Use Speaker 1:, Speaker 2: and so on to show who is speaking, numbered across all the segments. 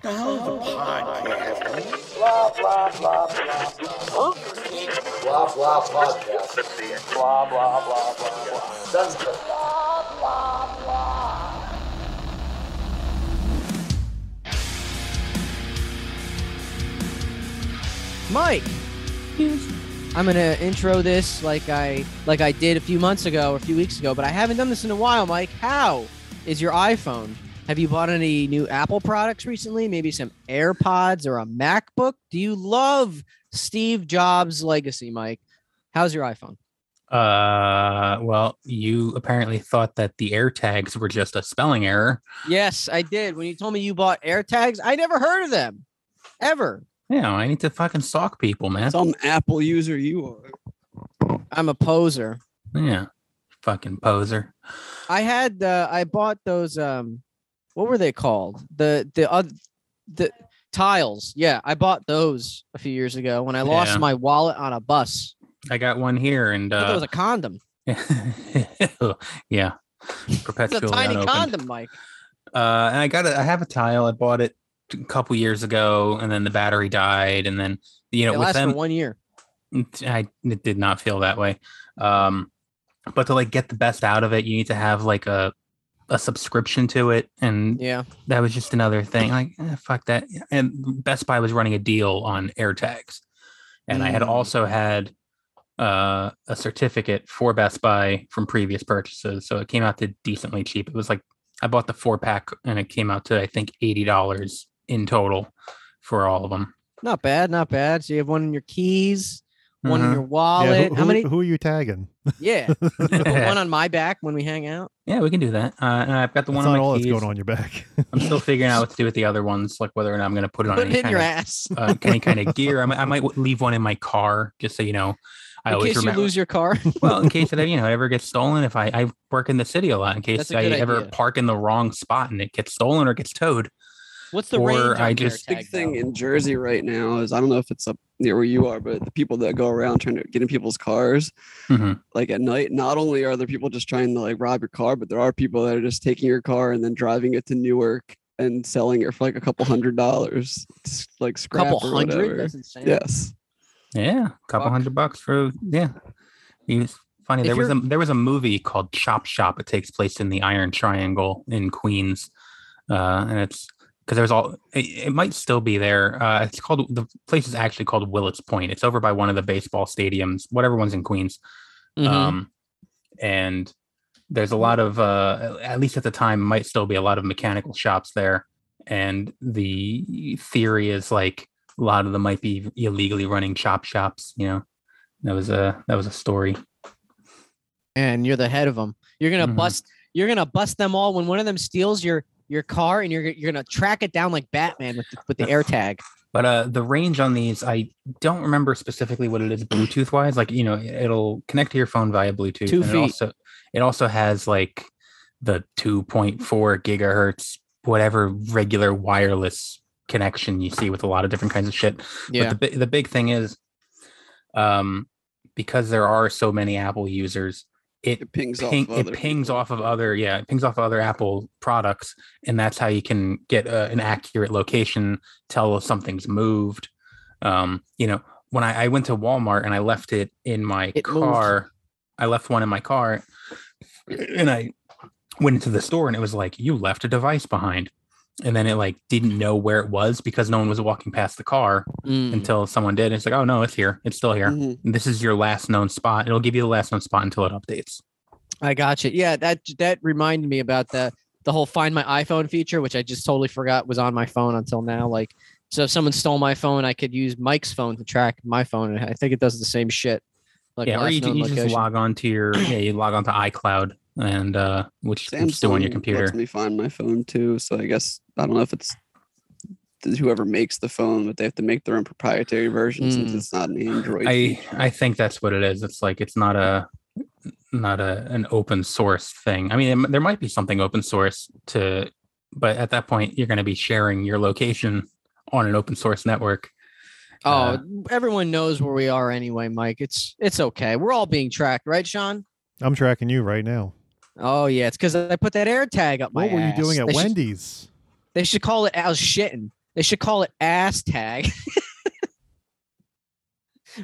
Speaker 1: the hell's a podcast?
Speaker 2: Blah, blah, blah, blah, blah.
Speaker 3: Blah blah podcast.
Speaker 2: Blah, blah, blah, blah, blah.
Speaker 3: Sounds good.
Speaker 4: Mike. I'm gonna intro this like I like I did a few months ago or a few weeks ago, but I haven't done this in a while, Mike. How is your iPhone? Have you bought any new Apple products recently? Maybe some AirPods or a MacBook? Do you love Steve Jobs' legacy, Mike? How's your iPhone?
Speaker 5: Uh, well, you apparently thought that the air tags were just a spelling error.
Speaker 4: Yes, I did. When you told me you bought AirTags, I never heard of them. Ever.
Speaker 5: Yeah, I need to fucking stalk people, man.
Speaker 1: Some Apple user you are.
Speaker 4: I'm a poser.
Speaker 5: Yeah, fucking poser.
Speaker 4: I had uh, I bought those um what were they called? The the other the tiles. Yeah, I bought those a few years ago when I lost
Speaker 5: Yeah.
Speaker 4: my wallet on a bus.
Speaker 5: I got one here, and
Speaker 4: I thought it
Speaker 5: uh,
Speaker 4: was a condom.
Speaker 5: yeah,
Speaker 4: It's a
Speaker 5: perpetually
Speaker 4: tiny
Speaker 5: unopened.
Speaker 4: condom, Mike.
Speaker 5: Uh, and I got a, I have a tile. I bought it a couple years ago, and then the battery died, and then you know
Speaker 4: It
Speaker 5: with
Speaker 4: lasts
Speaker 5: them,
Speaker 4: for one year.
Speaker 5: I it did not feel that way. Um, but to like get the best out of it, you need to have like a a subscription to it, and
Speaker 4: Yeah.
Speaker 5: that was just another thing. Like, eh, fuck that. And Best Buy was running a deal on AirTags, and I had
Speaker 4: Mm.
Speaker 5: also had uh, a certificate for Best Buy from previous purchases, so it came out to decently cheap. It was like I bought the four pack, and it came out to I think eighty dollars in total for all of them.
Speaker 4: Not bad, not bad. So you have one in your keys, one in
Speaker 5: Mhm.
Speaker 4: your
Speaker 6: Yeah,
Speaker 4: wallet.
Speaker 6: who, who,
Speaker 4: How many?
Speaker 6: Who are you tagging?
Speaker 4: Yeah. Put one on my back when we hang out.
Speaker 5: Yeah, we can do that. Uh, and I've got the one
Speaker 6: That's not
Speaker 5: on my
Speaker 6: all
Speaker 5: keys.
Speaker 6: that's going on your back.
Speaker 5: I'm still figuring out what to do with the other ones, like whether or not I'm going to put it on
Speaker 4: Put
Speaker 5: any,
Speaker 4: it in
Speaker 5: kind
Speaker 4: your
Speaker 5: of,
Speaker 4: ass.
Speaker 5: uh, any kind of gear. I might, I might w- leave one in my car, just so you know. I
Speaker 4: in
Speaker 5: always
Speaker 4: case you
Speaker 5: remember.
Speaker 4: lose your car.
Speaker 5: well, in case that you know ever gets stolen, if I, I work in the city a lot, in case
Speaker 4: That's a
Speaker 5: I
Speaker 4: good
Speaker 5: ever
Speaker 4: idea.
Speaker 5: park in the wrong spot and it gets stolen or gets towed,
Speaker 4: What's the
Speaker 5: Or
Speaker 4: range?
Speaker 5: I
Speaker 4: on
Speaker 5: just-
Speaker 4: AirTag,
Speaker 1: Big thing
Speaker 4: though?
Speaker 1: in Jersey right now is I don't know if it's up near where you are, but the people that go around trying to get in people's cars,
Speaker 5: Mhm.
Speaker 1: like at night, not only are there people just trying to like rob your car, but there are people that are just taking your car and then driving it to Newark and selling it for like a couple hundred dollars, It's like scrap
Speaker 4: couple
Speaker 1: or
Speaker 4: hundred.
Speaker 1: whatever.
Speaker 4: That's insane.
Speaker 1: Yes.
Speaker 5: yeah, a couple
Speaker 4: Fuck.
Speaker 5: hundred bucks for yeah. It was funny.
Speaker 4: If
Speaker 5: there was a there was a movie called Chop Shop. It takes place in the Iron Triangle in Queens, uh, and it's because there's all it, it might still be there. Uh, it's called the place is actually called Willits Point. It's over by one of the baseball stadiums, whatever one's in Queens.
Speaker 4: Mhm.
Speaker 5: um, and there's a lot of uh, at least at the time might still be a lot of mechanical shops there and the theory is like a lot of them might be illegally running chop shops you know that was a that was a story
Speaker 4: and you're the head of them. You're gonna
Speaker 5: Mhm.
Speaker 4: bust. You're gonna bust them all when one of them steals your your car, and you're g- you're gonna track it down like Batman with the, with the air tag.
Speaker 5: but uh the range on these i don't remember specifically what it is bluetooth wise like you know it'll connect to your phone via bluetooth
Speaker 4: Two
Speaker 5: and
Speaker 4: feet.
Speaker 5: it also it also has like the 2.4 gigahertz whatever regular wireless connection you see with a lot of different kinds of shit But the, bi- the big thing is, um, because there are so many Apple users, it
Speaker 1: It pings
Speaker 5: ping,
Speaker 1: off.
Speaker 5: it
Speaker 1: other
Speaker 5: pings
Speaker 1: people.
Speaker 5: off of other yeah it pings off other Apple products, and that's how you can get uh, an accurate location, tell if something's moved. Um, you know, when I, I went to Walmart and I left it in my
Speaker 4: It moved.
Speaker 5: car, I left one in my car, and I went into the store and it was like you left a device behind. And then it like didn't know where it was because no one was walking past the car
Speaker 1: Hmm.
Speaker 4: Mm.
Speaker 5: until someone did. It's like, oh no, it's here. It's still
Speaker 4: Hmm.
Speaker 5: here.
Speaker 1: Mhm.
Speaker 5: This is your last known spot. It'll give you the last known spot until it updates.
Speaker 4: I got you. Yeah, that that reminded me about the the whole Find My iPhone feature, which I just totally forgot was on my phone until now. Like, so if someone stole my phone, I could use Mike's phone to track my phone, and I think it does the same shit. Like
Speaker 5: yeah, or
Speaker 4: last
Speaker 5: you, ju-
Speaker 4: known
Speaker 5: you just
Speaker 4: location.
Speaker 5: log on to your yeah, you log on to iCloud and uh which is still on your
Speaker 1: Samsung
Speaker 5: computer.
Speaker 1: Lets me find my phone too. So I guess I don't know if it's th- whoever makes the phone, but they have to make their own proprietary version since
Speaker 4: Mm.
Speaker 1: it's not an Android.
Speaker 5: Hmm. I I think that's what it is. It's like it's not a not a an open source thing. I mean, it m- there might be something open source to, but at that point, you're going to be sharing your location on an open source network.
Speaker 4: Oh,
Speaker 5: uh,
Speaker 4: everyone knows where we are anyway, Mike. It's it's okay. We're all being tracked, right, Sean?
Speaker 6: I'm tracking you right now.
Speaker 4: Oh yeah, it's because I put that air tag up my
Speaker 6: What were you doing
Speaker 4: ass.
Speaker 6: at
Speaker 4: They should-
Speaker 6: Wendy's?
Speaker 4: They should call it Al Shittin. They should call it ass tag.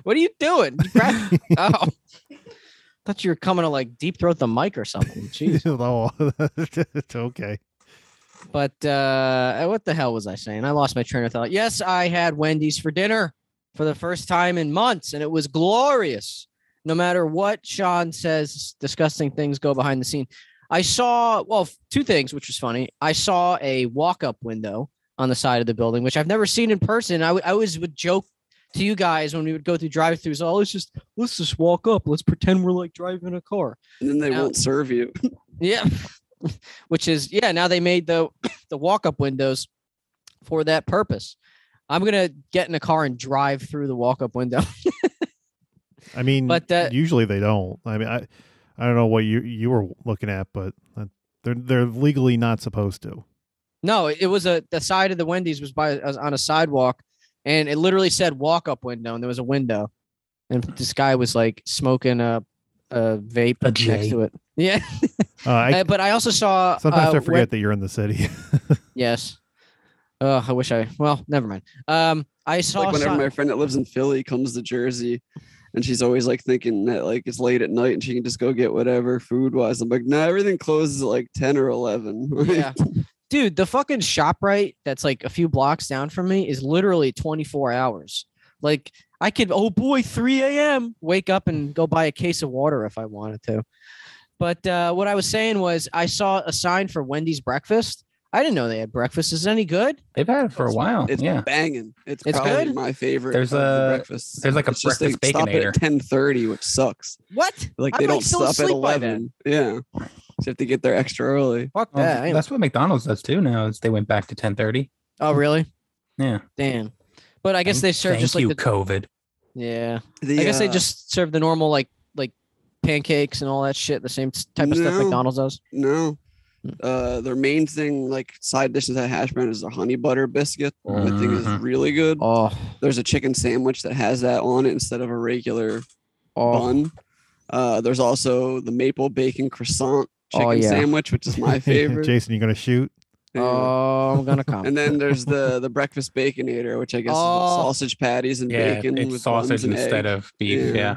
Speaker 4: what are you doing? You prac- oh, thought you were coming to like deep throat the mic or something. Jeez.
Speaker 6: oh, it's okay.
Speaker 4: But uh, what the hell was I saying? I lost my train of thought. Yes, I had Wendy's for dinner for the first time in months, and it was glorious. No matter what Sean says, disgusting things go behind the scene. I saw, well, f- two things, which was funny. I saw a walk up window on the side of the building, which I've never seen in person. I, w- I always would joke to you guys when we would go through drive throughs, oh, let's just, let's just walk up. Let's pretend we're like driving a car.
Speaker 1: And then they
Speaker 4: Now-
Speaker 1: won't serve you.
Speaker 4: Yeah. Which is yeah, now they made the the walk-up windows for that purpose. I'm going to get in a car and drive through the walk-up window.
Speaker 6: I mean,
Speaker 4: But that-
Speaker 6: usually they don't. I mean, I, I don't know what you you were looking at, but uh, they're they're legally not supposed to.
Speaker 4: no, it was a the side of the Wendy's was by was on a sidewalk and it literally said walk-up window and there was a window and this guy was like smoking a a vape
Speaker 5: A
Speaker 4: next
Speaker 5: J.
Speaker 4: to it. Yeah.
Speaker 6: Uh, I,
Speaker 4: Uh, but I also saw
Speaker 6: sometimes
Speaker 4: uh,
Speaker 6: I forget that you're in the city.
Speaker 4: yes. Oh, I wish I well, never mind. Um I saw
Speaker 1: like whenever
Speaker 4: some-
Speaker 1: my friend that lives in Philly comes to Jersey, and she's always like thinking that like it's late at night and she can just go get whatever food wise. I'm like, no, everything closes at like ten or eleven.
Speaker 4: Yeah. dude, the fucking shop right that's like a few blocks down from me is literally 24 hours. Like I could, oh boy, 3 a.m. wake up and go buy a case of water if I wanted to. But uh, what I was saying was I saw a sign for Wendy's breakfast. I didn't know they had breakfast. Is it any good?
Speaker 5: They've had it for a while.
Speaker 1: it's
Speaker 5: yeah.
Speaker 1: banging. It's,
Speaker 4: It's
Speaker 1: probably
Speaker 4: good?
Speaker 1: my favorite.
Speaker 5: There's
Speaker 1: of the
Speaker 5: a-
Speaker 1: breakfast.
Speaker 5: there's like a
Speaker 1: It's just
Speaker 5: breakfast
Speaker 1: they stop it
Speaker 5: Baconator.
Speaker 1: at ten thirty, which sucks.
Speaker 4: What?
Speaker 1: Like
Speaker 4: I
Speaker 1: they
Speaker 4: might
Speaker 1: don't
Speaker 4: still
Speaker 1: stop at
Speaker 4: sleep by then.
Speaker 1: eleven. Yeah, so you have to get there extra early.
Speaker 4: Fuck
Speaker 5: Well,
Speaker 4: that. I ain't-
Speaker 5: Oh, that's what McDonald's does too now. Is they went back to 10:30.
Speaker 4: Oh, really?
Speaker 5: Yeah.
Speaker 4: Damn. But I guess they serve
Speaker 5: Thank
Speaker 4: just like
Speaker 5: you,
Speaker 4: the,
Speaker 5: COVID.
Speaker 4: yeah.
Speaker 1: The,
Speaker 4: I guess they
Speaker 1: uh,
Speaker 4: just serve the normal like like pancakes and all that shit. The same type of stuff
Speaker 1: No.
Speaker 4: McDonald's does.
Speaker 1: No.
Speaker 4: Hmm.
Speaker 1: Uh, their main thing, like side dishes at hash brown, is their honey butter biscuit. I think is
Speaker 5: Mhm.
Speaker 1: really good.
Speaker 4: Oh,
Speaker 1: There's a chicken sandwich that has that on it instead of a regular
Speaker 4: oh,
Speaker 1: bun. Uh, there's also the maple bacon croissant chicken
Speaker 4: Oh, yeah.
Speaker 1: sandwich, which is my favorite.
Speaker 6: Jason, you gonna shoot?
Speaker 1: Yeah.
Speaker 4: oh, I'm gonna come.
Speaker 1: and then there's the the breakfast baconator, which I guess
Speaker 4: Oh.
Speaker 1: is sausage patties and
Speaker 5: Yeah,
Speaker 1: bacon
Speaker 5: it's
Speaker 1: with
Speaker 5: sausage
Speaker 1: buns and
Speaker 5: instead
Speaker 1: egg.
Speaker 5: of beef.
Speaker 1: Yeah.
Speaker 5: Yeah.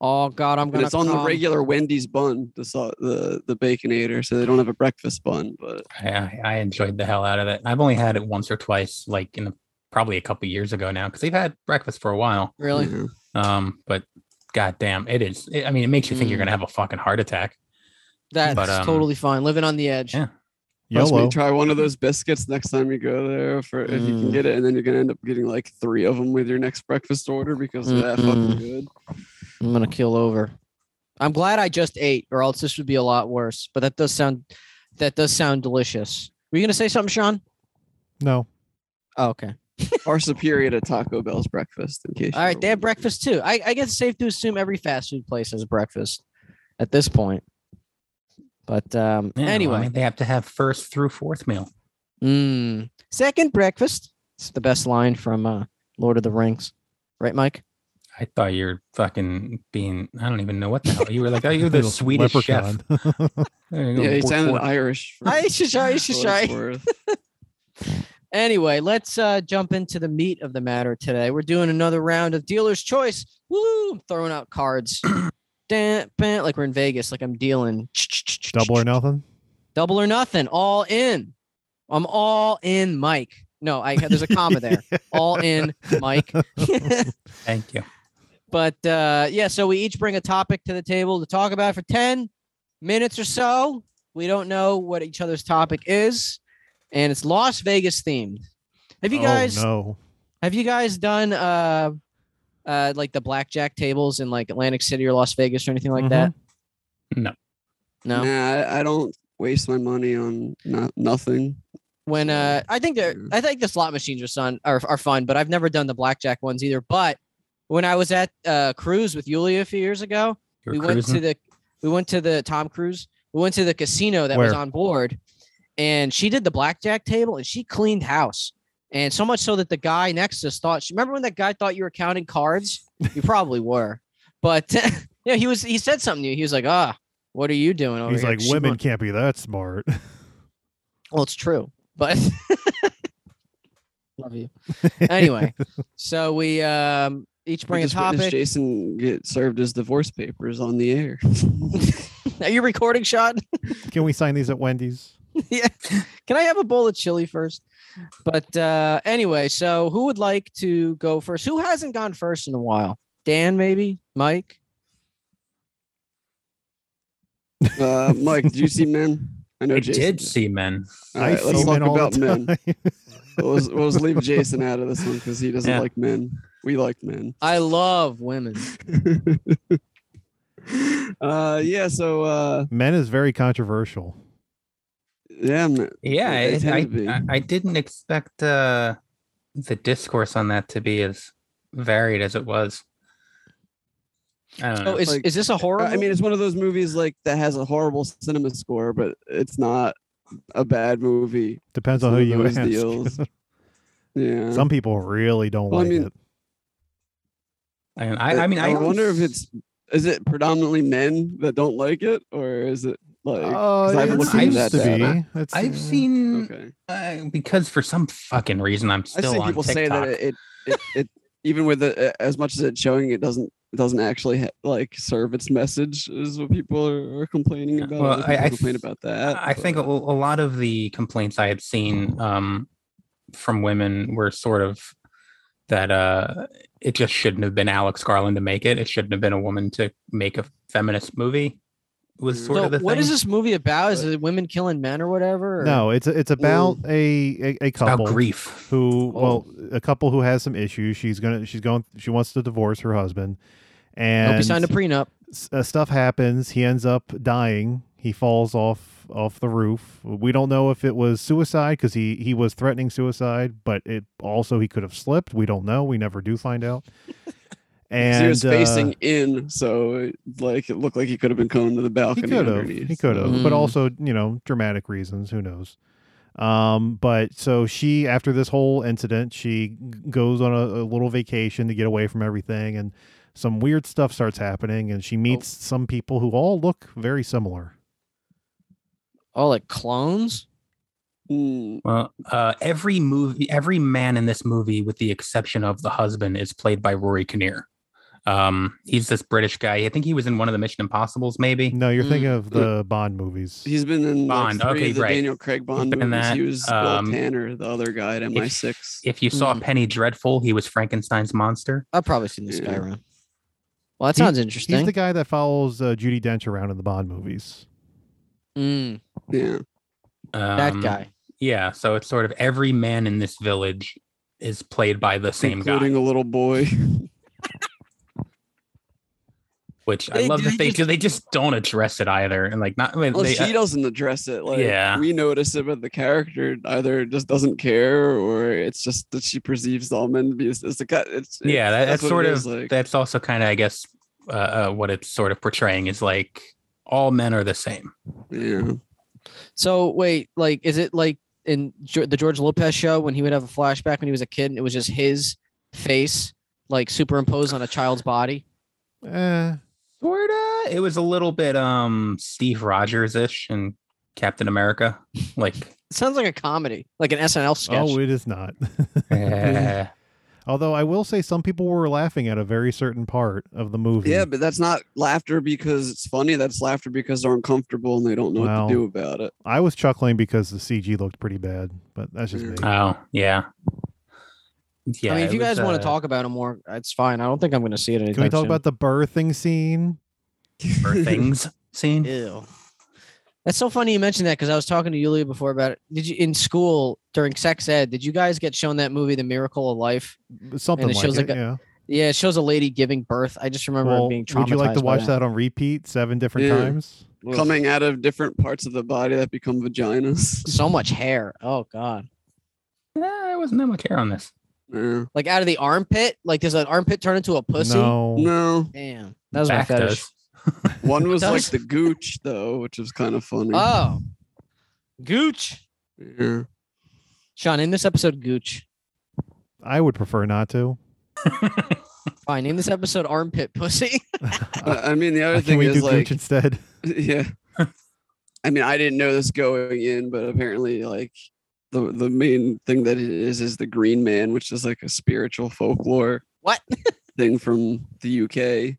Speaker 4: oh God, I'm
Speaker 1: and
Speaker 4: gonna.
Speaker 1: it's on the
Speaker 4: cum.
Speaker 1: regular Wendy's bun, the sau- the the baconator, so they don't have a breakfast bun, but
Speaker 5: I, I enjoyed the hell out of it. I've only had it once or twice, like in the, probably a couple years ago now, because they've had breakfast for a while.
Speaker 4: Really?
Speaker 1: yeah.
Speaker 5: Um, but goddamn, it is. It, I mean, it makes you think you're
Speaker 4: Mm.
Speaker 5: gonna have a fucking heart attack.
Speaker 4: That's
Speaker 5: But, um,
Speaker 4: totally fine. Living on the edge.
Speaker 5: yeah.
Speaker 1: Trust
Speaker 6: Yellow.
Speaker 1: me, try one of those biscuits next time you go there for if you can
Speaker 4: Mm.
Speaker 1: get it, and then you're gonna end up getting like three of them with your next breakfast order because they're that fucking
Speaker 4: Mm-mm.
Speaker 1: good.
Speaker 4: I'm gonna kill over. I'm glad I just ate, or else this would be a lot worse. But that does sound, that does sound delicious. Were you gonna say something, Sean?
Speaker 6: no,
Speaker 4: Oh, okay.
Speaker 1: Are superior to Taco Bell's breakfast. In case.
Speaker 4: All right, they have breakfast too. I, I guess it's safe to assume every fast food place has breakfast at this point. But um,
Speaker 5: Yeah, well, I
Speaker 4: anyway,
Speaker 5: mean, they have to have first through fourth meal.
Speaker 4: Mm. Second breakfast. It's the best line from uh, Lord of the Rings, right, Mike?
Speaker 5: I thought you're fucking being. I don't even know what the hell you were like. Oh, you're the
Speaker 6: Little
Speaker 5: Swedish chef.
Speaker 6: leprechaun.
Speaker 5: There you go,
Speaker 1: Yeah, he
Speaker 5: bork,
Speaker 1: sounded
Speaker 5: bork.
Speaker 1: Irish. for
Speaker 4: Aye, shishai,
Speaker 1: what it's
Speaker 4: shishai.
Speaker 1: worth.
Speaker 4: Anyway, let's uh, jump into the meat of the matter today. We're doing another round of dealer's choice. Woo! I'm throwing out cards. Dun, bun, like we're in Vegas, like I'm dealing.
Speaker 6: Double or nothing.
Speaker 4: Double or nothing. All in. I'm all in, Mike. No, I there's a comma there. All in, Mike.
Speaker 5: Thank you.
Speaker 4: But uh, yeah, so we each bring a topic to the table to talk about for 10 minutes or so. We don't know what each other's topic is, and it's Las Vegas themed. Have you guys
Speaker 6: Oh, no.
Speaker 4: have you guys done uh uh like the blackjack tables in like Atlantic City or Las Vegas or
Speaker 6: Mm-hmm.
Speaker 4: anything like that?
Speaker 5: No.
Speaker 4: No.
Speaker 1: Nah, I, I don't waste my money on not nothing.
Speaker 4: when uh I think they're
Speaker 1: Mhm.
Speaker 4: I think the slot machines are fun are, are fun, but I've never done the blackjack ones either. But when I was at uh cruise with Yulia a few years ago,
Speaker 5: You're
Speaker 4: we went
Speaker 5: cruising.
Speaker 4: to the we went to the Tom Cruise. We went to the casino that was
Speaker 6: Where?
Speaker 4: on board, and she did the blackjack table and she cleaned house. And so much so that the guy next to us thought. Remember when that guy thought you were counting cards? You probably were, but yeah, he was. He said something to you. He was like, "Ah, what are you doing over
Speaker 6: He's
Speaker 4: here?"
Speaker 6: like,
Speaker 4: Oh, She
Speaker 6: women
Speaker 4: went-
Speaker 6: can't be that smart.
Speaker 4: well, it's true, but love you. Anyway, so we um, each
Speaker 1: We
Speaker 4: bring a
Speaker 1: just witnessed
Speaker 4: topic.
Speaker 1: Jason get served his divorce papers on the air.
Speaker 4: Are you recording, Sean?
Speaker 6: Can we sign these at Wendy's?
Speaker 4: yeah. Can I have a bowl of chili first? But uh, anyway, so who would like to go first? Who hasn't gone first in a while? Dan, maybe? Mike?
Speaker 1: Uh, Mike, did you see men? I know
Speaker 5: I
Speaker 1: Jason.
Speaker 5: did see men.
Speaker 1: All right,
Speaker 6: I
Speaker 1: let's
Speaker 6: see
Speaker 1: talk
Speaker 6: men all
Speaker 1: about
Speaker 6: the
Speaker 1: men.
Speaker 6: time.
Speaker 1: We'll, just- we'll just leave Jason out of this one because he doesn't
Speaker 5: Yeah.
Speaker 1: like men. We like men.
Speaker 4: I love women.
Speaker 1: uh, yeah. So uh,
Speaker 6: men is very controversial.
Speaker 1: yeah, man,
Speaker 5: Yeah,
Speaker 1: Yeah, they
Speaker 5: it-
Speaker 1: tend
Speaker 5: I,
Speaker 1: to be.
Speaker 5: I, I didn't expect uh, the discourse on that to be as varied as it was. I don't know.
Speaker 4: Oh, is,
Speaker 1: like-
Speaker 4: is this a horror?
Speaker 1: I mean,
Speaker 4: movie?
Speaker 1: it's one of those movies like that has a horrible cinema score, but it's not a bad movie.
Speaker 6: Depends on
Speaker 1: Some
Speaker 6: who
Speaker 1: of
Speaker 6: you
Speaker 1: those
Speaker 6: ask.
Speaker 1: deals. Yeah.
Speaker 6: Some people really don't
Speaker 1: Well, I
Speaker 6: like
Speaker 1: mean,
Speaker 6: it.
Speaker 5: I, I, I mean, I,
Speaker 1: wonder if it's is it predominantly men that don't like it, or is it like? uh,
Speaker 5: Um,
Speaker 1: 'cause I've
Speaker 6: Oh, it
Speaker 1: looked into
Speaker 6: seems
Speaker 1: that
Speaker 6: to
Speaker 1: data.
Speaker 6: be. It's,
Speaker 5: I've
Speaker 6: uh,
Speaker 5: seen
Speaker 1: okay,
Speaker 5: uh, because for some fucking reason I'm
Speaker 1: I've
Speaker 5: still
Speaker 1: seen
Speaker 5: on
Speaker 1: people
Speaker 5: TikTok.
Speaker 1: say that it, it it even with the, as much as it's showing, it doesn't it doesn't actually ha- like serve its message is what people are, are complaining
Speaker 5: Yeah,
Speaker 1: about.
Speaker 5: well,
Speaker 1: Other
Speaker 5: I-
Speaker 1: people
Speaker 5: I
Speaker 1: complain
Speaker 5: th-
Speaker 1: about that.
Speaker 5: I think a,
Speaker 1: but-
Speaker 5: a lot of the complaints I had seen um, from women were sort of that uh, it just shouldn't have been Alex Garland to make it. It shouldn't have been a woman to make a feminist movie. Was
Speaker 1: Mm.
Speaker 5: sort
Speaker 4: So
Speaker 5: of the
Speaker 4: what
Speaker 5: thing.
Speaker 4: is this movie about? Is it women killing men or whatever? or-
Speaker 6: No, it's it's about a, a a
Speaker 5: It's about
Speaker 6: couple
Speaker 5: grief?
Speaker 6: who
Speaker 4: Oh.
Speaker 6: well a couple who has some issues. She's gonna she's going she wants to divorce her husband,
Speaker 4: Hope you
Speaker 6: and
Speaker 4: signed a prenup.
Speaker 6: s- uh, stuff happens. He ends up dying. He falls off off the roof. We don't know if it was suicide because he he was threatening suicide, but it also he could have slipped. We don't know. We never do find out.
Speaker 1: 'Cause
Speaker 6: And
Speaker 1: he was
Speaker 6: uh,
Speaker 1: facing in, so it, like it looked like he could have been coming to the
Speaker 6: he
Speaker 1: balcony.
Speaker 6: could have
Speaker 1: underneath,
Speaker 6: he could have
Speaker 1: so-
Speaker 6: but
Speaker 4: Mm.
Speaker 6: also you know dramatic reasons who knows um but so she after this whole incident she g- goes on a, a little vacation to get away from everything and some weird stuff starts happening and she
Speaker 1: Oh.
Speaker 6: meets some people who all look very similar
Speaker 4: Oh, like clones?
Speaker 1: Mm,
Speaker 5: Well, uh, every movie, every man in this movie, with the exception of the husband, is played by Rory Kinnear. Um, he's this British guy. I think he was in one of the Mission Impossible's, maybe.
Speaker 6: no you're
Speaker 4: Mm.
Speaker 6: thinking of the bond movies
Speaker 1: he's been in like,
Speaker 5: Bond,
Speaker 1: three
Speaker 5: okay,
Speaker 1: of the
Speaker 5: right.
Speaker 1: Daniel Craig Bond
Speaker 5: been in
Speaker 1: movies.
Speaker 5: that,
Speaker 1: he was
Speaker 5: um,
Speaker 1: Bill Tanner, the other guy at MI6.
Speaker 5: If you saw Penny Dreadful, he was Frankenstein's monster.
Speaker 4: I've probably seen this guy
Speaker 1: Yeah.
Speaker 4: around. Well, that
Speaker 6: He-
Speaker 4: sounds
Speaker 6: he's
Speaker 4: interesting.
Speaker 6: the guy that follows uh, judy dench around in the bond movies
Speaker 4: Mm,
Speaker 1: yeah,
Speaker 5: Um,
Speaker 4: that guy.
Speaker 5: Yeah. So it's sort of every man in this village is played by the same
Speaker 1: including
Speaker 5: guy,
Speaker 1: a little boy.
Speaker 5: which I
Speaker 4: They-
Speaker 5: love
Speaker 4: they
Speaker 5: that they
Speaker 4: just-
Speaker 5: they just don't address it either, and like not I mean,
Speaker 1: Unless
Speaker 5: they,
Speaker 1: he
Speaker 5: uh,
Speaker 1: doesn't address it, like
Speaker 5: Yeah.
Speaker 1: we notice it, but the character either just doesn't care, or it's just that she perceives all men to be. It's, it's the guy. It's, it's-
Speaker 5: yeah. That, that's
Speaker 1: what it
Speaker 5: sort
Speaker 1: is,
Speaker 5: of
Speaker 1: like.
Speaker 5: that's also kind of I guess uh, uh, what it's sort of portraying is like all men are the same.
Speaker 1: yeah.
Speaker 4: So wait, like, is it like in Ge- the George Lopez show when he would have a flashback when he was a kid and it was just his face like superimposed on a child's body?
Speaker 6: eh,
Speaker 5: Sorta. It was a little bit um Steve Rogers ish and Captain America, like.
Speaker 4: It sounds like a comedy, like an SNL sketch.
Speaker 6: oh it is not
Speaker 5: eh.
Speaker 6: although i will say some people were laughing at a very certain part of the movie
Speaker 1: Yeah, but that's not laughter because it's funny. That's laughter because they're uncomfortable and they don't know
Speaker 6: Well,
Speaker 1: what to do about it.
Speaker 6: I was chuckling because the CG looked pretty bad, but that's just me.
Speaker 1: Mm.
Speaker 5: Oh yeah, yeah.
Speaker 4: I mean, if
Speaker 5: it
Speaker 4: you guys
Speaker 5: was,
Speaker 4: want
Speaker 5: uh,
Speaker 4: to talk about it more, it's fine. I don't think I'm going to see it anytime
Speaker 6: Can we talk
Speaker 4: soon.
Speaker 6: about the birthing scene?
Speaker 5: or things scene,
Speaker 4: Ew. That's so funny you mentioned that because I was talking to Yulia before about it. Did you in school during sex ed? Did you guys get shown that movie, The Miracle of Life?
Speaker 6: Something
Speaker 4: it
Speaker 6: like
Speaker 4: shows
Speaker 6: it.
Speaker 4: like a-
Speaker 6: yeah.
Speaker 4: Yeah, it shows a lady giving birth. I just remember
Speaker 6: Well,
Speaker 4: being traumatized.
Speaker 6: would you like to
Speaker 4: by
Speaker 6: watch that. on repeat seven different
Speaker 1: Yeah.
Speaker 6: times?
Speaker 4: Ugh.
Speaker 1: Coming out of different parts of the body that become vaginas.
Speaker 4: So much hair. Oh god.
Speaker 5: Nah, it wasn't that much hair on this.
Speaker 1: Yeah.
Speaker 4: Like out of the armpit? Like does an armpit turn into a pussy?
Speaker 6: No.
Speaker 1: No,
Speaker 4: Damn. That was my
Speaker 5: Back
Speaker 4: fetish.
Speaker 5: does.
Speaker 1: one was like
Speaker 4: Does-
Speaker 1: the gooch though, which was kind of funny.
Speaker 4: Oh. Gooch.
Speaker 1: yeah.
Speaker 4: Sean, in this episode, Gooch.
Speaker 6: I would prefer not to.
Speaker 4: Fine. Name this episode armpit pussy.
Speaker 1: But, I mean, the other
Speaker 6: Can
Speaker 1: thing
Speaker 6: we do
Speaker 1: is like,
Speaker 6: Gooch instead?
Speaker 1: yeah. I mean, I didn't know this going in, but apparently, like, the the main thing that it is is the Green Man, which is like a spiritual folklore
Speaker 4: What?
Speaker 1: thing from the UK.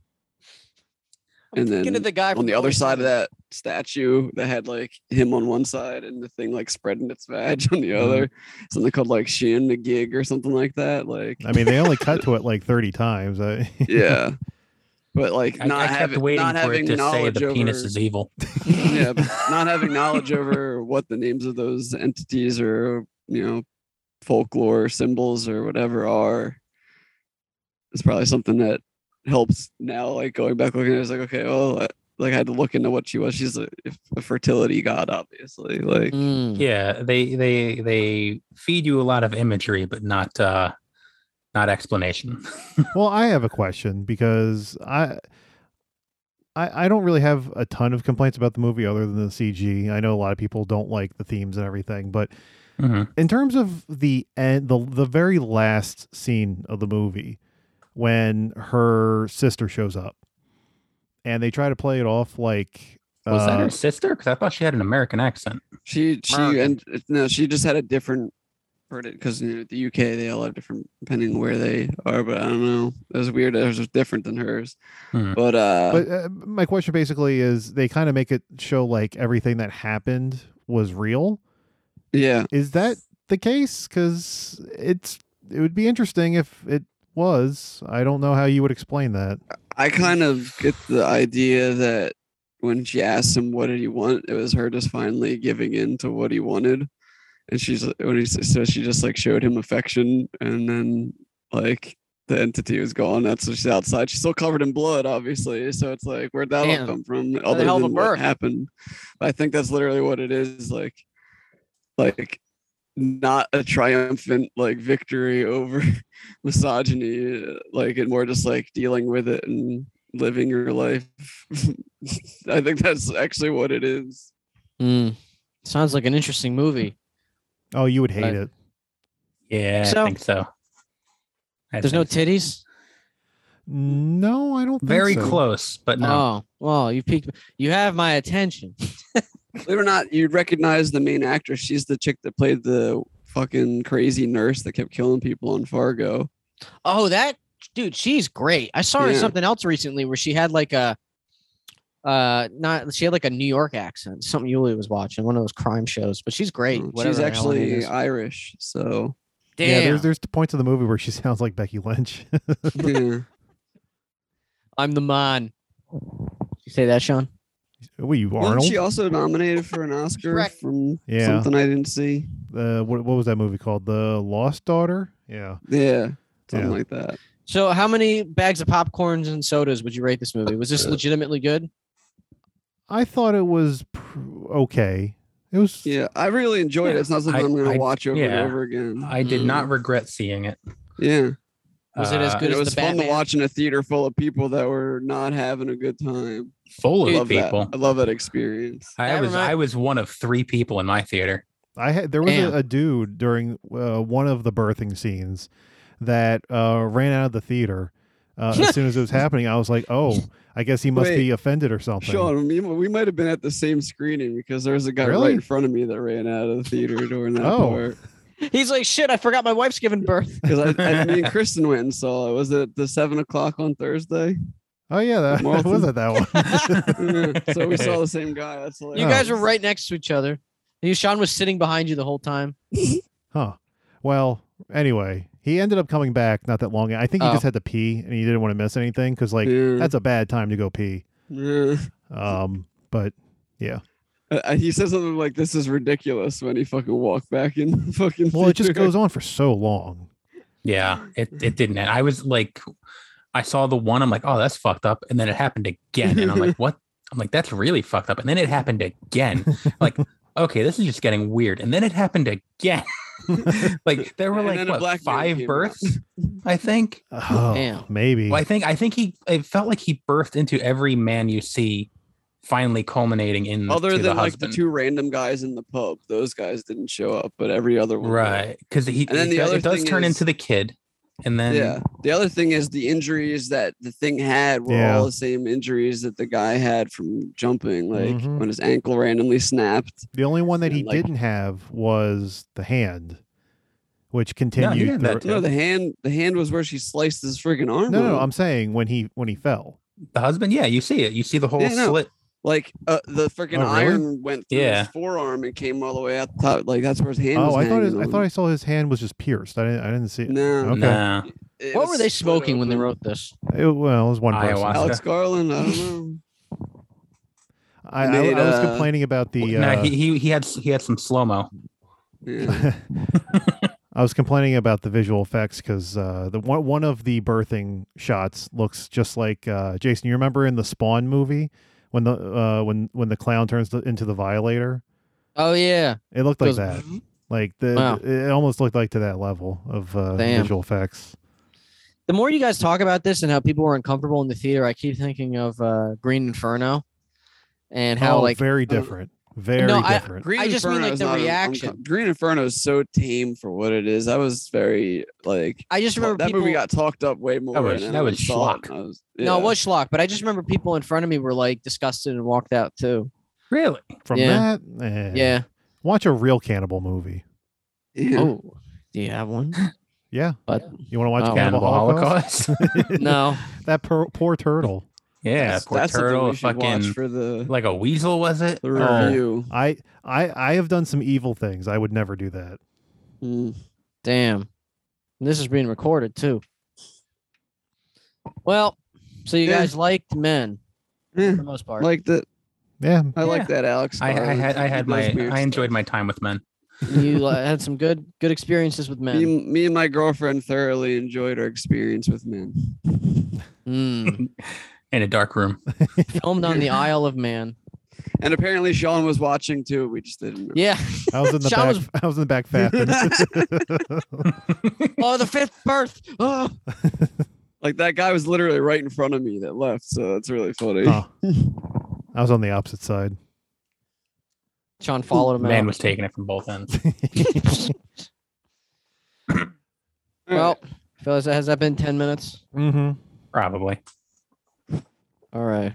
Speaker 4: I'm
Speaker 1: And
Speaker 4: thinking
Speaker 1: then
Speaker 4: of the guy
Speaker 1: on
Speaker 4: from
Speaker 1: the other
Speaker 4: Always
Speaker 1: side of
Speaker 4: Sunny.
Speaker 1: that statue that had like him on one side and the thing like spreading its vag on the
Speaker 6: Mm-hmm.
Speaker 1: other. Something called like Shin the gig or something like that. Like
Speaker 6: I mean, they only cut to it like 30 times. I,
Speaker 1: yeah. But like
Speaker 5: I,
Speaker 1: not
Speaker 5: I kept
Speaker 1: having
Speaker 5: waiting
Speaker 1: not
Speaker 5: for
Speaker 1: having
Speaker 5: it to say
Speaker 1: knowledge
Speaker 5: the
Speaker 1: over,
Speaker 5: penis is evil.
Speaker 1: yeah, but not having knowledge over what the names of those entities or you know folklore symbols or whatever are is probably something that helps now. Like going back looking, at it, it's like okay, well, uh, like I had to look into what she was. She's a, a fertility god, obviously. Like
Speaker 4: Mm.
Speaker 5: Yeah, they they they feed you a lot of imagery, but not uh not explanation.
Speaker 6: well, I have a question because I, I I don't really have a ton of complaints about the movie other than the CG. I know a lot of people don't like the themes and everything, but
Speaker 5: Mhm.
Speaker 6: in terms of the end, the the very last scene of the movie, when her sister shows up, and they try to play it off like
Speaker 5: Was that
Speaker 6: uh,
Speaker 5: her sister? Because I thought she had an American accent.
Speaker 1: she she
Speaker 4: American.
Speaker 1: and no, she just had a different because you know the UK they all have different depending where they are. But I don't know. It was weird. It was different than hers.
Speaker 5: Hmm.
Speaker 1: But uh,
Speaker 6: but uh, my question basically is they kind of make it show like everything that happened was real.
Speaker 1: yeah.
Speaker 6: Is that the case? Because it's it would be interesting if it was. I don't know how you would explain that.
Speaker 1: I kind of get the idea that when she asked him what did he want, it was her just finally giving in to what he wanted. And she's when he s- so she just like showed him affection and then like the entity was gone. That's when she's outside. She's still covered in blood, obviously. So it's like where'd that
Speaker 4: Damn.
Speaker 1: all come from?
Speaker 4: a
Speaker 1: Other
Speaker 4: hell of a
Speaker 1: than what
Speaker 4: birth.
Speaker 1: happened. But I think that's literally what it is. Like like not a triumphant like victory over misogyny uh, like and more just like dealing with it and living your life i think that's actually what it is
Speaker 4: Mm. Sounds like an interesting movie.
Speaker 6: Oh, you would hate
Speaker 4: Right.
Speaker 6: it.
Speaker 5: Yeah,
Speaker 4: So-
Speaker 5: I think so. I
Speaker 4: There's no
Speaker 5: think so.
Speaker 4: titties.
Speaker 6: No, I don't. Think
Speaker 5: very
Speaker 6: so.
Speaker 5: close, but no.
Speaker 4: Oh, well, you peaked. You have my attention.
Speaker 1: believe it or not you'd recognize the main actress she's the chick that played the fucking crazy nurse that kept killing people on fargo
Speaker 4: Oh, that dude, she's great. I saw her in
Speaker 1: Yeah.
Speaker 4: something else recently where she had like a uh not she had like a New York accent, something Julie was watching, one of those crime shows. But she's great.
Speaker 1: Um,
Speaker 4: whatever
Speaker 1: she's
Speaker 4: the hell her name
Speaker 1: actually
Speaker 4: is.
Speaker 1: irish so
Speaker 4: damn.
Speaker 6: Yeah, there's there's points in the movie where she sounds like Becky Lynch.
Speaker 1: yeah.
Speaker 4: I'm the man. Did you say that, Sean?
Speaker 6: what you
Speaker 1: wasn't
Speaker 6: Arnold?
Speaker 1: she also nominated for an oscar
Speaker 4: Shrek.
Speaker 1: from
Speaker 6: Yeah.
Speaker 1: something i didn't see
Speaker 6: uh, what what was that movie called? The Lost Daughter. Yeah.
Speaker 1: yeah something
Speaker 6: Yeah.
Speaker 1: like that
Speaker 4: So, how many bags of popcorns and sodas would you rate this movie? Was
Speaker 1: Uh,
Speaker 4: this legitimately good?
Speaker 6: I thought it was pr- okay. It was.
Speaker 1: yeah i really enjoyed it
Speaker 5: Yeah,
Speaker 1: it's not something
Speaker 5: I-
Speaker 1: I, am gonna
Speaker 5: I-
Speaker 1: watch over
Speaker 5: yeah.
Speaker 1: and over
Speaker 4: Oh,
Speaker 1: again
Speaker 5: I did not regret seeing it.
Speaker 1: yeah
Speaker 4: mm. Was it as
Speaker 5: Uh,
Speaker 4: good
Speaker 1: And
Speaker 4: as
Speaker 1: it was
Speaker 4: the
Speaker 1: fun
Speaker 4: Batman?
Speaker 1: to watch in a theater full of people that were not having a good time.
Speaker 5: Full
Speaker 1: I
Speaker 5: of
Speaker 1: love
Speaker 5: people.
Speaker 1: that. I love that experience.
Speaker 5: I
Speaker 4: That
Speaker 5: was
Speaker 4: remind-
Speaker 5: I was one of three people in my theater.
Speaker 6: I had there was
Speaker 4: Damn.
Speaker 6: a, a dude during uh, one of the birthing scenes that uh, ran out of the theater uh, as soon as it was happening. I was like, oh, I guess he must
Speaker 1: Wait.
Speaker 6: be offended or something.
Speaker 1: Sean, I mean, we might have been at the same screening because there was a guy
Speaker 6: Really?
Speaker 1: right in front of me that ran out of the theater during that
Speaker 6: Oh.
Speaker 1: part.
Speaker 4: He's like, shit, I forgot my wife's giving birth.
Speaker 1: Because I, I me and Kristen went and saw it. Was it the seven o'clock on Thursday?
Speaker 6: Oh yeah, that
Speaker 1: Marlton.
Speaker 6: was it. That one.
Speaker 1: Yeah,
Speaker 4: Mm,
Speaker 1: so we saw the same guy. That's hilarious.
Speaker 4: You guys were right next to each other. You, Sean was sitting behind you the whole time.
Speaker 6: huh. Well, anyway, he ended up coming back not that long. I think he
Speaker 4: Oh.
Speaker 6: just had to pee and he didn't want to miss anything because like
Speaker 1: Yeah,
Speaker 6: that's a bad time to go pee.
Speaker 1: yeah.
Speaker 6: Um, but
Speaker 1: Uh, he said something like, "This is ridiculous." When he fucking walked back in, the fucking.
Speaker 6: well, it just
Speaker 1: theater.
Speaker 6: goes on for so long.
Speaker 5: Yeah, it, it didn't. end. I was like, I saw the one. I'm like, oh, that's fucked up. And then it happened again. And I'm like, what? I'm like, that's really fucked up. And then it happened again. like, okay, this is just getting weird. And then it happened again. like there were
Speaker 1: And
Speaker 5: like
Speaker 1: then a
Speaker 5: what,
Speaker 1: black man
Speaker 5: five
Speaker 1: came out.
Speaker 5: births, I think.
Speaker 6: Oh,
Speaker 4: Damn.
Speaker 6: maybe.
Speaker 5: Well, I think I think he. It felt like he birthed into every man you see, finally culminating in the,
Speaker 1: Other
Speaker 5: to
Speaker 1: than
Speaker 5: the
Speaker 1: like the
Speaker 5: husband.
Speaker 1: two random guys in the pub, those guys didn't show up, but every other one. did.
Speaker 5: right? Because he
Speaker 1: And then
Speaker 5: it
Speaker 1: the
Speaker 5: does-
Speaker 1: other
Speaker 5: it does
Speaker 1: thing
Speaker 5: turn
Speaker 1: is-
Speaker 5: into the kid. And then
Speaker 1: yeah. The other thing is the injuries that the thing had were
Speaker 6: Yeah.
Speaker 1: all the same injuries that the guy had from jumping, like
Speaker 6: Mhm.
Speaker 1: when his ankle randomly snapped.
Speaker 6: The only one that he
Speaker 1: And, like-
Speaker 6: didn't have was the hand, which continued.
Speaker 5: had that
Speaker 6: through-
Speaker 5: too.
Speaker 1: No, the hand the hand was where she sliced his freaking arm.
Speaker 6: no, no, no,
Speaker 1: off.
Speaker 6: I'm saying when he when he fell.
Speaker 5: the husband, yeah, you see it. You see the whole
Speaker 1: Yeah, no.
Speaker 5: slit.
Speaker 1: like uh, the freaking
Speaker 6: Oh, really?
Speaker 1: iron went through
Speaker 5: Yeah.
Speaker 1: his forearm and came all the way out the top. Like that's where his hand was.
Speaker 6: oh, I thought his,
Speaker 1: hanging
Speaker 6: I
Speaker 1: on.
Speaker 6: thought I saw his hand was just pierced. I didn't I didn't see it.
Speaker 1: No.
Speaker 6: Okay.
Speaker 5: Nah.
Speaker 1: It
Speaker 4: What
Speaker 1: was
Speaker 4: were they
Speaker 1: split
Speaker 4: smoking when they
Speaker 1: open.
Speaker 4: wrote this?
Speaker 6: It- well, it was one person.
Speaker 5: Ayahuasca.
Speaker 1: Alex Garland? I don't know.
Speaker 6: I, I,
Speaker 1: Made,
Speaker 6: I was
Speaker 1: uh,
Speaker 6: complaining about the.
Speaker 5: Nah,
Speaker 6: Uh,
Speaker 5: he, he he had he had some slow mo.
Speaker 1: Yeah.
Speaker 6: I was complaining about the visual effects because uh, the one one of the birthing shots looks just like uh, Jason. You remember in the Spawn movie when the uh, when when the clown turns the, into the Violator?
Speaker 4: Oh yeah,
Speaker 6: It looked like
Speaker 4: Goes-
Speaker 6: that. Like the,
Speaker 4: Wow.
Speaker 6: it almost looked like to that level of uh,
Speaker 4: Damn.
Speaker 6: visual effects.
Speaker 4: The more you guys talk about this and how people were uncomfortable in the theater, I keep thinking of uh, Green Inferno and how
Speaker 6: oh,
Speaker 4: like
Speaker 6: very
Speaker 1: uh,
Speaker 6: different, very
Speaker 4: No, I-
Speaker 6: different.
Speaker 1: Green
Speaker 4: I just mean,
Speaker 1: Inferno
Speaker 4: like,
Speaker 1: is
Speaker 4: the
Speaker 1: not an
Speaker 4: reaction.
Speaker 1: uncom- Green Inferno is so tame for what it is. I was very like
Speaker 4: I just remember
Speaker 1: that
Speaker 4: people,
Speaker 1: movie got talked up way more.
Speaker 5: was-
Speaker 1: than
Speaker 5: that
Speaker 1: I
Speaker 5: was
Speaker 1: saw it,
Speaker 5: schlock.
Speaker 1: and I was-
Speaker 4: No, it
Speaker 1: yeah.
Speaker 4: was schlock, but I just remember people in front of me were like disgusted and walked out too.
Speaker 5: Really?
Speaker 6: From
Speaker 4: yeah.
Speaker 6: that, eh.
Speaker 4: Yeah.
Speaker 6: Watch a real cannibal movie.
Speaker 1: Yeah.
Speaker 4: Oh, do you have one?
Speaker 6: Yeah,
Speaker 4: But-
Speaker 6: you want to watch
Speaker 4: Oh.
Speaker 6: Cannibal, Holocaust?
Speaker 4: no.
Speaker 6: that poor, poor turtle.
Speaker 5: yeah,
Speaker 1: that's,
Speaker 5: poor
Speaker 1: that's something
Speaker 5: turtle.
Speaker 1: we should watch
Speaker 5: Fucking
Speaker 1: for the,
Speaker 5: like a weasel was it?
Speaker 1: the
Speaker 6: Oh.
Speaker 1: review.
Speaker 6: I I I have done some evil things. I would never do that.
Speaker 1: Mm.
Speaker 4: Damn. And this is being recorded too. Well, so you
Speaker 1: Yeah.
Speaker 4: guys liked men
Speaker 1: Yeah,
Speaker 4: for the most part.
Speaker 1: like that.
Speaker 6: Yeah,
Speaker 1: I like that, Alex.
Speaker 5: I, I
Speaker 1: Garland.
Speaker 5: had I
Speaker 1: He
Speaker 5: had
Speaker 1: does
Speaker 5: my
Speaker 1: weird
Speaker 5: I enjoyed
Speaker 1: stuff.
Speaker 5: my time with men.
Speaker 4: you li- had some good good experiences with
Speaker 1: Me,
Speaker 4: men.
Speaker 1: me and my girlfriend thoroughly enjoyed our experience with men.
Speaker 4: Mm.
Speaker 5: In a dark room.
Speaker 4: Filmed on the Isle of Man.
Speaker 1: And apparently Sean was watching too. We just didn't.
Speaker 4: Yeah.
Speaker 6: I was in the
Speaker 4: Sean
Speaker 6: back.
Speaker 4: was-
Speaker 6: I was in the back fapping.
Speaker 4: Oh, the fifth birth. Oh.
Speaker 1: Like that guy was literally right in front of me that left. So that's really funny.
Speaker 6: Oh. I was on the opposite side.
Speaker 4: Sean followed him out.
Speaker 5: Man was taking it from both ends.
Speaker 1: All right.
Speaker 4: Well, fellas, has that been ten minutes?
Speaker 6: Mm-hmm.
Speaker 5: Probably.
Speaker 4: All right.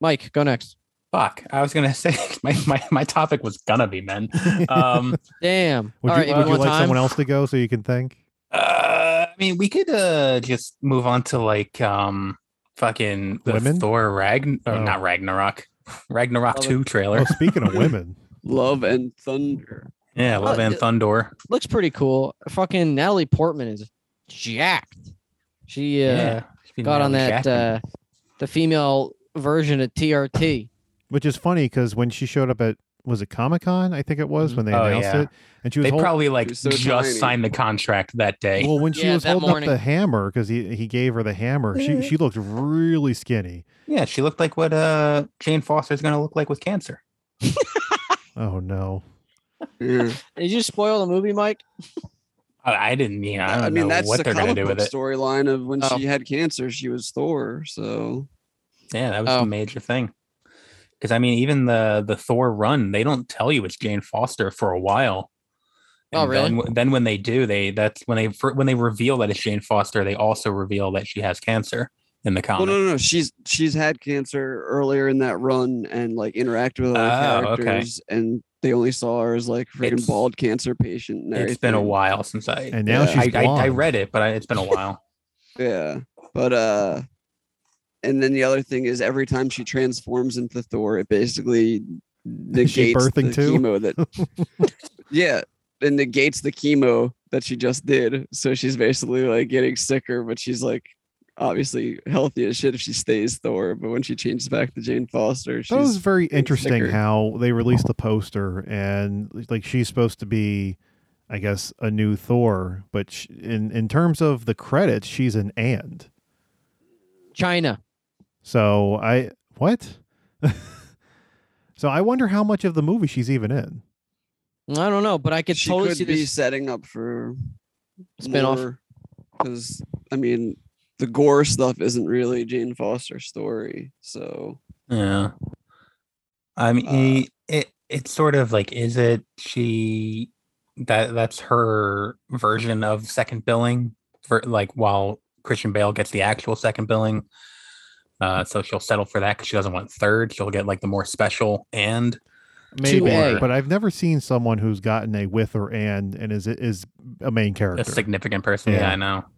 Speaker 4: Mike, go next.
Speaker 5: Fuck. I was gonna say my, my, my topic was gonna be men. Um
Speaker 4: Damn.
Speaker 6: Would
Speaker 4: All
Speaker 6: you,
Speaker 4: right, if
Speaker 6: would you
Speaker 4: want
Speaker 6: like
Speaker 4: time-
Speaker 6: someone else to go so you can think?
Speaker 5: uh, I mean we could uh just move on to like um fucking the
Speaker 6: Women?
Speaker 5: Thor Ragn or
Speaker 6: Oh.
Speaker 5: not Ragnarok. Ragnarok
Speaker 1: Love it.
Speaker 5: 2
Speaker 6: Oh,
Speaker 5: trailer.
Speaker 6: speaking of women,
Speaker 1: Love and Thunder.
Speaker 5: Yeah, Love and
Speaker 4: uh,
Speaker 5: Thunder.
Speaker 4: looks pretty cool. Fucking Natalie Portman is jacked. She uh,
Speaker 5: She
Speaker 4: got on that
Speaker 5: nailed Jackman.
Speaker 4: uh, the female version of TRT.
Speaker 6: which is funny because when she showed up at was it Comic Con? I think it was when they
Speaker 5: Oh,
Speaker 6: announced
Speaker 5: yeah.
Speaker 6: it, and she was
Speaker 5: they
Speaker 6: hol-
Speaker 5: probably like
Speaker 1: was so
Speaker 5: just
Speaker 1: tiny.
Speaker 5: signed the contract that day.
Speaker 6: well when she
Speaker 4: Yeah,
Speaker 6: was
Speaker 4: that
Speaker 6: holding
Speaker 4: morning.
Speaker 6: up the hammer because he he gave her the hammer. She she looked really skinny.
Speaker 5: yeah, she looked like what uh Jane Foster's gonna look like with cancer.
Speaker 6: Oh no.
Speaker 1: Yeah.
Speaker 4: Did you spoil the movie, Mike?
Speaker 5: I, I didn't. Yeah, I,
Speaker 1: I,
Speaker 5: don't
Speaker 1: mean,
Speaker 5: know
Speaker 1: that's
Speaker 5: what
Speaker 1: the
Speaker 5: they're gonna
Speaker 1: comic
Speaker 5: do
Speaker 1: book
Speaker 5: with it.
Speaker 1: storyline of when
Speaker 4: Oh.
Speaker 1: she had cancer, she was Thor. So
Speaker 5: Yeah, that was
Speaker 4: Oh.
Speaker 5: the major thing. Because I mean, even the the Thor run, they don't tell you it's Jane Foster for a while.
Speaker 4: Oh, really?
Speaker 5: Then, w- then when they do, they that's when they fir- when they reveal that it's Jane Foster, they also reveal that she has cancer in the
Speaker 1: well,
Speaker 5: comic.
Speaker 1: no, no, no. She's she's had cancer earlier in that run and like interacted with other
Speaker 5: Oh, okay.
Speaker 1: characters, and they only saw her as like freaking
Speaker 5: It's-
Speaker 1: bald cancer patient. And
Speaker 5: it's been a
Speaker 1: everything.
Speaker 5: while since I
Speaker 6: And now
Speaker 1: Yeah.
Speaker 5: I,
Speaker 6: she's
Speaker 5: I, I
Speaker 6: blonde.
Speaker 5: read it, but I, it's been a while.
Speaker 1: Yeah. But uh and then the other thing is every time she transforms into Thor, it basically
Speaker 6: she
Speaker 1: negates the
Speaker 6: birthing too?
Speaker 1: chemo that Yeah. It negates the chemo that she just did. So she's basically like getting sicker, but she's like obviously healthy as shit if she stays Thor. But when she changes back to Jane Foster,
Speaker 6: That was
Speaker 1: she's
Speaker 6: very interesting
Speaker 1: thicker.
Speaker 6: how they released the poster and like she's supposed to be, I guess, a new Thor, but sh- in in terms of the credits, she's an and.
Speaker 4: China.
Speaker 6: So I what? so I wonder how much of the movie she's even in.
Speaker 4: I don't know, but I could
Speaker 1: she
Speaker 4: totally
Speaker 1: could
Speaker 4: see
Speaker 1: be
Speaker 4: this
Speaker 1: setting up for
Speaker 4: spinoff.
Speaker 1: Because I mean the gore stuff isn't really Jane Foster's story. So
Speaker 5: Yeah. I mean,
Speaker 1: Uh,
Speaker 5: i- it it's sort of like is it she that that's her version of second billing for like while Christian Bale gets the actual second billing. Uh, so she'll settle for that because she doesn't want third. She'll get like the more special and
Speaker 6: Maybe,
Speaker 4: 2A.
Speaker 6: but I've never seen someone who's gotten a with or and and is is a main
Speaker 5: a
Speaker 6: character.
Speaker 5: significant person. Yeah,
Speaker 6: Yeah.
Speaker 5: I know. I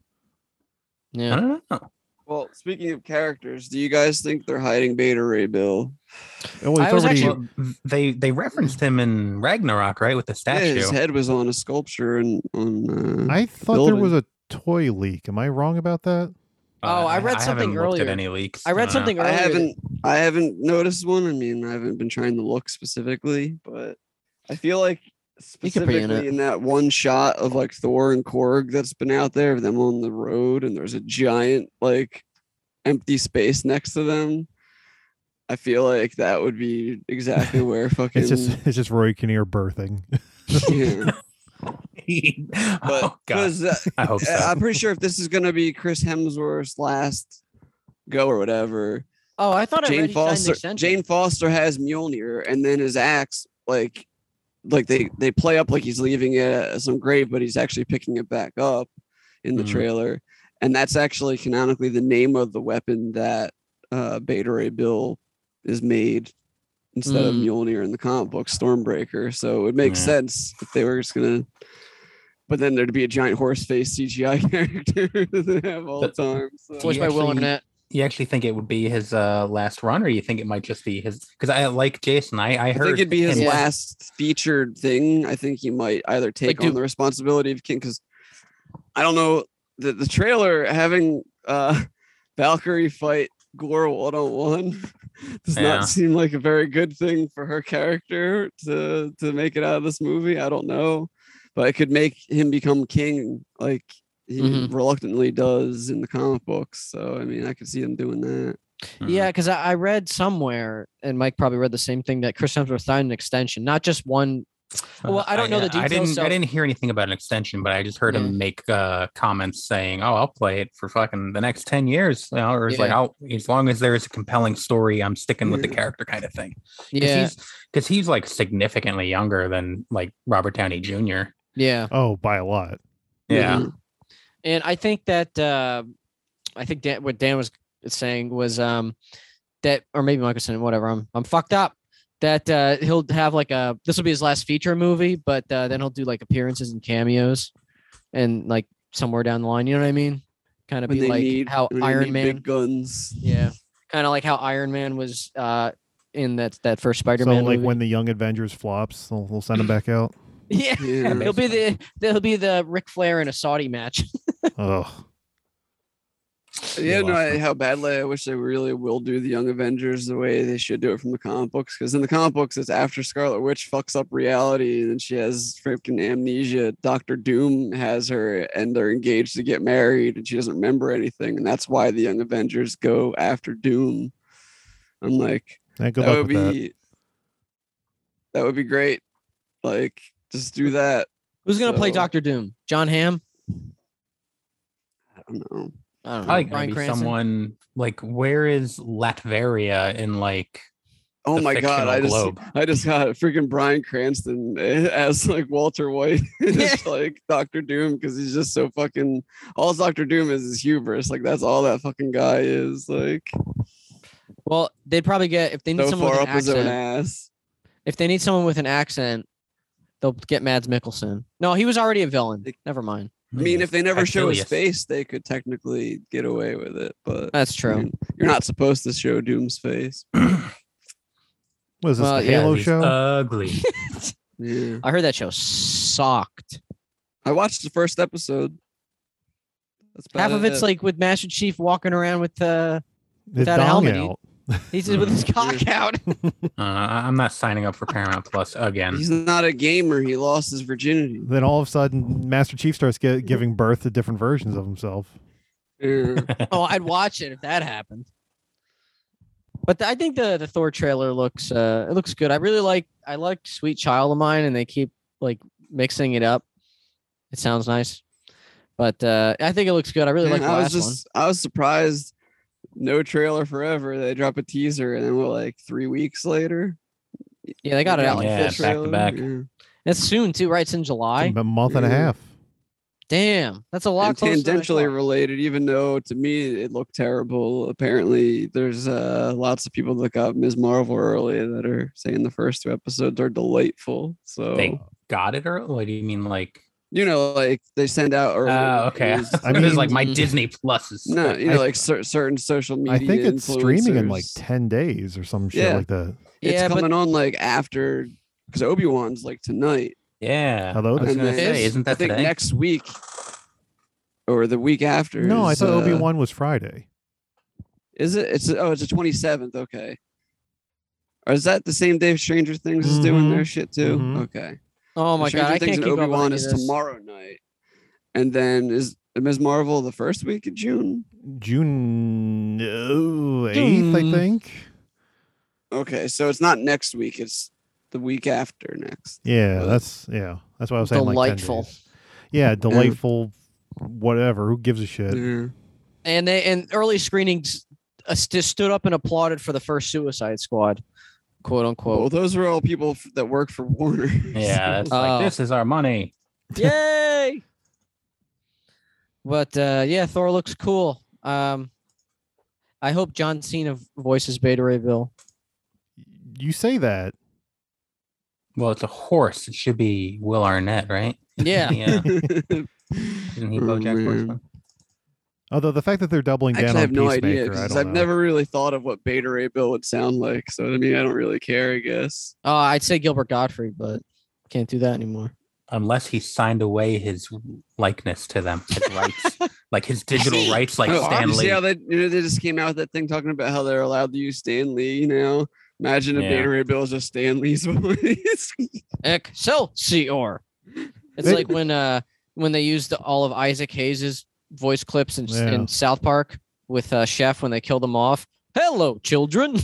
Speaker 4: Yeah.
Speaker 5: don't know.
Speaker 1: Well, speaking of characters, do you guys think they're hiding Beta Ray Bill?
Speaker 6: Oh, it's
Speaker 4: I was
Speaker 6: already-
Speaker 4: actually-
Speaker 5: Well, they they referenced him in Ragnarok, right, with the
Speaker 1: Yeah,
Speaker 5: statue.
Speaker 1: his head was on a sculpture and on. Uh,
Speaker 6: I thought there
Speaker 1: building.
Speaker 6: was a toy leak. Am I wrong about that?
Speaker 4: Oh, I read
Speaker 5: haven't
Speaker 4: something
Speaker 5: looked at
Speaker 4: earlier.
Speaker 5: Any leaks? Uh-huh.
Speaker 4: I read
Speaker 5: don't know.
Speaker 4: something earlier.
Speaker 1: I
Speaker 4: that-
Speaker 1: haven't I haven't noticed one. I mean, I haven't been trying to look specifically, but I feel like
Speaker 4: You could be in
Speaker 1: specifically
Speaker 4: it.
Speaker 1: in that one shot of like Thor and Korg that's been out there of them on the road and there's a giant like empty space next to them. I feel like that would be exactly where fucking
Speaker 6: It's just it's just Roy Kinnear birthing.
Speaker 1: yeah.
Speaker 5: oh
Speaker 4: Oh,
Speaker 1: but
Speaker 5: god,
Speaker 1: because uh,
Speaker 5: I hope so.
Speaker 1: I- I'm pretty sure if this is gonna be Chris Hemsworth's last go or whatever,
Speaker 4: Oh, I thought I read
Speaker 1: Jane
Speaker 4: he signed an
Speaker 1: Foster.
Speaker 4: extension.
Speaker 1: Jane Foster has Mjolnir, and then his axe, like, like they they play up like he's leaving uh, some grave, but he's actually picking it back up in the
Speaker 5: Mhm.
Speaker 1: trailer, and that's actually canonically the name of the weapon that uh, Beta Ray Bill is made instead of
Speaker 4: Mm.
Speaker 1: Mjolnir in the comic book Stormbreaker. So it makes
Speaker 5: Yeah.
Speaker 1: sense if they were just gonna. But then there'd be a giant horse face CGI character that they have all the
Speaker 5: But-
Speaker 1: time. So.
Speaker 4: voiced by Will
Speaker 5: actually-
Speaker 4: Arnett.
Speaker 5: you actually think it would be his uh, last run, or you think it might just be his? Because I like Jason. I I
Speaker 1: I
Speaker 5: heard
Speaker 1: think it'd be his
Speaker 5: him-
Speaker 4: Yeah.
Speaker 1: last featured thing. I think he might either take
Speaker 4: do-
Speaker 1: on the responsibility of King because I don't know the the trailer having uh Valkyrie fight Gore one on one does
Speaker 5: Yeah.
Speaker 1: not seem like a very good thing for her character to to make it out of this movie. I don't know, but it could make him become king like he
Speaker 4: Mhm.
Speaker 1: reluctantly does in the comic books. So I mean, I could see him doing that.
Speaker 5: Mhm.
Speaker 4: Yeah, because I, I read somewhere, and Mike probably read the same thing that Chris Hemsworth signed an extension, not just one. Well, I don't know the
Speaker 5: Uh, I
Speaker 4: details,
Speaker 5: didn't.
Speaker 4: so-
Speaker 5: I didn't hear anything about an extension, but I just heard
Speaker 4: Yeah.
Speaker 5: him make uh, comments saying, "Oh, I'll play it for fucking the next ten years," you know, or it's like,
Speaker 4: Yeah. Mm.
Speaker 5: "I'll as long as there is a compelling story, I'm sticking with the
Speaker 1: Yeah.
Speaker 5: character," kind of thing.
Speaker 4: Yeah,
Speaker 5: because he's like significantly younger than like Robert Downey Jr.
Speaker 4: yeah,
Speaker 6: Oh, by a lot.
Speaker 5: Yeah,
Speaker 1: Mhm.
Speaker 4: and I think that uh, I think Dan, what Dan was saying was um that, or maybe Mike was saying whatever. I'm I'm fucked up. That uh, he'll have like a this will be his last feature movie, but uh,
Speaker 1: Mm-hmm.
Speaker 4: then he'll do like appearances and cameos, and like somewhere down the line, you know what I mean? Kind of
Speaker 1: When
Speaker 4: be
Speaker 1: they
Speaker 4: like
Speaker 1: need
Speaker 4: how
Speaker 1: when they
Speaker 4: Iron
Speaker 1: need
Speaker 4: Man
Speaker 1: big guns.
Speaker 4: Yeah. Kind of like how Iron Man was uh in that that first Spider-Man
Speaker 6: so like
Speaker 4: movie.
Speaker 6: when the Young Avengers flops, they'll, they'll send him back out.
Speaker 4: yeah.
Speaker 1: Yeah.
Speaker 4: It'll be the it'll be the Ric Flair in a Saudi match.
Speaker 6: Oh,
Speaker 1: Yeah, no,
Speaker 5: lost
Speaker 1: I, how badly I wish they really will do the Young Avengers the way they should do it from the comic books. Because in the comic books, it's after Scarlet Witch fucks up reality and then she has freaking amnesia. Doctor Doom has her and they're engaged to get married and she doesn't remember anything. And that's why the Young Avengers go after Doom. I'm like,
Speaker 6: yeah, good
Speaker 1: that
Speaker 6: luck
Speaker 1: would
Speaker 6: with
Speaker 1: be
Speaker 6: that.
Speaker 1: that. would be great. Like, just do that.
Speaker 4: Who's gonna play
Speaker 1: So-
Speaker 4: Doctor Doom? John Hamm?
Speaker 1: I don't know.
Speaker 4: I don't know.
Speaker 5: I like
Speaker 4: Bryan
Speaker 5: maybe
Speaker 4: Cranston?
Speaker 5: someone like where is Latveria in like
Speaker 1: Oh
Speaker 5: the
Speaker 1: my god,
Speaker 5: fictional
Speaker 1: I just
Speaker 5: globe?
Speaker 1: I just got freaking Brian Cranston eh, as like Walter White, just like Doctor Doom, because he's just so fucking. All Doctor Doom is is hubris. Like that's all that fucking guy is. Like
Speaker 4: Well, they'd probably get if they need
Speaker 1: so
Speaker 4: someone
Speaker 1: far
Speaker 4: with
Speaker 1: up
Speaker 4: an
Speaker 1: his own
Speaker 4: accent.
Speaker 1: ass.
Speaker 4: If they need someone with an accent, they'll get Mads Mikkelsen. No, he was already a villain.
Speaker 1: They-
Speaker 4: Never mind.
Speaker 1: I mean, if they never show his
Speaker 5: Achilles.
Speaker 1: face, they could technically get away with it. But
Speaker 4: That's
Speaker 1: I
Speaker 4: true.
Speaker 1: mean, you're not supposed to show Doom's face.
Speaker 6: What is this
Speaker 4: well,
Speaker 6: the
Speaker 4: yeah, uh,
Speaker 6: Halo
Speaker 5: he's
Speaker 6: show?
Speaker 5: ugly.
Speaker 1: Yeah,
Speaker 4: I heard that show sucked.
Speaker 1: I watched the first episode. That's
Speaker 4: Half
Speaker 1: about
Speaker 4: of it's like with Master Chief walking around with uh
Speaker 6: His
Speaker 4: without a
Speaker 6: dong
Speaker 4: helmet,
Speaker 6: out.
Speaker 4: he's
Speaker 1: Mm.
Speaker 4: with his cock out.
Speaker 5: Uh, I- I'm not signing up for Paramount Plus again.
Speaker 1: he's not a gamer. He lost his virginity.
Speaker 6: Then all of a sudden, Master Chief starts gi- giving birth to different versions of himself.
Speaker 1: Yeah.
Speaker 4: oh, I'd watch it if that happened. But I think the the Thor trailer looks uh it looks good. I really like I like Sweet Child of Mine, and they keep like mixing it up. It sounds nice, but uh I think it looks good. I really
Speaker 1: Man,
Speaker 4: like the
Speaker 1: I
Speaker 4: last
Speaker 1: was just I was surprised. No trailer forever. They drop a teaser, and then we're like three weeks later.
Speaker 4: one. Yeah, they got it out.
Speaker 5: Yeah,
Speaker 4: Like,
Speaker 5: back to back.
Speaker 4: it's soon too, right? It's in July.
Speaker 6: A month and a
Speaker 1: Yeah.
Speaker 6: half.
Speaker 4: Damn, that's a lot
Speaker 1: and
Speaker 4: closer. than I
Speaker 1: tangentially
Speaker 4: thought.
Speaker 1: related, even though to me it looked terrible. Apparently, there's uh, lots of people that got Ms. Marvel early that are saying the first two episodes are delightly. So
Speaker 5: They got it early. What do you mean, like?
Speaker 1: you know, like they send out
Speaker 5: Oh,
Speaker 1: early.
Speaker 5: okay.
Speaker 1: reviews.
Speaker 5: I mean, like my
Speaker 4: Mm.
Speaker 5: Disney Plus is
Speaker 1: no, you know,
Speaker 6: I-
Speaker 1: like cer- certain social media.
Speaker 6: I think it's streaming in like
Speaker 1: influencers.
Speaker 6: ten days or some shit
Speaker 1: Yeah.
Speaker 6: like that.
Speaker 1: it's
Speaker 4: yeah, but
Speaker 1: coming on like after because Obi Wan's like tonight.
Speaker 5: yeah.
Speaker 6: Hello,
Speaker 5: I was
Speaker 6: this
Speaker 5: gonna
Speaker 1: is-
Speaker 5: say, isn't
Speaker 1: I
Speaker 5: that
Speaker 1: think
Speaker 5: today?
Speaker 1: next week or the week after.
Speaker 6: No, I
Speaker 1: is,
Speaker 6: thought
Speaker 1: uh,
Speaker 6: Obi Wan was Friday.
Speaker 1: Is it? It's oh, it's the twenty seventh. Okay. Or is that the same day Stranger Things is doing their shit too?
Speaker 6: mhm.
Speaker 1: Okay.
Speaker 4: oh my
Speaker 1: Stranger
Speaker 4: god, I
Speaker 1: Things
Speaker 4: can't
Speaker 1: and
Speaker 4: keep
Speaker 1: Obi
Speaker 4: up with
Speaker 1: Wan
Speaker 4: any of
Speaker 1: is
Speaker 4: this.
Speaker 1: tomorrow night, and then is Ms. Marvel the first week of June?
Speaker 6: June eighth, I
Speaker 5: June.
Speaker 6: think.
Speaker 1: Okay, so it's not next week. It's the week after next.
Speaker 6: Yeah,
Speaker 1: Uh,
Speaker 6: that's yeah. That's why I was saying
Speaker 4: Delightful.
Speaker 6: Like 10 days. Yeah, delightful. Whatever. Who gives a shit?
Speaker 1: Yeah.
Speaker 4: And they and early screenings uh, st- stood up and applauded for the first Suicide Squad, quote
Speaker 1: Well,
Speaker 4: unquote.
Speaker 1: those were all people f- that work for Warner.
Speaker 5: Yeah, it's
Speaker 1: So-
Speaker 5: like
Speaker 4: Oh.
Speaker 5: this is our money.
Speaker 4: Yay! But uh, yeah, Thor looks cool. Um, I hope John Cena voices Beta Ray Bill.
Speaker 6: You say that.
Speaker 5: Well, it's a horse. It should be Will Arnett, right?
Speaker 4: Yeah,
Speaker 5: Yeah. Isn't he
Speaker 1: Oh,
Speaker 5: BoJack
Speaker 1: man.
Speaker 5: Horseman?
Speaker 6: Although the fact that they're doubling down
Speaker 1: Actually, I have
Speaker 6: on
Speaker 1: no
Speaker 6: Peacemaker,
Speaker 1: idea
Speaker 6: I
Speaker 1: because
Speaker 6: don't
Speaker 1: I've
Speaker 6: know.
Speaker 1: never really thought of what Beta Ray Bill would sound like. So I mean, I don't really care. I guess.
Speaker 4: uh, I'd say Gilbert Godfrey, but can't do that anymore.
Speaker 5: Unless he signed away his likeness to them, his rights, like his digital rights, like
Speaker 1: Oh,
Speaker 5: Stan
Speaker 1: You see
Speaker 5: Lee.
Speaker 1: how they, you know, they just came out with that thing talking about how they're allowed to use Stan Lee now. Imagine if
Speaker 5: Yeah.
Speaker 1: Beta Ray Bill is just Stan Lee's voice.
Speaker 4: Excelsior! It's
Speaker 6: They-
Speaker 4: like when uh when they used all of Isaac Hayes' voice clips in,
Speaker 6: Yeah.
Speaker 4: in South Park with uh, Chef when they killed him off. Hello, children.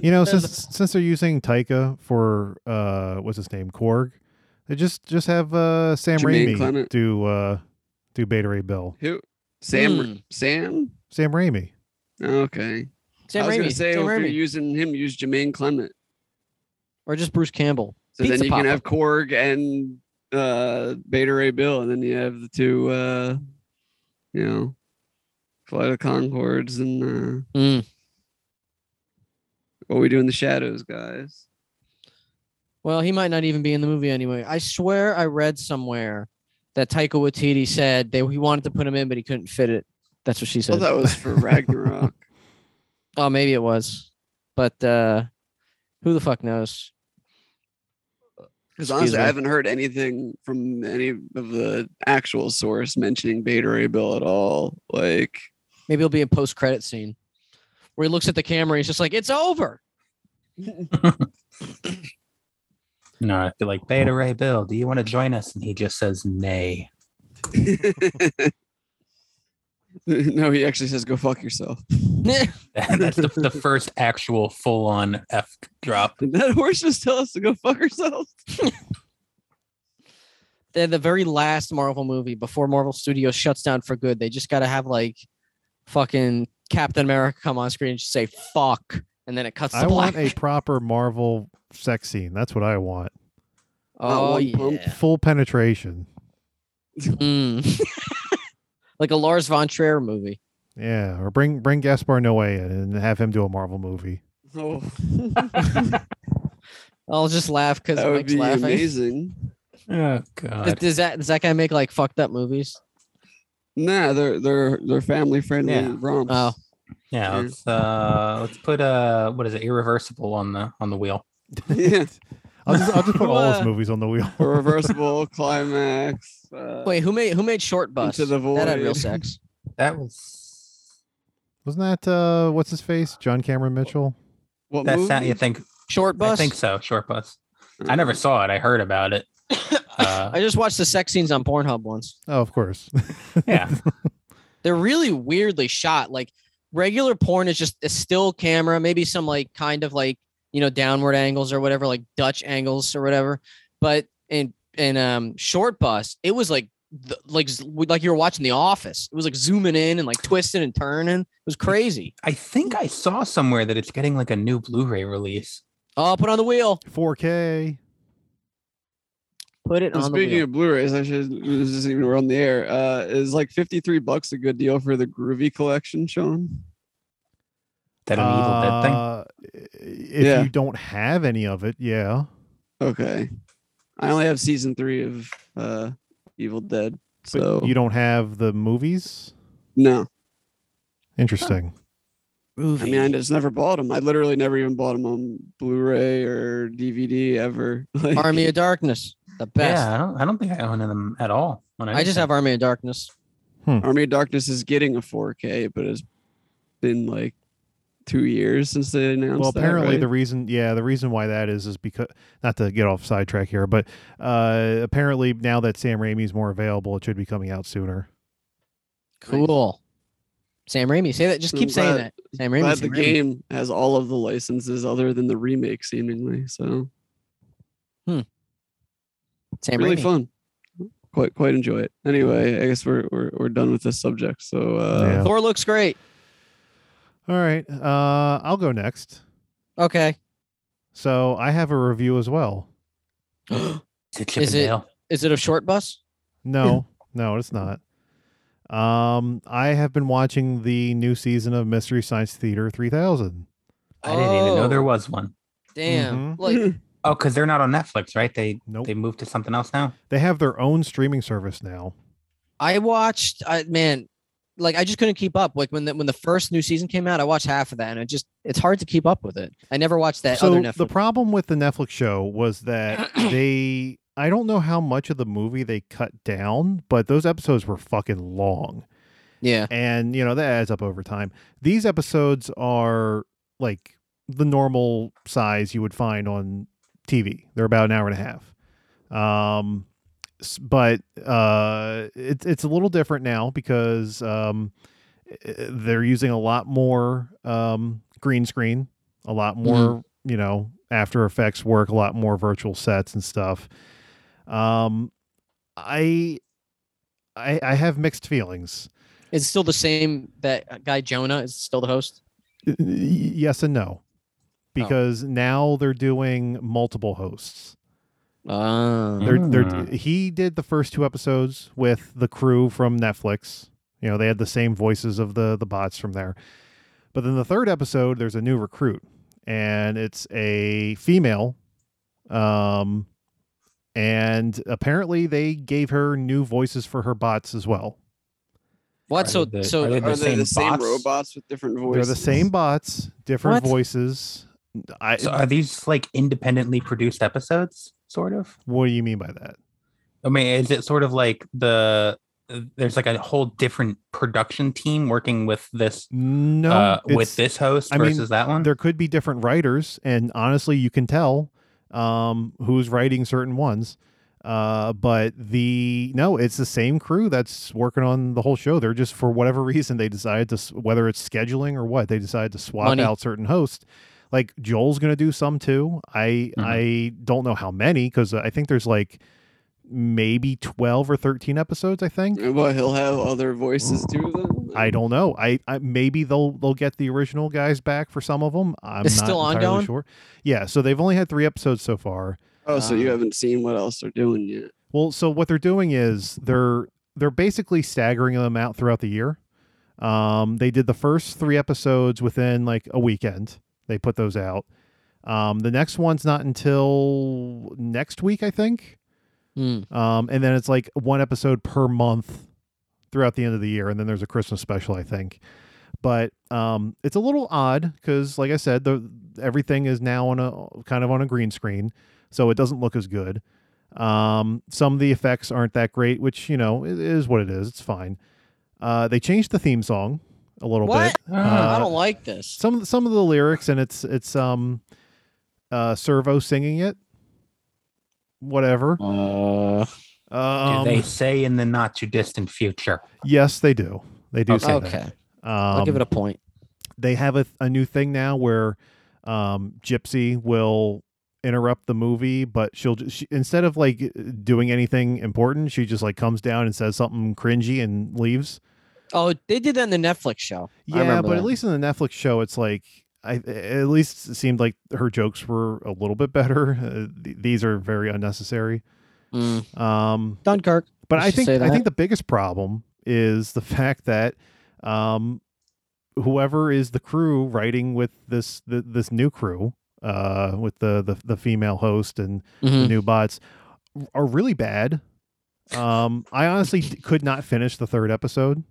Speaker 6: You know, since since they're using Taika for uh, what's his name, Korg, they just just have uh, Sam
Speaker 1: Jermaine
Speaker 6: Raimi
Speaker 1: Clement.
Speaker 6: do uh, do Beta Ray Bill.
Speaker 1: Who? Sam?
Speaker 4: Hmm.
Speaker 1: Sam?
Speaker 6: Sam Raimi.
Speaker 1: Okay.
Speaker 4: Sam
Speaker 1: I was gonna
Speaker 4: Raimi,
Speaker 1: say
Speaker 4: Sam
Speaker 1: if you're
Speaker 4: Raimi.
Speaker 1: using him, use Jermaine Clement.
Speaker 4: or just Bruce Campbell.
Speaker 1: So
Speaker 4: Pizza
Speaker 1: then you
Speaker 4: Papa.
Speaker 1: can have Korg and uh, Beta Ray Bill, and then you have the two, uh, you know, Flight of Concords and uh,
Speaker 4: Mm.
Speaker 1: what we do in the shadows, guys.
Speaker 4: Well, he might not even be in the movie anyway. I swear I read somewhere that Taika Waititi said they he wanted to put him in, but he couldn't fit it. That's what she
Speaker 1: Well,
Speaker 4: said.
Speaker 1: that was for Ragnarok.
Speaker 4: oh, maybe it was, but uh, who the fuck knows?
Speaker 1: Because
Speaker 4: Excuse
Speaker 1: honestly, I
Speaker 4: me.
Speaker 1: haven't heard anything from any of the actual source mentioning Beta Ray Bill at all. Like,
Speaker 4: Maybe it'll be a post credit scene where he looks at the camera. He's just like, "It's over."
Speaker 5: No, I feel like Beta Ray Bill. Do you want to join us? And he just says nay.
Speaker 1: no, he actually says, "Go fuck yourself."
Speaker 5: That's the, the first actual full on F drop.
Speaker 1: Did that horse just tell us to go fuck ourselves?
Speaker 4: They're the very last Marvel movie before Marvel Studios shuts down for good. They just got to have like fucking Captain America come on screen and just say "fuck," and then it cuts to
Speaker 6: I
Speaker 4: black.
Speaker 6: want a proper Marvel sex scene. That's what I want.
Speaker 1: Not
Speaker 4: oh
Speaker 1: one
Speaker 4: yeah.
Speaker 1: pump.
Speaker 6: Full penetration.
Speaker 4: Mm. like a Lars von Trier movie.
Speaker 6: Yeah, or bring bring Gaspar Noé in and have him do a Marvel movie.
Speaker 1: Oh,
Speaker 4: I'll just laugh because
Speaker 1: that would
Speaker 4: Mike's
Speaker 1: be
Speaker 4: laughing.
Speaker 1: amazing.
Speaker 5: Oh
Speaker 4: Does,
Speaker 5: God.
Speaker 4: does that does that guy make like fucked up movies?
Speaker 1: Nah, they're they're they're family friendly
Speaker 5: Yeah.
Speaker 1: romps.
Speaker 4: Oh.
Speaker 5: Yeah,
Speaker 1: Sure.
Speaker 5: let's uh let's put uh what is it, irreversible on the on the wheel.
Speaker 1: yeah,
Speaker 6: I'll just I'll just put all his
Speaker 4: Wha-
Speaker 6: movies on the wheel.
Speaker 1: a reversible climax. Uh,
Speaker 4: Wait, who made who made Short Bus?
Speaker 1: Into the
Speaker 4: That had real
Speaker 1: Void.
Speaker 4: sex.
Speaker 5: That was
Speaker 6: Wasn't that uh what's his face? John Cameron Mitchell?
Speaker 1: what
Speaker 5: that
Speaker 1: movie?
Speaker 5: sound you think
Speaker 4: Short Bus.
Speaker 5: I think so, short bus. I never saw it, I heard about it. Uh
Speaker 4: I just watched the sex scenes on Pornhub once.
Speaker 6: Oh, of course.
Speaker 5: yeah.
Speaker 4: They're really weirdly shot. Like regular porn is just a still camera, maybe some like kind of like you know downward angles or whatever, like Dutch angles or whatever. But in in um short bus, it was like the, like z- like you were watching The Office. It was like zooming in and like twisting and turning. It was crazy.
Speaker 5: I think I saw somewhere that it's getting like a new Blu-ray release.
Speaker 4: Oh, put on the wheel.
Speaker 6: 4K.
Speaker 4: Put it
Speaker 1: And
Speaker 4: on the
Speaker 1: speaking
Speaker 4: wheel.
Speaker 1: of Blu-rays, I should this isn't even we're on the air. Uh, is like fifty-three bucks a good deal for the Groovy collection, Sean?
Speaker 5: That an evil dead thing.
Speaker 6: Uh, If
Speaker 1: Yeah.
Speaker 6: you don't have any of it, yeah.
Speaker 1: Okay, I only have season three of uh, Evil Dead,
Speaker 6: But
Speaker 1: so
Speaker 6: you don't have the movies.
Speaker 1: no.
Speaker 6: Interesting.
Speaker 1: I mean, I just never bought them. I literally never even bought them on Blu-ray or DVD ever. Like,
Speaker 4: Army of Darkness, the best.
Speaker 5: Yeah, I don't. I don't think I own them at all. On
Speaker 4: I just
Speaker 5: anything.
Speaker 4: have Army of Darkness.
Speaker 1: Army of Darkness is getting a 4K, but it's been like two years since they announced.
Speaker 6: well,
Speaker 1: that,
Speaker 6: apparently
Speaker 1: right?
Speaker 6: the reason, yeah, the reason why that is is because not to get off sidetrack here, but uh, apparently now that Sam Raimi's more available, it should be coming out sooner.
Speaker 4: Cool. Sam Raimi. Say that. Just
Speaker 1: I'm
Speaker 4: keep saying
Speaker 1: glad-
Speaker 4: that. Sam Raimi.
Speaker 1: Glad the
Speaker 4: Sam Raimi.
Speaker 1: game has all of the licenses other than the remake, seemingly. So
Speaker 4: Sam
Speaker 1: really
Speaker 4: Raimi.
Speaker 1: fun. Quite quite enjoy it. Anyway, I guess we're we're, we're done with this subject. So uh,
Speaker 6: Yeah.
Speaker 4: Thor looks great.
Speaker 6: All right, uh, I'll go next.
Speaker 4: Okay.
Speaker 6: So I have a review as well.
Speaker 5: It's a Chip
Speaker 4: Is
Speaker 5: and
Speaker 4: it-
Speaker 5: Dale.
Speaker 4: Is it a short bus?
Speaker 6: No,
Speaker 4: Hmm.
Speaker 6: no, it's not. Um, I have been watching the new season of Mystery Science Theater 3000.
Speaker 5: I didn't even know there
Speaker 4: Oh,
Speaker 5: was one.
Speaker 4: Damn. Like
Speaker 5: Oh, because they're not on Netflix, right? They
Speaker 6: Nope.
Speaker 5: they moved to something else now.
Speaker 6: They have their own streaming service now.
Speaker 4: I watched. I man. Like I just couldn't keep up. Like when the when the first new season came out, I watched half of that, and it just it's hard to keep up with it. I never watched that
Speaker 6: so
Speaker 4: other Netflix.
Speaker 6: the problem with the Netflix show was that they I don't know how much of the movie they cut down, but those episodes were fucking long.
Speaker 4: yeah.
Speaker 6: And you know, that adds up over time. These episodes are like the normal size you would find on TV. They're about an hour and a half. Um s- but uh it's it's a little different now because um eh, they're using a lot more um green screen, a lot more, you know, after effects work, a lot more virtual sets and stuff. Um I I I have mixed feelings.
Speaker 4: It's still the same. That guy Jonah is still the host.
Speaker 6: Y- yes and no because now they're doing multiple hosts
Speaker 4: Oh.
Speaker 6: they're, they're,
Speaker 5: Ah.
Speaker 6: he did the first two episodes with the crew from netflix you know they had the same voices of the the bots from there but then the third episode there's a new recruit and it's a female um and apparently they gave her new voices for her bots as well
Speaker 4: What?
Speaker 5: Are
Speaker 4: So
Speaker 5: they the-
Speaker 4: so uh,
Speaker 5: are they
Speaker 1: are they the same
Speaker 5: bots?
Speaker 1: robots with different
Speaker 6: they're
Speaker 1: voices?
Speaker 6: the same bots different
Speaker 4: What?
Speaker 6: voices I,
Speaker 5: So are these like independently produced episodes, sort of?
Speaker 6: what do you mean by that
Speaker 5: I mean, is it sort of like the there's like a whole different production team working with this
Speaker 6: no
Speaker 5: uh,
Speaker 6: it's-
Speaker 5: with this host
Speaker 6: I mean,
Speaker 5: versus that one?
Speaker 6: there could be different writers and honestly you can tell um, who's writing certain ones uh, but the no it's the same crew that's working on the whole show they're just for whatever reason they decided to s- whether it's scheduling or what they decided to swap
Speaker 4: Money.
Speaker 6: out certain hosts like joel's gonna do some too i
Speaker 5: Mm-hmm.
Speaker 6: i don't know how many because i think there's like maybe 12 or 13 episodes i think
Speaker 1: Well, he'll have other voices too. Then
Speaker 6: I
Speaker 4: Mm.
Speaker 6: don't know. I, I maybe they'll they'll get the original guys back for some of them. I'm
Speaker 4: It's
Speaker 6: not
Speaker 4: still
Speaker 6: entirely
Speaker 4: ongoing?
Speaker 6: Sure. Yeah. So they've only had three episodes so far.
Speaker 1: Oh, so you
Speaker 6: uh,
Speaker 4: Ah.
Speaker 1: haven't seen what else they're doing yet?
Speaker 6: Well, so what they're doing is they're they're basically staggering them out throughout the year. Um, they did the first three episodes within like a weekend. They put those out. Um, the next one's not until next week, I think.
Speaker 4: Hmm.
Speaker 6: Um, and then it's like one episode per month throughout the end of the year, and then there's a Christmas special, I think. But um, it's a little odd because, like I said, the everything is now on a kind of on a green screen, so it doesn't look as good. Um, some of the effects aren't that great, which you know it is what it is. It's fine. Uh, they changed the theme song a little
Speaker 4: What?
Speaker 6: bit.
Speaker 4: I
Speaker 6: Uh,
Speaker 4: don't like this.
Speaker 6: some of the- some of the lyrics and it's it's um uh servo singing it whatever
Speaker 4: Uh,
Speaker 5: Do
Speaker 6: um
Speaker 5: they say in the not too distant future?
Speaker 6: yes they do they do say
Speaker 4: okay.
Speaker 6: that
Speaker 4: I'll
Speaker 6: um,
Speaker 4: give it a point.
Speaker 6: they have a, a new thing now where um gypsy will interrupt the movie but she'll just she, instead of like doing anything important she just like comes down and says something cringy and leaves
Speaker 4: Oh, they did that in the Netflix show. I
Speaker 6: Yeah,
Speaker 4: remember
Speaker 6: but at
Speaker 4: that.
Speaker 6: least in the Netflix show, it's like I at least it seemed like her jokes were a little bit better. Uh, th- these are very unnecessary.
Speaker 4: Mm.
Speaker 6: Um,
Speaker 4: Dunkirk.
Speaker 6: but
Speaker 4: Let's
Speaker 6: I
Speaker 4: just
Speaker 6: think
Speaker 4: say
Speaker 6: I
Speaker 4: that.
Speaker 6: think the biggest problem is the fact that um, whoever is the crew writing with this th this new crew uh, with the, the the female host and the
Speaker 4: Mhm.
Speaker 6: new bots are really bad. Um, I honestly d- could not finish the third episode.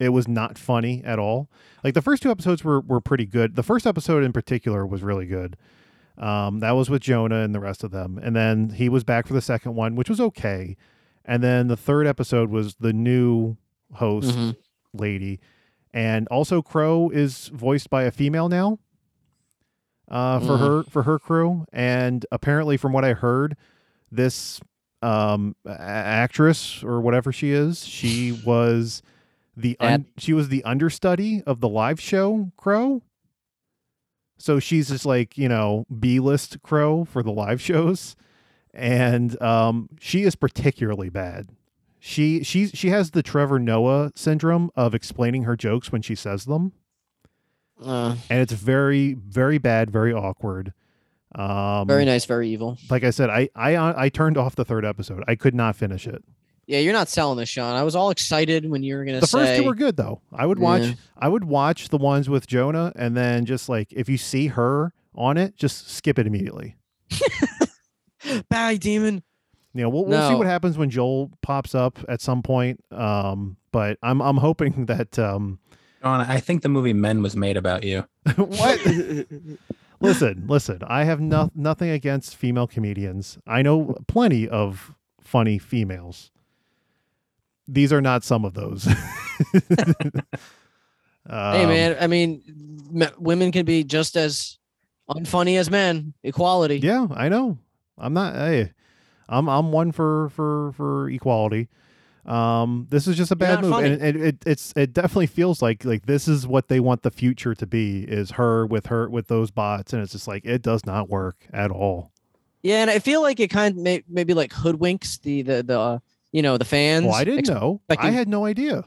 Speaker 6: It was not funny at all. Like the first two episodes were were pretty good. The first episode in particular was really good. Um, that was with Jonah and the rest of them, and then he was back for the second one, which was okay. And then the third episode was the new host
Speaker 4: Mhm.
Speaker 6: lady, and also Crow is voiced by a female now. Uh, for
Speaker 4: Mhm.
Speaker 6: her for her crew, and apparently, from what I heard, this um a- actress or whatever she is, she was the un- she was the understudy of the live show Crow. So she's just like you know B list Crow for the live shows, and um she is particularly bad. She she's she has the Trevor Noah syndrome of explaining her jokes when she says them
Speaker 4: Uh,
Speaker 6: and it's very very bad very awkward um
Speaker 4: very nice, very evil.
Speaker 6: like i said i uh, i i turned off the third episode i could not finish it
Speaker 4: Yeah, you're not selling this, Sean. I was all excited when you were gonna
Speaker 6: the
Speaker 4: say.
Speaker 6: first two were good though i would watch
Speaker 4: Yeah.
Speaker 6: i would watch the ones with jonah and then just like if you see her on it just skip it immediately
Speaker 4: Bye, demon.
Speaker 6: you know we'll, we'll see
Speaker 4: No.
Speaker 6: what happens when joel pops up at some point um but i'm i'm hoping that um
Speaker 5: John, I think the movie Men was made about you.
Speaker 6: what listen, listen. I have no- nothing against female comedians. I know plenty of funny females. These are not some of those.
Speaker 4: hey,
Speaker 6: Um,
Speaker 4: man. I mean, m- women can be just as unfunny as men. Equality.
Speaker 6: Yeah, I know. I'm not. Hey, I'm I'm one for for for equality. Um, this is just a bad
Speaker 4: not
Speaker 6: move,
Speaker 4: funny.
Speaker 6: and it, it it's it definitely feels like like this is what they want the future to be is her with her with those bots, and it's just like it does not work at all.
Speaker 4: Yeah, and I feel like it kind of may- maybe like hoodwinks the the the uh, you know the fans.
Speaker 6: Well, I didn't
Speaker 4: Ex-
Speaker 6: know. I
Speaker 4: expecting-
Speaker 6: had no idea.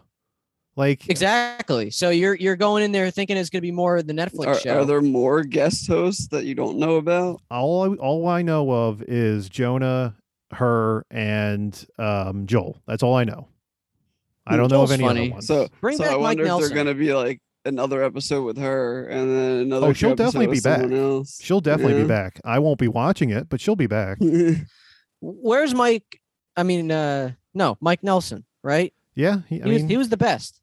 Speaker 6: Like
Speaker 4: Exactly. So you're you're going in there thinking it's gonna be more of the Netflix
Speaker 1: are,
Speaker 4: show.
Speaker 1: are there more guest hosts that you don't know about?
Speaker 6: all I, all I know of is Jonah, her, and um, Joel. That's all I know. I don't know
Speaker 4: Hmm, Joel's
Speaker 6: of any
Speaker 4: funny.
Speaker 6: other ones.
Speaker 1: So,
Speaker 4: Bring
Speaker 1: so
Speaker 4: back
Speaker 1: I
Speaker 4: Mike
Speaker 1: wonder if
Speaker 4: Nelson.
Speaker 1: they're gonna be like another episode with her, and then another.
Speaker 6: Oh, she'll
Speaker 1: episode
Speaker 6: definitely
Speaker 1: with
Speaker 6: be back.
Speaker 1: someone Else.
Speaker 6: she'll definitely be
Speaker 1: Yeah.
Speaker 6: back. I won't be watching it, but she'll be back.
Speaker 4: Hmm. Where's Mike? I mean, uh no, Mike Nelson, right?
Speaker 6: Yeah, he, I
Speaker 4: he, was,
Speaker 6: mean,
Speaker 4: he was the best.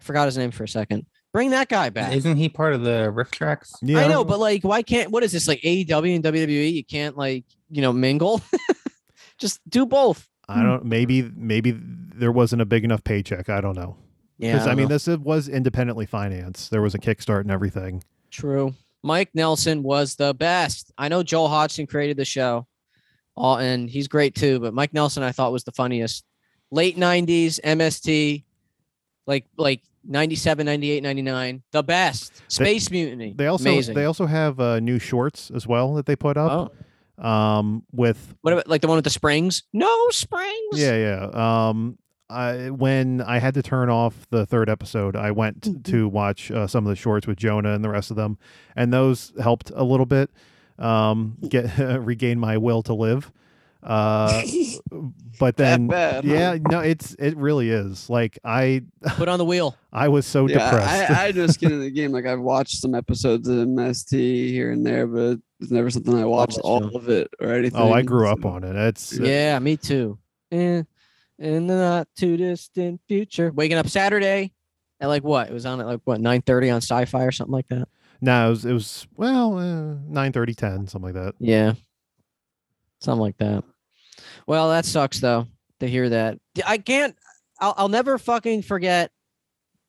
Speaker 4: I forgot his name for a second. Bring that guy back.
Speaker 5: Isn't he part of the Rift Tracks?
Speaker 6: yeah.
Speaker 4: I know, but like, why can't? What is this like? AEW and WWE, you can't like, you know, mingle. Just do both.
Speaker 6: I don't. Maybe maybe there wasn't a big enough paycheck. I don't know.
Speaker 4: Yeah,
Speaker 6: Because I,
Speaker 4: don't
Speaker 6: mean,
Speaker 4: know.
Speaker 6: this is- was independently financed. There was a Kickstart and everything.
Speaker 4: true. Mike Nelson was the best. I know Joel Hodgson created the show, all and he's great too. But Mike Nelson, I thought was the funniest. Late '90s MST, like like '97, '98, '99, the best. Space Mutiny.
Speaker 6: They also
Speaker 4: amazing.
Speaker 6: they also have uh, new shorts as well that they put up.
Speaker 4: oh,
Speaker 6: Um, with
Speaker 4: what about like the one with the springs? No springs.
Speaker 6: Yeah, yeah. Um, I when I had to turn off the third episode, I went t- to watch uh, some of the shorts with Jonah and the rest of them, and those helped a little bit. Um, get regain my will to live. Uh, but then,
Speaker 1: bad, huh?
Speaker 6: yeah, no, it's it really is. Like I,
Speaker 4: Put on the wheel.
Speaker 6: I was so
Speaker 1: yeah,
Speaker 6: depressed.
Speaker 1: I, I just get in the game. Like I've watched some episodes of MST here and there, but it's never something I watched
Speaker 4: that's
Speaker 1: all of it or anything.
Speaker 6: oh, I grew up
Speaker 1: so-
Speaker 6: on it. It's uh,
Speaker 4: Yeah, me too. In, in the not too distant future, waking up Saturday at like what? It was on at like what nine thirty on Sci-Fi or something like that.
Speaker 6: no, it was, it was well uh, 9, 10, something like that.
Speaker 4: Yeah, something like that. Well, that sucks though to hear that. D- I can't. I'll, I'll never fucking forget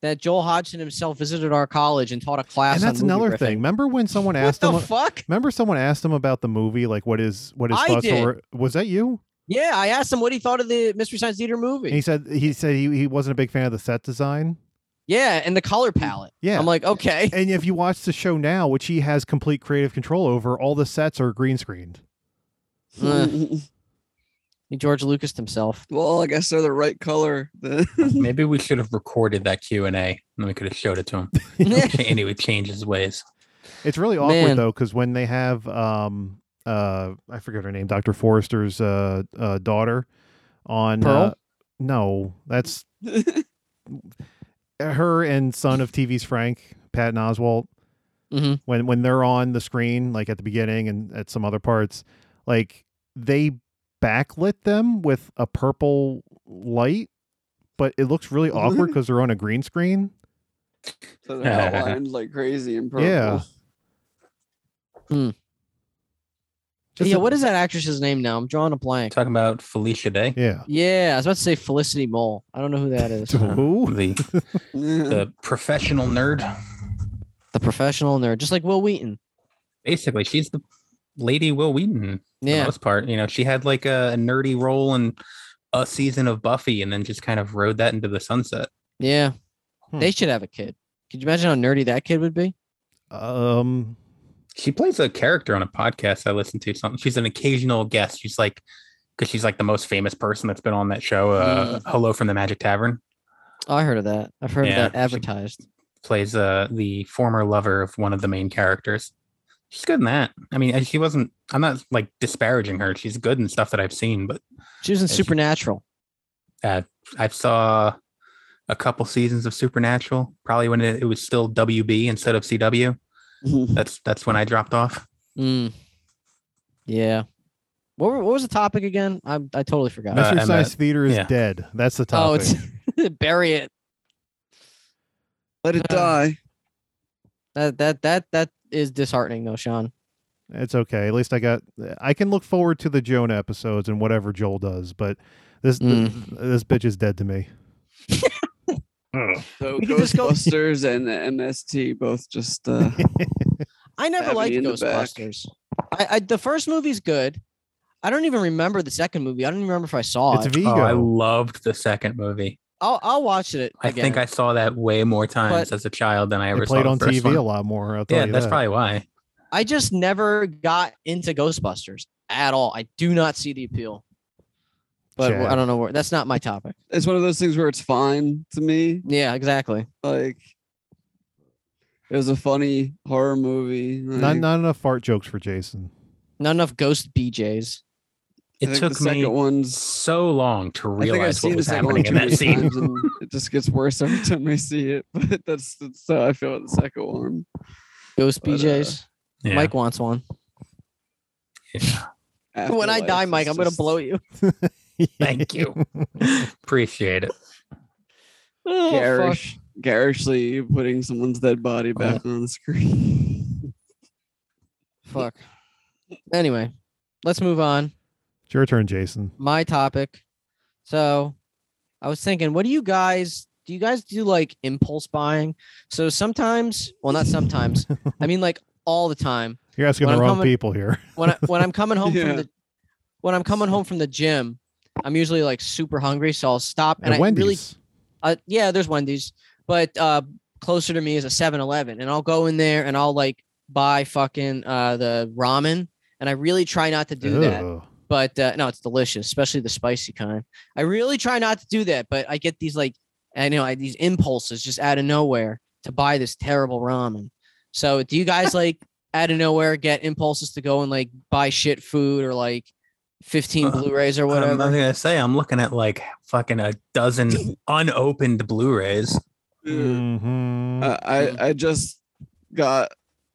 Speaker 4: that Joel Hodgson himself visited our college and taught a class.
Speaker 6: And
Speaker 4: on
Speaker 6: that's
Speaker 4: Ah, movie
Speaker 6: another
Speaker 4: riffing.
Speaker 6: thing. Remember when someone
Speaker 4: What
Speaker 6: asked
Speaker 4: the
Speaker 6: him?
Speaker 4: fuck?
Speaker 6: Remember someone asked him about the movie, like what is what his
Speaker 4: I
Speaker 6: thoughts
Speaker 4: did.
Speaker 6: were. Was that you?
Speaker 4: Yeah, I asked him what he thought of the Mystery Science Theater movie.
Speaker 6: And he said he said he, he wasn't a big fan of the set design.
Speaker 4: yeah, and the color palette.
Speaker 6: Yeah.
Speaker 4: I'm like, okay.
Speaker 6: and if you watch the show now, which he has complete creative control over, all the sets are green screened.
Speaker 4: George Lucas himself.
Speaker 1: well, I guess they're the right color. then.
Speaker 5: Maybe we should have recorded that Q and A, and we could have showed it to him. and he would change his ways.
Speaker 6: It's really awkward
Speaker 4: Man.
Speaker 6: though, because when they have um uh, I forget her name, Dr. Forrester's uh, uh, daughter on
Speaker 4: Pearl?
Speaker 6: uh, no, that's her and son of TV's Frank, Patton Oswalt.
Speaker 4: Mhm.
Speaker 6: When when they're on the screen, like at the beginning and at some other parts, like they backlit them with a purple light, but it looks really awkward because they're on a green screen.
Speaker 1: So they're outlined like crazy and purple.
Speaker 6: Yeah. Just
Speaker 4: yeah,
Speaker 6: a-
Speaker 4: what is that actress's name now? I'm drawing a blank.
Speaker 5: Talking about Felicia Day,
Speaker 6: Yeah.
Speaker 4: Yeah, I was about to say Felicity Mole. I don't know who that is.
Speaker 6: Who?
Speaker 5: the the professional nerd.
Speaker 4: the professional nerd, just like Will Wheaton.
Speaker 5: Basically, she's the lady Will Wheaton for the
Speaker 4: Yeah,
Speaker 5: most part. You know, she had like a, a nerdy role in a season of Buffy, and then just kind of rode that into the sunset.
Speaker 4: yeah.
Speaker 6: Hmm.
Speaker 4: They should have a kid. Could you imagine how nerdy that kid would be?
Speaker 6: Um.
Speaker 5: She plays a character on a podcast I listen to. Something she's an occasional guest. She's like because she's like the most famous person that's been on that show. Uh, Hello from the Magic Tavern
Speaker 4: Oh, I heard of that. I've heard
Speaker 5: Yeah,
Speaker 4: of that
Speaker 5: she-
Speaker 4: advertised.
Speaker 5: plays uh the former lover of one of the main characters. She's good in that. I mean, and she wasn't. I'm not like disparaging her. She's good in stuff that I've seen, but
Speaker 4: She was in
Speaker 5: she-
Speaker 4: Supernatural.
Speaker 5: I saw a couple seasons of Supernatural. Probably when it, it was still WB instead of CW. That's that's when I dropped off.
Speaker 4: Mm. Yeah. What, were- what was the topic again? I, I totally forgot.
Speaker 5: Uh,
Speaker 6: Mystery
Speaker 5: Emma-
Speaker 6: Science Theater is
Speaker 5: yeah.
Speaker 6: dead. That's the
Speaker 4: oh,
Speaker 6: topic.
Speaker 4: it's bury it.
Speaker 1: Let it die.
Speaker 4: That that that that is disheartening though, Sean.
Speaker 6: It's okay. At least I got. I can look forward to the Jonah episodes and whatever Joel does. But this th-
Speaker 4: Mm.
Speaker 6: this bitch is dead to me.
Speaker 1: So
Speaker 4: We could just go-
Speaker 1: Ghostbusters and the MST both just uh,
Speaker 4: I never
Speaker 1: Stab me
Speaker 4: liked
Speaker 1: in the back.
Speaker 4: Ghostbusters. I, I the first movie's good. I don't even remember the second movie. I don't even remember if I saw
Speaker 6: It's
Speaker 4: it.
Speaker 6: Vigo.
Speaker 5: Oh, I loved the second movie.
Speaker 4: I'll I'll watch it
Speaker 5: I
Speaker 4: again.
Speaker 5: think I saw that way more times as a child than I ever
Speaker 6: it played
Speaker 5: saw the
Speaker 6: on
Speaker 5: first
Speaker 6: TV
Speaker 5: one.
Speaker 6: a lot more. I'll tell
Speaker 5: Yeah,
Speaker 6: you
Speaker 5: that's
Speaker 6: that.
Speaker 5: probably why.
Speaker 4: I just never got into Ghostbusters at all. I do not see the appeal. But
Speaker 6: Chad.
Speaker 4: I don't know where that's not my topic.
Speaker 1: it's one of those things where it's fine to me.
Speaker 4: Yeah, exactly.
Speaker 1: Like it was a funny horror movie.
Speaker 6: not
Speaker 1: like,
Speaker 6: not enough fart jokes for Jason.
Speaker 4: Not enough ghost BJs.
Speaker 1: I
Speaker 5: It
Speaker 1: think
Speaker 5: took
Speaker 1: the second
Speaker 5: me
Speaker 1: one's
Speaker 5: so long to
Speaker 1: I think I've
Speaker 5: realize
Speaker 1: seen
Speaker 5: what was
Speaker 1: the second one
Speaker 5: happening
Speaker 1: too
Speaker 5: in that
Speaker 1: many
Speaker 5: scene.
Speaker 1: times, and it just gets worse every time I see it. But that's, that's how I feel about the second one.
Speaker 4: Ghost
Speaker 1: But, uh,
Speaker 4: BJs.
Speaker 5: Yeah.
Speaker 4: Mike wants one. when I
Speaker 1: Afterlife
Speaker 4: die,
Speaker 1: is
Speaker 4: Mike, I'm gonna
Speaker 1: just-
Speaker 4: blow you.
Speaker 5: Thank you. Appreciate it. Um,
Speaker 4: Oh, fuck.
Speaker 1: Garish, garishly putting someone's dead body back on the screen.
Speaker 4: Fuck. Anyway, let's move on.
Speaker 6: It's your turn, Jason.
Speaker 4: My topic. So, I was thinking, what do you guys do? You guys do like impulse buying? So sometimes, well, not sometimes. I mean, like all the time.
Speaker 6: You're asking
Speaker 4: When
Speaker 6: the
Speaker 4: I'm
Speaker 6: wrong
Speaker 4: coming-
Speaker 6: people here.
Speaker 4: when I, when I'm coming home
Speaker 1: Yeah.
Speaker 4: from the when I'm coming home from the gym, I'm usually like super hungry, so I'll stop and I
Speaker 6: At Wendy's.
Speaker 4: really uh, yeah, there's Wendy's, but uh, closer to me is a 7-Eleven, and I'll go in there and I'll like buy fucking uh, the ramen, and I really try not to do that
Speaker 6: Ugh.
Speaker 4: but uh, no, it's delicious, especially the spicy kind. I really try not to do that, but I get these like I know I these impulses just out of nowhere to buy this terrible ramen. So do you guys like out of nowhere get impulses to go and like buy shit food or like 15
Speaker 5: Uh,
Speaker 4: Blu-rays or
Speaker 5: I'm
Speaker 4: whatever?
Speaker 5: not gonna say I'm looking at like fucking a dozen unopened Blu-rays.
Speaker 6: Mhm.
Speaker 1: Uh, I I just got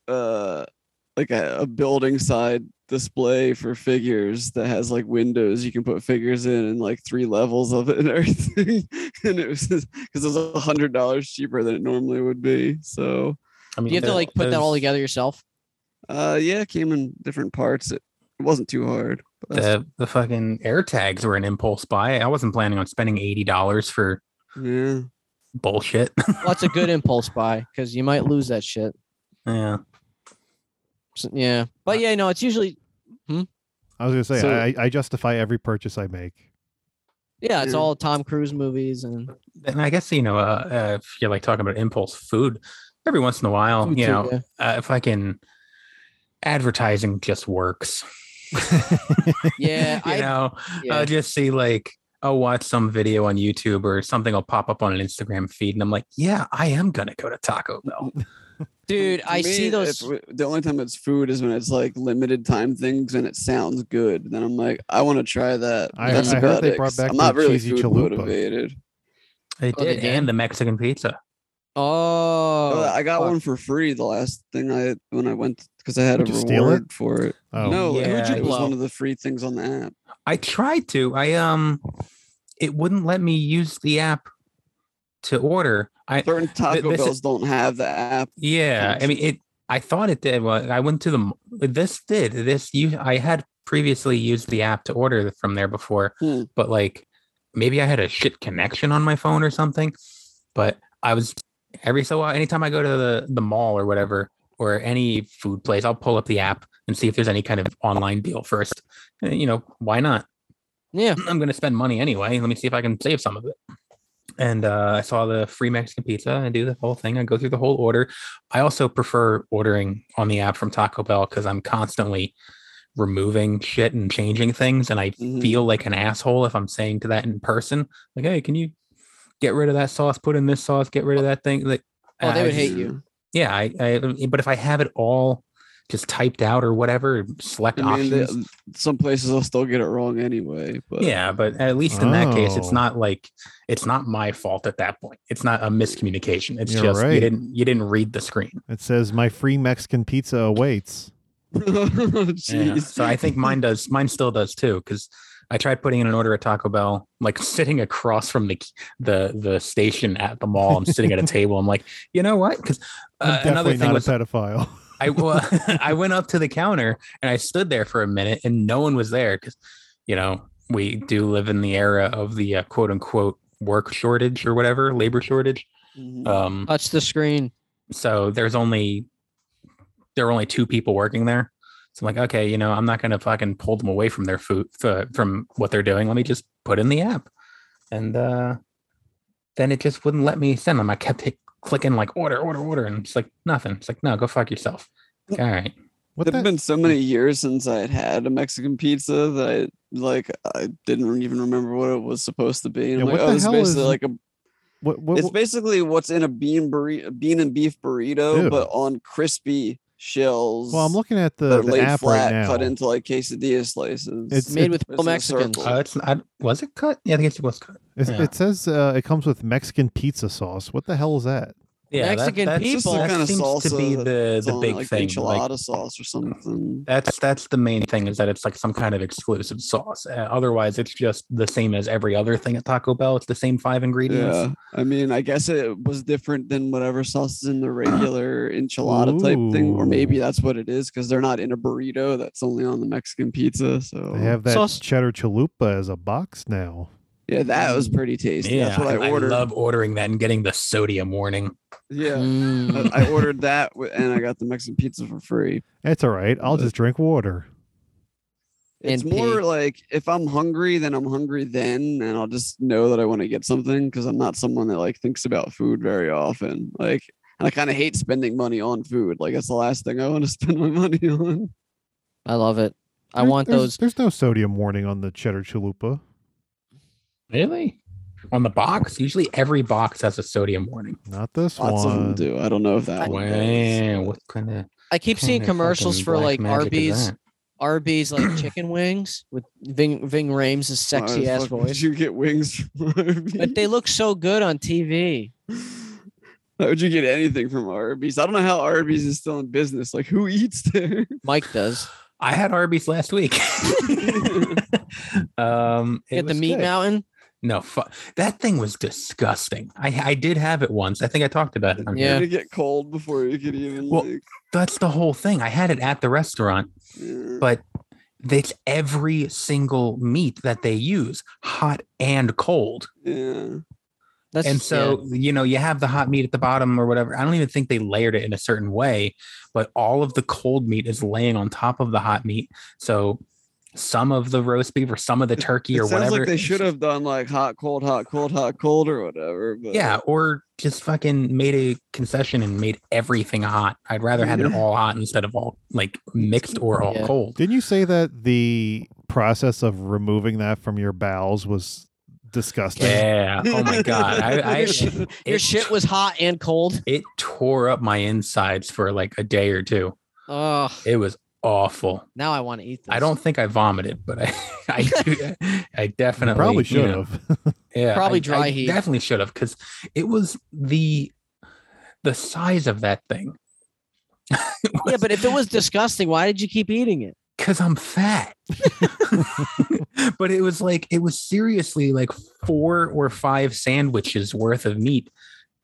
Speaker 1: uh like a, a building side display for figures that has like windows you can put figures in and like three levels of it and everything and it was because it was a hundred dollars cheaper than it normally would be so
Speaker 5: I mean,
Speaker 4: Do you have to
Speaker 5: there-
Speaker 4: like put that all
Speaker 5: there's-
Speaker 4: together yourself?
Speaker 1: uh yeah it came in different parts it, it wasn't too hard but that's-
Speaker 5: The, the fucking air tags were an impulse buy. I wasn't planning on spending eighty dollars for
Speaker 1: yeah
Speaker 5: bullshit.
Speaker 4: Well, that's a good impulse buy because you might lose that shit.
Speaker 5: yeah.
Speaker 4: So, yeah, but yeah, no, it's usually
Speaker 6: I was gonna say
Speaker 1: So-
Speaker 6: I, I justify every purchase I make.
Speaker 4: yeah, it's
Speaker 1: Yeah.
Speaker 4: all Tom Cruise movies and
Speaker 5: And I guess you know, uh, uh, if you're like talking about impulse food, every once in a while, you know,
Speaker 4: Yeah.
Speaker 5: uh, if I can, advertising just works.
Speaker 4: yeah,
Speaker 5: you
Speaker 4: I,
Speaker 5: know,
Speaker 4: yeah.
Speaker 5: I'll just see like I'll watch some video on YouTube or something will pop up on an Instagram feed, and I'm like, yeah, I am gonna go to Taco Bell.
Speaker 4: Dude,
Speaker 1: To
Speaker 4: I
Speaker 1: me,
Speaker 4: see those.
Speaker 1: if w- the only time it's food is when it's like limited time things and it sounds good. Then I'm like, I want to try that.
Speaker 6: I-
Speaker 1: That's
Speaker 6: I heard
Speaker 1: about
Speaker 6: they
Speaker 1: it,
Speaker 6: brought
Speaker 1: 'cause
Speaker 6: back
Speaker 1: I'm
Speaker 6: the
Speaker 1: not really
Speaker 6: cheesy
Speaker 1: food
Speaker 6: chalupa.
Speaker 1: motivated.
Speaker 5: They did,
Speaker 4: Oh, they did?
Speaker 5: and the Mexican pizza.
Speaker 4: oh,
Speaker 1: But I got
Speaker 4: fuck.
Speaker 1: one for free the last thing I when I went because I had
Speaker 6: Did
Speaker 1: a
Speaker 6: you steal it?
Speaker 1: reward for it.
Speaker 6: Oh,
Speaker 1: no,
Speaker 5: Yeah,
Speaker 1: it
Speaker 5: Who'd you
Speaker 1: was
Speaker 4: blow?
Speaker 1: one of the free things on the app.
Speaker 5: I tried to. I um, it wouldn't let me use the app to order. I
Speaker 1: Certain Taco
Speaker 5: this is-
Speaker 1: Bells don't have the app.
Speaker 5: Yeah, I mean it. I thought it did. Well, I went to the. m- This did this. You, I had previously used the app to order from there before,
Speaker 1: Hmm.
Speaker 5: but like maybe I had a shit connection on my phone or something. But I was every so while, anytime I go to the the mall or whatever or any food place, I'll pull up the app and see if there's any kind of online deal first. Uh, You know why not?
Speaker 4: Yeah.
Speaker 5: I'm going to spend money anyway. Let me see if I can save some of it. And uh, I saw the free Mexican pizza. I do the whole thing. I go through the whole order. I also prefer ordering on the app from Taco Bell because I'm constantly removing shit and changing things. And I
Speaker 4: Mm-hmm.
Speaker 1: Mhm.
Speaker 5: feel like an asshole if I'm saying to that in person, like, hey, can you get rid of that sauce, put in this sauce, get rid of that thing? Like,
Speaker 4: Oh, they
Speaker 5: I
Speaker 4: would
Speaker 5: just-
Speaker 4: hate you.
Speaker 5: Yeah. I, I, but if I have it all just typed out or whatever, select
Speaker 1: I mean,
Speaker 5: options.
Speaker 1: they, some places will still get it wrong anyway. But
Speaker 5: Yeah, but at least in that case, it's
Speaker 6: Oh.
Speaker 5: not like it's not my fault at that point. It's not a miscommunication. It's
Speaker 6: You're
Speaker 5: just
Speaker 6: right.
Speaker 5: you didn't you didn't read the screen.
Speaker 6: It says my free Mexican pizza awaits.
Speaker 5: Yeah.
Speaker 1: Jeez.
Speaker 5: So I think mine does. Mine still does too, because I tried putting in an order at Taco Bell, like sitting across from the the the station at the mall. I'm sitting at a table. I'm like, you know what? Because
Speaker 6: I'm
Speaker 5: uh, another
Speaker 6: definitely
Speaker 5: thing
Speaker 6: not
Speaker 5: was
Speaker 6: a pedophile.
Speaker 5: I well, I went up to the counter and I stood there for a minute and no one was there because, you know, we do live in the era of the uh, quote unquote work shortage or whatever labor shortage.
Speaker 1: Mhm.
Speaker 5: Um,
Speaker 4: Touch the screen.
Speaker 5: so there's only there were only two people working there. So I'm like, okay, you know, I'm not gonna fucking pull them away from their food f- from what they're doing. Let me just put in the app, and uh, then it just wouldn't let me send them. I kept hit, clicking like order, order, order, and it's like nothing. It's like no, go fuck yourself. Like, all right.
Speaker 6: What
Speaker 1: It's
Speaker 6: the?
Speaker 1: been so many years since I had had a Mexican pizza that I like I didn't even remember what it was supposed to be. And I'm
Speaker 6: Yeah,
Speaker 1: like,
Speaker 6: what
Speaker 1: oh,
Speaker 6: the
Speaker 1: this is
Speaker 6: hell
Speaker 1: basically
Speaker 6: is-
Speaker 1: like a
Speaker 6: What, what,
Speaker 1: it's basically what's in a bean burrito, bean and beef burrito,
Speaker 6: Ew.
Speaker 1: but on crispy shells.
Speaker 6: well, I'm looking at
Speaker 1: that
Speaker 6: the,
Speaker 1: are
Speaker 6: the
Speaker 1: laid
Speaker 6: app
Speaker 1: flat,
Speaker 6: right now.
Speaker 1: cut into like quesadilla slices.
Speaker 6: It's-
Speaker 4: Made with real
Speaker 1: it's a
Speaker 4: Mexicans.
Speaker 1: circle.
Speaker 5: Uh, it's I, was it cut? Yeah, I think it was cut.
Speaker 6: It's-
Speaker 5: Yeah.
Speaker 6: It says uh, it comes with Mexican pizza sauce. What the hell is that?
Speaker 5: Yeah, that-
Speaker 4: Mexican
Speaker 5: that's-
Speaker 4: people-
Speaker 5: That
Speaker 1: Kinda
Speaker 5: seems to
Speaker 1: salsa
Speaker 5: be the
Speaker 1: It's
Speaker 5: the
Speaker 1: on
Speaker 5: big
Speaker 1: like
Speaker 5: thing. like,
Speaker 1: enchilada sauce or something.
Speaker 5: that's that's the main thing is that it's like some kind of exclusive sauce. Uh, otherwise, it's just the same as every other thing at Taco Bell. It's the same five ingredients.
Speaker 1: Yeah, I mean, I guess it was different than whatever sauce is in the regular enchilada type thing, or maybe
Speaker 6: Ooh.
Speaker 1: that's what it is because they're not in a burrito. That's only on the Mexican pizza. So
Speaker 6: They have that
Speaker 4: Sauce.
Speaker 6: cheddar chalupa as a box now.
Speaker 1: yeah, that was pretty tasty. that's what I ordered.
Speaker 5: love ordering that and getting the sodium warning.
Speaker 1: yeah,
Speaker 4: Mm.
Speaker 1: I I ordered that wi- and I got the Mexican pizza for free.
Speaker 6: It's all right. I'll just drink water.
Speaker 1: It's
Speaker 4: And
Speaker 1: more
Speaker 4: pig.
Speaker 1: like if I'm hungry, then I'm hungry then, and I'll just know that I want to get something because I'm not someone that like thinks about food very often. Like, and I kind of hate spending money on food. Like, that's the last thing I want to spend my money on.
Speaker 4: I love it. I
Speaker 6: There-
Speaker 4: want
Speaker 6: there's-
Speaker 4: those.
Speaker 6: There's no sodium warning on the cheddar chalupa.
Speaker 5: Really? On the box, usually every box has a sodium warning.
Speaker 6: Not this
Speaker 1: Lots of
Speaker 6: one.
Speaker 1: them do. I don't know if that one. does.
Speaker 5: Wow, what kind of?
Speaker 4: I keep seeing commercials for like Arby's, Arby's like chicken wings with Ving Ving
Speaker 1: Oh,
Speaker 4: Rames' sexy
Speaker 1: Why the
Speaker 4: ass
Speaker 1: fuck would
Speaker 4: voice.
Speaker 1: you get wings from Arby's?
Speaker 4: But they look so good on TV.
Speaker 1: How would you get anything from Arby's? I don't know how Arby's is still in business. Like, who eats there?
Speaker 4: Mike does.
Speaker 5: I had Arby's last week. um, it
Speaker 4: Get the
Speaker 5: was
Speaker 4: meat
Speaker 5: good.
Speaker 4: mountain.
Speaker 5: No, fu- that thing was disgusting. I I did have it once. I think I talked about it. on here.
Speaker 4: Yeah.
Speaker 1: Did it get cold before you could even
Speaker 5: Well,
Speaker 1: like?
Speaker 5: That's the whole thing. I had it at the restaurant.
Speaker 1: yeah.
Speaker 5: but that's every single meat that they use, hot and cold.
Speaker 1: yeah.
Speaker 4: That's
Speaker 5: And so, you know, you have the hot meat at the bottom or whatever. I don't even think they layered it in a certain way, but all of the cold meat is laying on top of the hot meat. So some of the roast beef or some of the turkey
Speaker 1: It
Speaker 5: or
Speaker 1: sounds
Speaker 5: whatever.
Speaker 1: like they should have done like hot, cold, hot, cold, hot, cold, or whatever. But
Speaker 5: Yeah, or just fucking made a concession and made everything hot. I'd rather have it
Speaker 1: Yeah.
Speaker 5: all hot instead of all like mixed or all
Speaker 4: Yeah.
Speaker 5: cold.
Speaker 6: Didn't you say that the process of removing that from your bowels was disgusting.
Speaker 5: Yeah. Oh my god. I, I
Speaker 4: Your Your
Speaker 5: it
Speaker 4: shit was hot and cold.
Speaker 5: it tore up my insides for like a day or two.
Speaker 4: Oh,
Speaker 5: It was awful.
Speaker 4: now I want to eat this.
Speaker 5: I don't think I vomited, but I I, do, I
Speaker 6: You
Speaker 5: definitely
Speaker 6: probably
Speaker 5: you
Speaker 6: should
Speaker 5: know,
Speaker 6: have.
Speaker 5: Yeah,
Speaker 4: Probably
Speaker 5: I-
Speaker 4: dry
Speaker 5: I
Speaker 4: heat.
Speaker 5: Definitely should have because it was the the size of that thing.
Speaker 4: Yeah, but if it was disgusting, why did you keep eating it?
Speaker 5: because I'm fat. but it was like it was seriously like four or five sandwiches worth of meat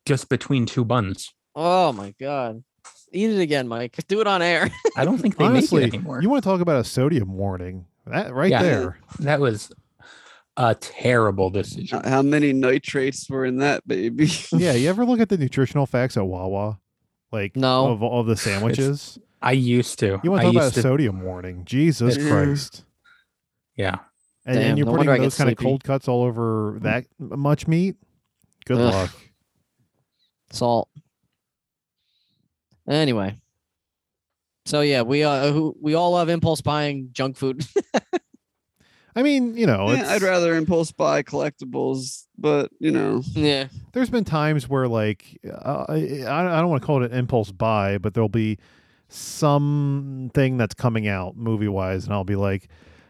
Speaker 5: just between two buns.
Speaker 4: Oh my god. Eat it again, Mike. Do it on air.
Speaker 5: I don't think they
Speaker 6: Honestly,
Speaker 5: make it anymore.
Speaker 6: you want to talk about a sodium warning? That right
Speaker 5: Yeah.
Speaker 6: there.
Speaker 5: that was a terrible decision.
Speaker 6: Uh,
Speaker 1: How- How many nitrates were in that baby?
Speaker 6: Yeah, you ever look at the nutritional facts at Wawa? Like
Speaker 4: No.
Speaker 6: of all the sandwiches.
Speaker 5: I used to.
Speaker 6: You want
Speaker 5: I
Speaker 6: to talk about
Speaker 5: used
Speaker 6: a sodium warning? Jesus
Speaker 1: Yeah.
Speaker 6: Christ!
Speaker 5: Yeah.
Speaker 6: And, and
Speaker 4: Damn,
Speaker 6: you're
Speaker 4: no
Speaker 6: putting
Speaker 4: wonder I get
Speaker 6: those kind of
Speaker 4: sleepy.
Speaker 6: cold cuts all over that m- much meat. Good
Speaker 4: Ugh.
Speaker 6: luck.
Speaker 4: Salt. Anyway. So yeah, we uh who we all love impulse buying junk food.
Speaker 6: I mean, you know,
Speaker 1: Yeah, I'd
Speaker 6: it's-
Speaker 1: rather impulse buy collectibles, but you know,
Speaker 4: yeah.
Speaker 6: there's been times where like uh, I, I don't want to call it an impulse buy, but there'll be something that's coming out movie wise, and I'll be like,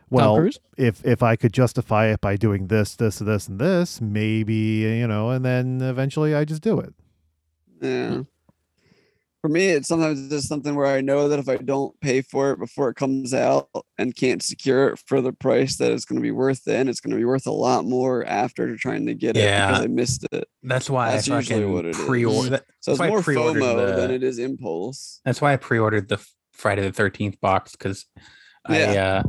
Speaker 6: well,
Speaker 4: Cruise?
Speaker 6: if if I could justify it by doing this, this, this, and this, maybe you know, and then eventually I just do it.
Speaker 1: yeah. Mm. For me, it's sometimes just something where I know that if I don't pay for it before it comes out and can't secure it for the price that it's going to be worth then, it's going to be worth a lot more after trying to get it
Speaker 5: Yeah.
Speaker 1: because I missed it.
Speaker 5: That's why
Speaker 1: That's
Speaker 5: I
Speaker 1: usually what it
Speaker 5: fucking
Speaker 1: is.
Speaker 5: pre-ordered. that-
Speaker 1: So it's
Speaker 5: That's why I
Speaker 1: more
Speaker 5: pre-ordered
Speaker 1: FOMO
Speaker 5: the-
Speaker 1: than it is impulse.
Speaker 5: That's why I pre-ordered the Friday the Thirteenth box because
Speaker 1: Yeah.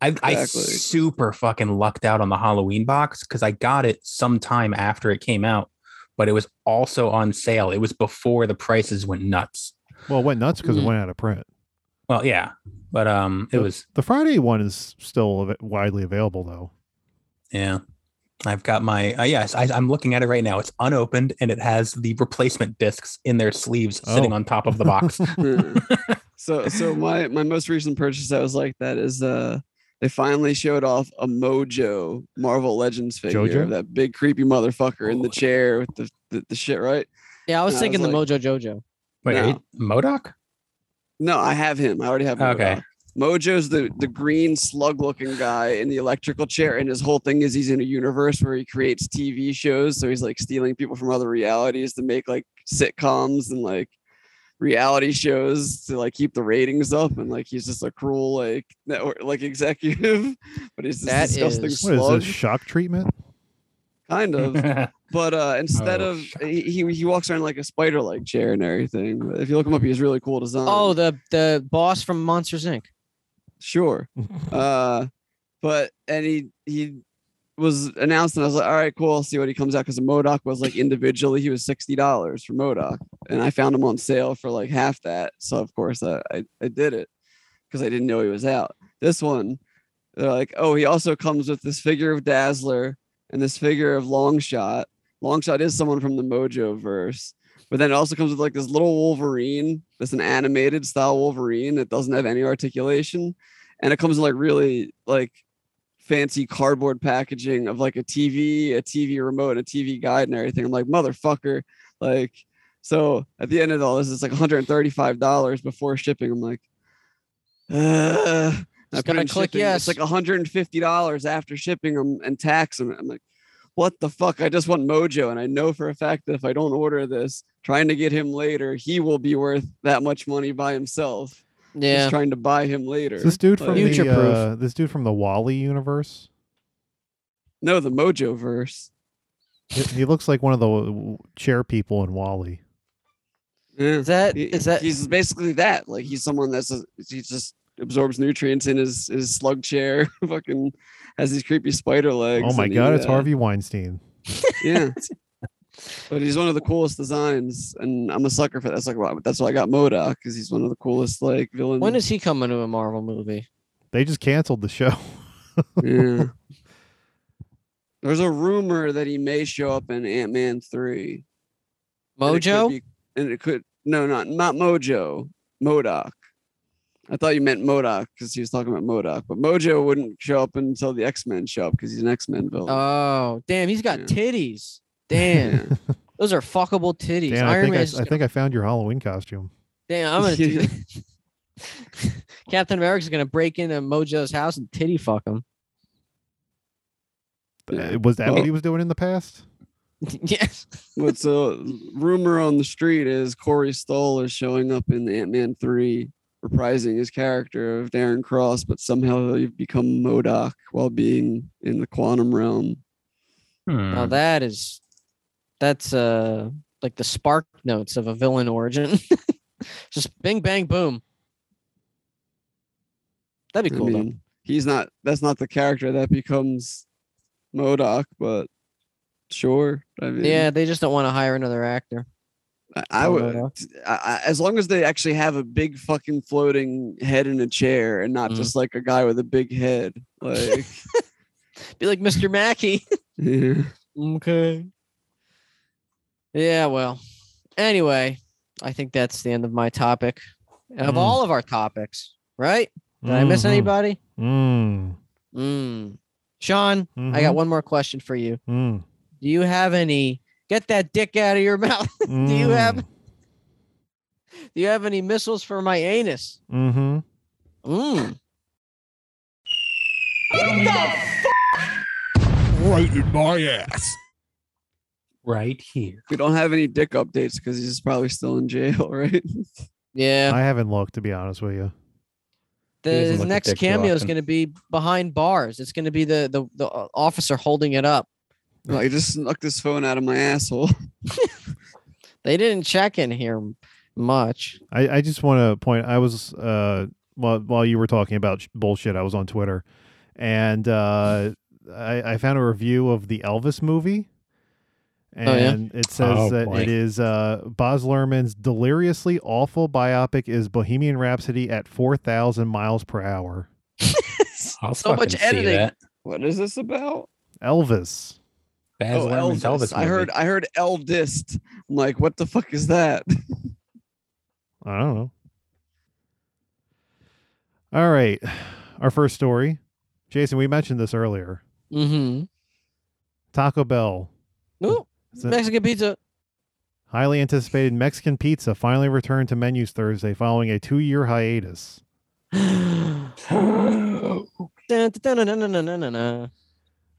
Speaker 5: I uh, I, I
Speaker 1: Exactly.
Speaker 5: super fucking lucked out on the Halloween box because I got it sometime after it came out, but it was also on sale. It was before the prices went nuts.
Speaker 6: Well, it went nuts because
Speaker 4: Mm.
Speaker 6: it went out of print.
Speaker 5: Well, yeah, but um, it was
Speaker 6: The Friday one is still av- widely available though.
Speaker 5: yeah. I've got my uh, yes. I, I'm looking at it right now. It's unopened and it has the replacement discs in their sleeves, sitting
Speaker 6: Oh.
Speaker 5: on top of the box.
Speaker 1: Yeah. so so my my most recent purchase that was like that is uh they finally showed off a Mojo Marvel Legends figure,
Speaker 6: Jojo?
Speaker 1: that big creepy motherfucker
Speaker 5: Oh.
Speaker 1: in the chair with the the, the shit right.
Speaker 4: Yeah, I was
Speaker 1: I was
Speaker 4: thinking
Speaker 1: like- um,
Speaker 4: the Mojo Jojo.
Speaker 5: Wait,
Speaker 1: No.
Speaker 5: are you- Modoc?
Speaker 1: No, I have him. I already have. Mojo.
Speaker 5: Okay.
Speaker 1: Mojo's the the green slug looking guy in the electrical chair, and his whole thing is he's in a universe where he creates TV shows. So he's like stealing people from other realities to make like sitcoms and like reality shows to like keep the ratings up. And like he's just a cruel like network like executive, but he's this
Speaker 4: That
Speaker 1: disgusting
Speaker 4: is-
Speaker 6: What is
Speaker 1: slug,
Speaker 6: this shock treatment?
Speaker 1: kind of. But uh instead
Speaker 5: Oh,
Speaker 1: of he, he he walks around like a spider like chair and everything. But If you look him up, he's really cool design.
Speaker 4: Oh, the the boss from Monsters Inc.
Speaker 1: sure uh but and he he was announced and i was like all right cool I'll see what he comes out because modoc was like individually he was $60 for modoc and i found him on sale for like half that so of course i i, I did it because i didn't know he was out this one they're like oh he also comes with this figure of dazzler and this figure of longshot longshot is someone from the mojo verse but then it also comes with like this little Wolverine, that's an animated style Wolverine that doesn't have any articulation. And it comes in like really like fancy cardboard packaging of like a TV, a TV remote, and a TV guide and everything. I'm like, motherfucker. Like, so at the end of all this, it's like $135 before shipping. I'm like, uh, I
Speaker 4: Just
Speaker 1: put
Speaker 4: gotta
Speaker 1: in
Speaker 4: click
Speaker 1: shipping,
Speaker 4: yes.
Speaker 1: It's like $150 after shipping 'em and tax 'em. I'm like, what the fuck? I just want Mojo, and I know for a fact that if I don't order this, trying to get him later, he will be worth that much money by himself.
Speaker 4: Yeah.
Speaker 1: Just trying to buy him later.
Speaker 6: Is this dude from
Speaker 1: Future
Speaker 6: the
Speaker 4: proof.
Speaker 6: uh, this dude from the Wally universe.
Speaker 1: no, the Mojo verse.
Speaker 6: He- He looks like one of the w- chair people in Wally.
Speaker 1: Yeah.
Speaker 4: Is that
Speaker 1: He-
Speaker 4: is that
Speaker 1: he's basically that? Like he's someone that's a, he just absorbs nutrients in his his slug chair. fucking has these creepy spider legs.
Speaker 6: Oh my
Speaker 1: and he,
Speaker 6: god, it's
Speaker 1: uh,
Speaker 6: Harvey Weinstein.
Speaker 1: Yeah. But he's one of the coolest designs, and I'm a sucker for that. That's like why that's why I got Modoc because he's one of the coolest like villains.
Speaker 4: when is he coming to a Marvel movie?
Speaker 6: They just canceled the show.
Speaker 1: yeah. There's a rumor that he may show up in Ant Man three. and it could
Speaker 4: Mojo?
Speaker 1: be- and it could no, not not Mojo, Modoc. I thought you meant Modoc because he was talking about Modoc, but Mojo wouldn't show up until the X Men show up because he's an X Men villain.
Speaker 4: Oh, damn, he's got
Speaker 1: Yeah.
Speaker 4: titties. Damn,
Speaker 1: Yeah.
Speaker 4: those are fuckable titties.
Speaker 6: Dan, I
Speaker 4: Iron
Speaker 6: think I,
Speaker 4: Man.
Speaker 6: s- I think I found your Halloween costume.
Speaker 4: Damn, I'm gonna do that. Captain America's gonna break into Mojo's house and titty fuck him.
Speaker 1: Yeah.
Speaker 6: Uh, Was that what
Speaker 1: Well-
Speaker 6: he was doing in the past?
Speaker 4: yes.
Speaker 1: What's a rumor on the street is Corey Stoll is showing up in Ant Man 3, reprising his character of Darren Cross, but somehow he'll become Modoc while being in the quantum realm.
Speaker 5: Hmm.
Speaker 4: Now that is, that's uh like the spark notes of a villain origin. Just bing bang boom. That'd be
Speaker 1: I
Speaker 4: cool though.
Speaker 1: mean, he's not, that's not the character that becomes Modoc, but sure. I mean,
Speaker 4: Yeah, they just don't want to hire another actor.
Speaker 1: I, I
Speaker 4: for
Speaker 1: would,
Speaker 4: Modoc.
Speaker 1: I, I- as long as they actually have a big fucking floating head in a chair and not
Speaker 4: Mhm.
Speaker 1: just like a guy with a big head. Like,
Speaker 4: Be like Mr. Mackey.
Speaker 1: yeah.
Speaker 4: Okay. Yeah, well. Anyway, I think that's the end of my topic. Of
Speaker 1: Hmm.
Speaker 6: Mm.
Speaker 4: all of our topics, right? Did I miss
Speaker 6: Mhm.
Speaker 4: anybody?
Speaker 6: Mm,
Speaker 4: Mm. Sean, I
Speaker 6: mhm,
Speaker 4: got one more question for you.
Speaker 6: mm,
Speaker 4: Do you have any get that dick out of your mouth? Do you have-
Speaker 6: mm,
Speaker 4: Do you have any missiles for my anus?
Speaker 6: mhm.
Speaker 4: Mm.
Speaker 7: Right in my ass.
Speaker 5: right here.
Speaker 1: We don't have any dick updates because he's probably still in jail, right?
Speaker 4: Yeah.
Speaker 6: I haven't looked to be honest with you.
Speaker 5: doesn't
Speaker 4: The
Speaker 5: look at
Speaker 4: next
Speaker 5: dick too
Speaker 4: cameo is
Speaker 5: often.
Speaker 4: going to be behind bars. It's going to be the, the the uh, officer holding it up.
Speaker 1: Like, I just snuck this phone out of my asshole.
Speaker 4: They didn't check in here m- much.
Speaker 6: I, I just want to point. I was uh while while you were talking about sh- bullshit, I was on Twitter, and uh, I I found a review of the Elvis movie, and
Speaker 4: yeah?
Speaker 6: it says
Speaker 5: Oh,
Speaker 6: that
Speaker 5: boy.
Speaker 6: it is uh Boz Luhrmann's deliriously awful biopic is Bohemian Rhapsody at four thousand miles per hour.
Speaker 5: I'll
Speaker 4: So much
Speaker 5: fucking see
Speaker 4: editing.
Speaker 5: that.
Speaker 1: What is this about? Oh,
Speaker 6: Elvis.
Speaker 5: Baz Luhrmann's Elvis
Speaker 1: I heard,
Speaker 5: movie.
Speaker 1: I heard Elvis. I'm like, what the fuck is that?
Speaker 6: I don't know. All right, our first story, Jason. We mentioned this earlier.
Speaker 4: Mm-hmm.
Speaker 6: Taco Bell
Speaker 4: Ooh,
Speaker 6: It's a-
Speaker 4: Mexican pizza.
Speaker 6: Highly anticipated Mexican pizza finally returned to menus Thursday following a two year hiatus.
Speaker 4: Dun, dun, dun, dun, dun, dun, dun, dun, dun.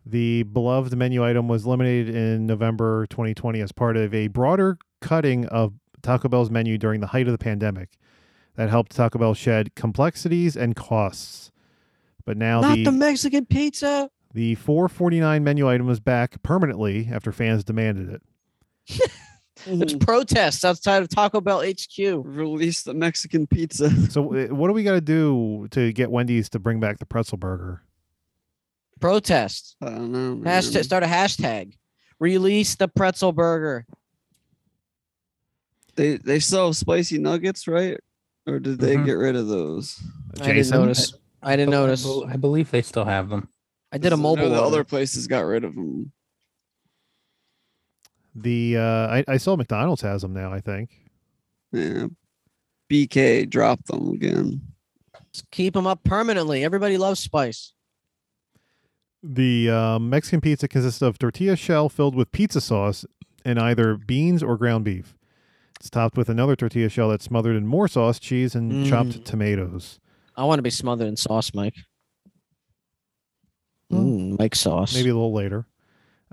Speaker 6: The beloved menu item was eliminated in November 2020 as part of a broader cutting of Taco Bell's menu during the height of the pandemic that helped Taco Bell shed complexities and costs. But now
Speaker 4: Not
Speaker 6: the,
Speaker 4: the Mexican pizza.
Speaker 6: the 449 menu item is back permanently after fans demanded it.
Speaker 4: There's protests outside of Taco Bell HQ.
Speaker 1: Release the Mexican pizza.
Speaker 6: So, uh, what do we got to do to get Wendy's to bring back the pretzel burger?
Speaker 4: Protest.
Speaker 1: I don't know. Man.
Speaker 4: Hashtag, start a hashtag. Release the pretzel burger.
Speaker 1: They they sell spicy nuggets, right? Or did they
Speaker 5: Mhm.
Speaker 1: get rid of those?
Speaker 4: I didn't
Speaker 6: Jason?
Speaker 4: notice. I didn't
Speaker 5: I
Speaker 4: notice.
Speaker 5: bel- I believe they still have them.
Speaker 4: I did a
Speaker 1: I know
Speaker 4: mobile.
Speaker 1: The
Speaker 4: order.
Speaker 1: other places got rid of them.
Speaker 6: The uh, I, I saw McDonald's has them now, I think.
Speaker 1: Yeah. BK dropped them again.
Speaker 4: Keep them up permanently. Everybody loves spice.
Speaker 6: The uh, Mexican pizza consists of tortilla shell filled with pizza sauce and either beans or ground beef. It's topped with another tortilla shell that's smothered in more sauce, cheese, and chopped tomatoes.
Speaker 4: I want to be smothered in sauce, Mike. Mm, Mike sauce.
Speaker 6: Maybe a little later.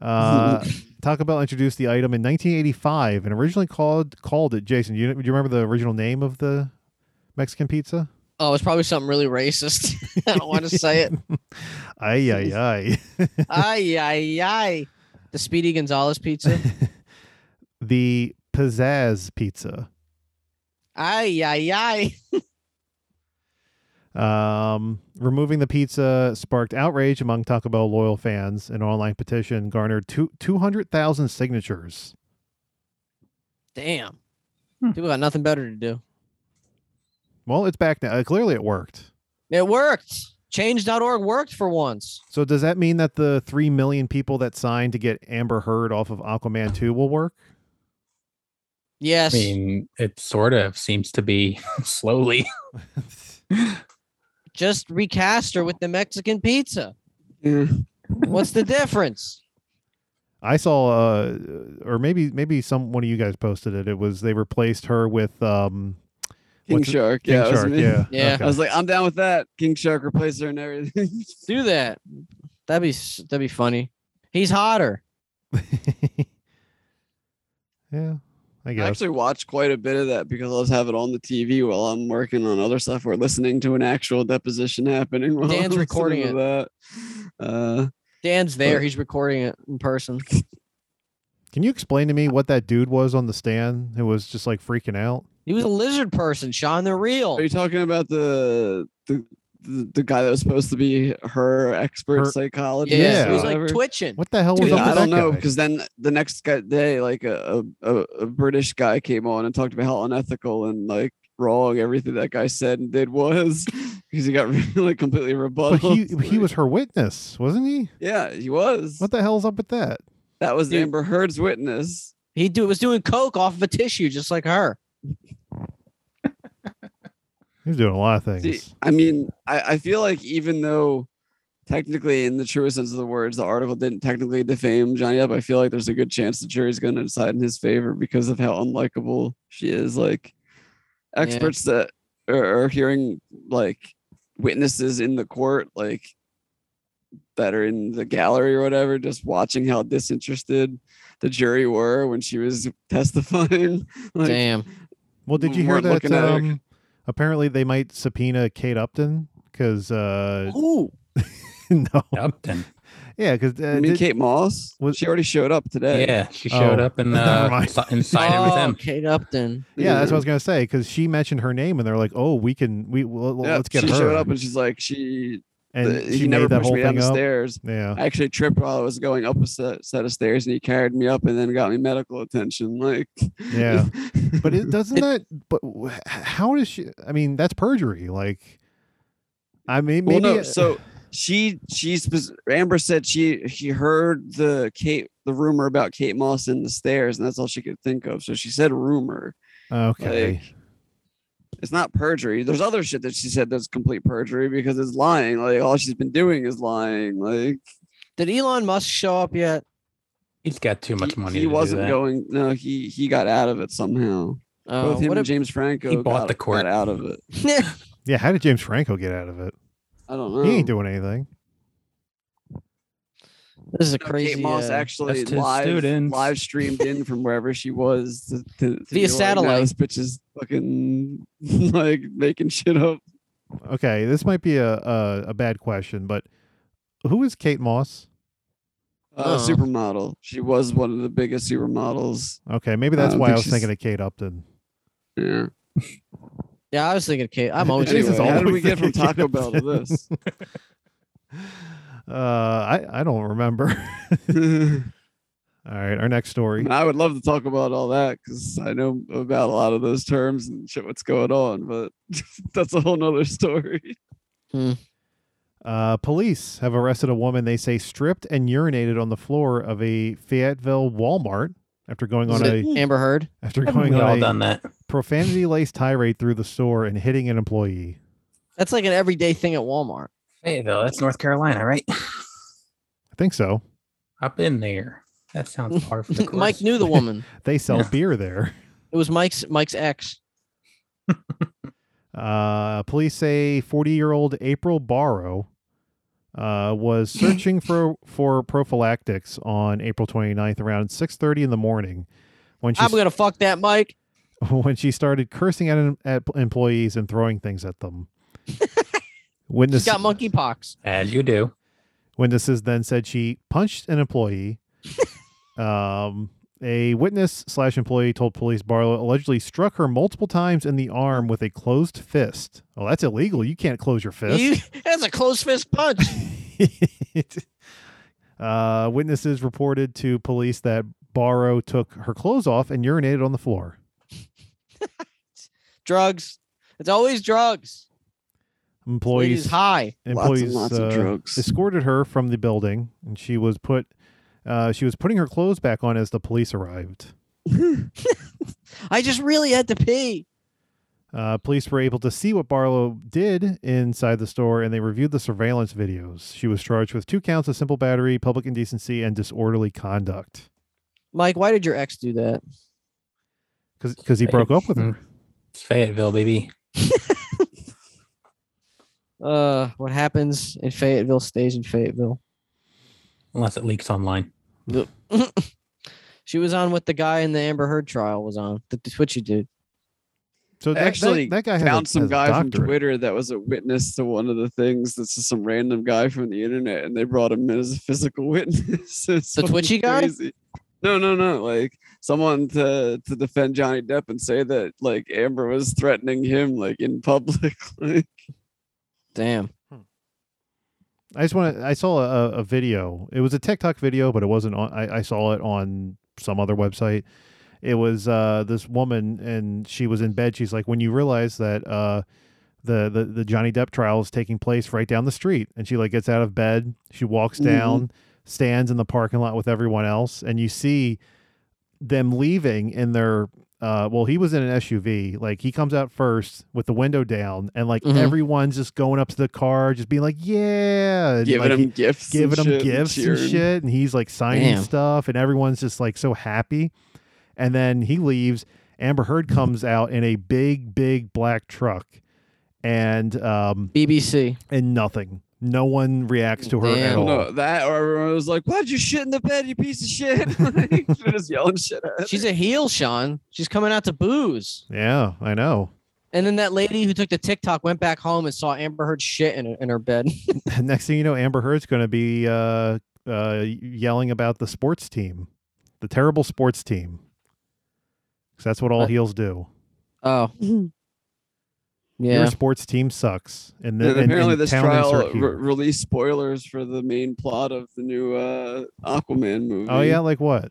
Speaker 6: Uh, Taco Bell introduced the item in 1985 and originally called called it Jason. Do you, do you remember the original name of the Mexican pizza?
Speaker 4: Oh, it's probably something really racist. I don't want to say it.
Speaker 6: Ay ay ay.
Speaker 4: Ay, ay, ay. The Speedy Gonzalez pizza.
Speaker 6: the Pizzazz pizza.
Speaker 4: Ay, ay, ay.
Speaker 6: Um, removing the pizza sparked outrage among Taco Bell loyal fans. An online petition garnered two, 200,000 signatures.
Speaker 4: Damn.
Speaker 5: Hmm.
Speaker 4: People got nothing better to do.
Speaker 6: Well, it's back now. Uh, clearly, it worked.
Speaker 4: It worked. Change.org worked for once.
Speaker 6: So, does that mean that the 3 million people that signed to get Amber Heard off of Aquaman 2 will work?
Speaker 4: Yes.
Speaker 5: I mean, it sort of seems to be slowly.
Speaker 4: Just recast her with the Mexican pizza.
Speaker 1: Yeah.
Speaker 4: What's the difference?
Speaker 6: I saw, uh, or maybe maybe some one of you guys posted it. It was they replaced her with um,
Speaker 1: King
Speaker 6: What's it-
Speaker 1: Shark.
Speaker 6: King
Speaker 1: yeah, that was
Speaker 6: Shark.
Speaker 1: me.
Speaker 6: Yeah,
Speaker 4: Yeah.
Speaker 1: I was like, I'm down with that. King Shark replacer and everything.
Speaker 4: Do that. That'd be s- that'd be funny. He's hotter.
Speaker 6: okay. yeah, I
Speaker 1: I
Speaker 6: guess.
Speaker 1: actually watch quite a bit of that because I'll just have it on the TV while I'm working on other stuff or listening to an actual deposition happening. While
Speaker 4: Dan's
Speaker 1: I'm
Speaker 4: recording
Speaker 1: listening to That. Uh,
Speaker 4: Dan's there.
Speaker 1: But-
Speaker 4: He's recording it in person.
Speaker 6: Can you explain to me what that dude was on the stand who was just like freaking out?
Speaker 4: He was a lizard person, Sean. They're real.
Speaker 1: are you talking about the the the the guy that was supposed to be her expert
Speaker 6: Her-
Speaker 1: psychologist?
Speaker 4: Yeah,
Speaker 6: Yeah.
Speaker 1: or
Speaker 4: he was like
Speaker 1: whatever?
Speaker 4: twitching.
Speaker 6: What the hell was
Speaker 1: Yeah,
Speaker 6: up with
Speaker 1: I don't
Speaker 6: that
Speaker 1: know
Speaker 6: guy?
Speaker 1: because then the next guy, day, like a, a a- a British guy came on and talked about how unethical and like wrong everything that guy said and did was because he got really completely
Speaker 6: but
Speaker 1: rebutted.
Speaker 6: he he was her witness, wasn't he?
Speaker 1: yeah, he was.
Speaker 6: What the hell's up with that?
Speaker 1: That was
Speaker 4: Dude.
Speaker 1: Amber Heard's witness.
Speaker 4: He do, was doing coke off of a tissue, just like her.
Speaker 6: He was doing a lot of things.
Speaker 1: See, I mean, I, I feel like even though technically, in the truest sense of the words, the article didn't technically defame Johnny Depp, I feel like there's a good chance the jury's going to decide in his favor because of how unlikable she is. Like, experts that are, are hearing like witnesses in the court, like that are in the gallery or whatever, just watching how disinterested the jury were when she was testifying. like,
Speaker 4: Damn.
Speaker 6: Well, did you hear
Speaker 1: Mm, weren't
Speaker 6: that?
Speaker 1: looking at her.
Speaker 6: Um, apparently, they might subpoena Kate Upton because uh,
Speaker 4: Ooh.
Speaker 6: no,
Speaker 5: Upton.
Speaker 6: yeah, because uh,
Speaker 1: I mean,
Speaker 6: did-
Speaker 1: Kate Moss,
Speaker 6: was-
Speaker 1: she already showed up today.
Speaker 5: Yeah, she showed
Speaker 6: Oh,
Speaker 5: up and
Speaker 6: never
Speaker 5: uh,
Speaker 6: mind.
Speaker 5: si- and sided with
Speaker 4: Oh,
Speaker 5: him.
Speaker 4: Kate Upton.
Speaker 6: yeah, that's what I was gonna say because she mentioned her name and they're like, oh, we can, we well,
Speaker 1: Yep,
Speaker 6: let's get
Speaker 1: she
Speaker 6: her.
Speaker 1: showed up and she's like, she,
Speaker 6: and
Speaker 1: uh,
Speaker 6: she
Speaker 1: he never
Speaker 6: made that
Speaker 1: pushed
Speaker 6: whole
Speaker 1: me down
Speaker 6: thing
Speaker 1: the
Speaker 6: up.
Speaker 1: stairs.
Speaker 6: Yeah,
Speaker 1: I actually tripped while I was going up a set, set of stairs, and he carried me up and then got me medical attention. Like,
Speaker 6: Yeah. but it doesn't that. But wh- how does she? I mean, that's perjury. Like, I mean,
Speaker 1: well,
Speaker 6: maybe
Speaker 1: no. So she, she, spec- Amber said she, she heard the Kate, the rumor about Kate Moss in the stairs, and that's all she could think of. So she said rumor.
Speaker 6: okay.
Speaker 1: Like, it's not perjury. There's other shit that she said that's complete perjury because it's lying. Like all she's been doing is lying. Like
Speaker 4: Did Elon Musk show up yet?
Speaker 5: He's got too much
Speaker 1: he,
Speaker 5: money.
Speaker 1: he
Speaker 5: to do
Speaker 1: wasn't
Speaker 5: that. Uh,
Speaker 1: going. No, he he got out of it somehow.
Speaker 4: Oh,
Speaker 1: Both him
Speaker 4: what
Speaker 1: and
Speaker 4: a,
Speaker 1: James Franco
Speaker 5: he bought
Speaker 1: got,
Speaker 5: the court.
Speaker 1: got out of it.
Speaker 6: yeah, how did James Franco get out of it?
Speaker 1: I don't know.
Speaker 6: He ain't doing anything.
Speaker 4: this is a
Speaker 1: You know,
Speaker 4: crazy.
Speaker 1: Kate Moss
Speaker 4: uh,
Speaker 1: actually
Speaker 5: That's his
Speaker 1: live,
Speaker 5: students.
Speaker 1: live streamed in from wherever she was to, to, to
Speaker 4: Via
Speaker 1: be like, "Nah,
Speaker 4: satellite."
Speaker 1: this bitch is fucking like making shit up.
Speaker 6: Okay, this might be a a, a bad question, but who is Kate Moss?
Speaker 1: Uh,
Speaker 5: Oh.
Speaker 4: Uh-huh.
Speaker 1: Supermodel. She was one of the biggest supermodels.
Speaker 6: Okay, maybe that's
Speaker 5: Um,
Speaker 1: don't
Speaker 6: why I
Speaker 1: think
Speaker 6: was
Speaker 1: she's-
Speaker 6: thinking of Kate Upton.
Speaker 1: Yeah.
Speaker 4: yeah, I was thinking Kate. I'm always
Speaker 1: Jesus,
Speaker 4: thinking
Speaker 1: how
Speaker 4: Kate.
Speaker 1: did we
Speaker 6: always
Speaker 1: get from
Speaker 6: thinking
Speaker 1: Taco
Speaker 6: of
Speaker 1: Bell to this?
Speaker 6: Uh, I I don't remember.
Speaker 1: I
Speaker 6: All right, our next story.
Speaker 1: mean, I would love to talk about all that because I know about a lot of those terms and shit what's going on, but that's a whole nother story.
Speaker 6: Uh, police have arrested a woman they say stripped and urinated on the floor of a Fayetteville Walmart after going
Speaker 4: Is
Speaker 6: on
Speaker 4: it
Speaker 6: a
Speaker 4: Amber Heard.
Speaker 6: after
Speaker 5: Haven't
Speaker 6: going
Speaker 5: we all
Speaker 6: on a
Speaker 5: done that.
Speaker 6: profanity laced tirade through the store and hitting an employee.
Speaker 4: That's like an everyday thing at Walmart.
Speaker 5: Hey, though, that's North Carolina, right?
Speaker 6: I think so.
Speaker 5: I've been there. That sounds par for the course.
Speaker 4: Mike knew the woman.
Speaker 6: They sell
Speaker 5: Yeah.
Speaker 6: beer there.
Speaker 4: It was Mike's Mike's ex.
Speaker 6: Uh, police say 40 year old April Barrow uh, was searching for for prophylactics on April 29th around 6:30 in the morning when she
Speaker 4: I'm gonna fuck that Mike.
Speaker 6: when she started cursing at, em- at employees and throwing things at them. Witness,
Speaker 4: He's got monkeypox.
Speaker 5: As you do.
Speaker 6: witnesses then said she punched an employee. um, a witness slash employee told police Barlow allegedly struck her multiple times in the arm with a closed fist. Oh, that's illegal. You can't close your fist.
Speaker 4: You, that's a close fist punch.
Speaker 6: uh, witnesses reported to police that Barrow took her clothes off and urinated on the floor.
Speaker 4: drugs. It's always drugs. Ladies
Speaker 6: Employees,
Speaker 4: high.
Speaker 1: Lots
Speaker 6: employees
Speaker 1: and lots of
Speaker 6: uh,
Speaker 1: drugs.
Speaker 6: escorted her from the building, and she was put. Uh, she was putting her clothes back on as the police arrived.
Speaker 4: I just really had to pee.
Speaker 6: Uh, police were able to see what Barlow did inside the store and they reviewed the surveillance videos. She was charged with two counts of simple battery, public indecency, and disorderly conduct
Speaker 4: Mike, why did your ex do that?
Speaker 6: because he broke up with her.
Speaker 5: It's Fayetteville, baby.
Speaker 4: Uh, what happens in Fayetteville stays in Fayetteville.
Speaker 5: Unless it leaks online.
Speaker 4: She was on what the guy in the Amber Heard trial was on, the, the twitchy dude.
Speaker 6: So that, that-
Speaker 1: Actually,
Speaker 6: that, guy has
Speaker 1: Found
Speaker 6: a,
Speaker 1: some
Speaker 6: has a
Speaker 1: guy from
Speaker 6: doctorate.
Speaker 1: Twitter that was a witness to one of the things. This is some random guy from the internet, and they brought him in as a physical witness. It's
Speaker 4: The
Speaker 1: fucking
Speaker 4: twitchy guy?
Speaker 1: crazy. No, no, no. Like someone to to defend Johnny Depp and say that like Amber was threatening him like in public. Like,
Speaker 4: Damn.
Speaker 6: I just want to. I saw a, a video. It was a TikTok video, but it wasn't on. I, I saw it on some other website. It was uh, this woman, and she was in bed. She's like, when you realize that uh, the, the the Johnny Depp trial is taking place right down the street, and she like gets out of bed, she walks
Speaker 1: Mhm.
Speaker 6: down, stands in the parking lot with everyone else, and you see them leaving in their. Uh, well, he was in an SUV. Like he comes out first with the window down, and like
Speaker 1: Mm-hmm.
Speaker 4: Mhm.
Speaker 6: everyone's just going up to the car, just being like, "Yeah!" and,
Speaker 1: giving
Speaker 6: like,
Speaker 1: him gifts, and
Speaker 6: giving him
Speaker 1: shit
Speaker 6: gifts and
Speaker 1: cheering.
Speaker 6: shit, and he's like signing
Speaker 4: Damn.
Speaker 6: stuff, and everyone's just like so happy. And then he leaves. Amber Heard comes out in a big, big black truck, and um
Speaker 4: BBC.
Speaker 6: and nothing. No one reacts to her at
Speaker 4: Damn.
Speaker 1: Oh,
Speaker 6: all.
Speaker 1: no, that or everyone was like, "Why'd you shit in the bed, you piece of shit?" like, they're just yelling shit at. her.
Speaker 4: She's a heel, Sean. She's coming out to booze.
Speaker 6: Yeah, I know.
Speaker 4: And then that lady who took the TikTok went back home and saw Amber Heard shit in, in her bed.
Speaker 6: Next thing you know, Amber Heard's going to be uh, uh, yelling about the sports team, the terrible sports team. 'Cause that's what all
Speaker 4: What?
Speaker 6: heels do.
Speaker 4: Oh.
Speaker 6: Your
Speaker 4: Yeah.
Speaker 6: sports team sucks, and,
Speaker 1: And
Speaker 6: then
Speaker 1: apparently, this
Speaker 6: town
Speaker 1: trial
Speaker 6: insert
Speaker 1: re-
Speaker 6: here.
Speaker 1: released spoilers for the main plot of the new uh, Aquaman movie.
Speaker 6: Oh yeah, like what?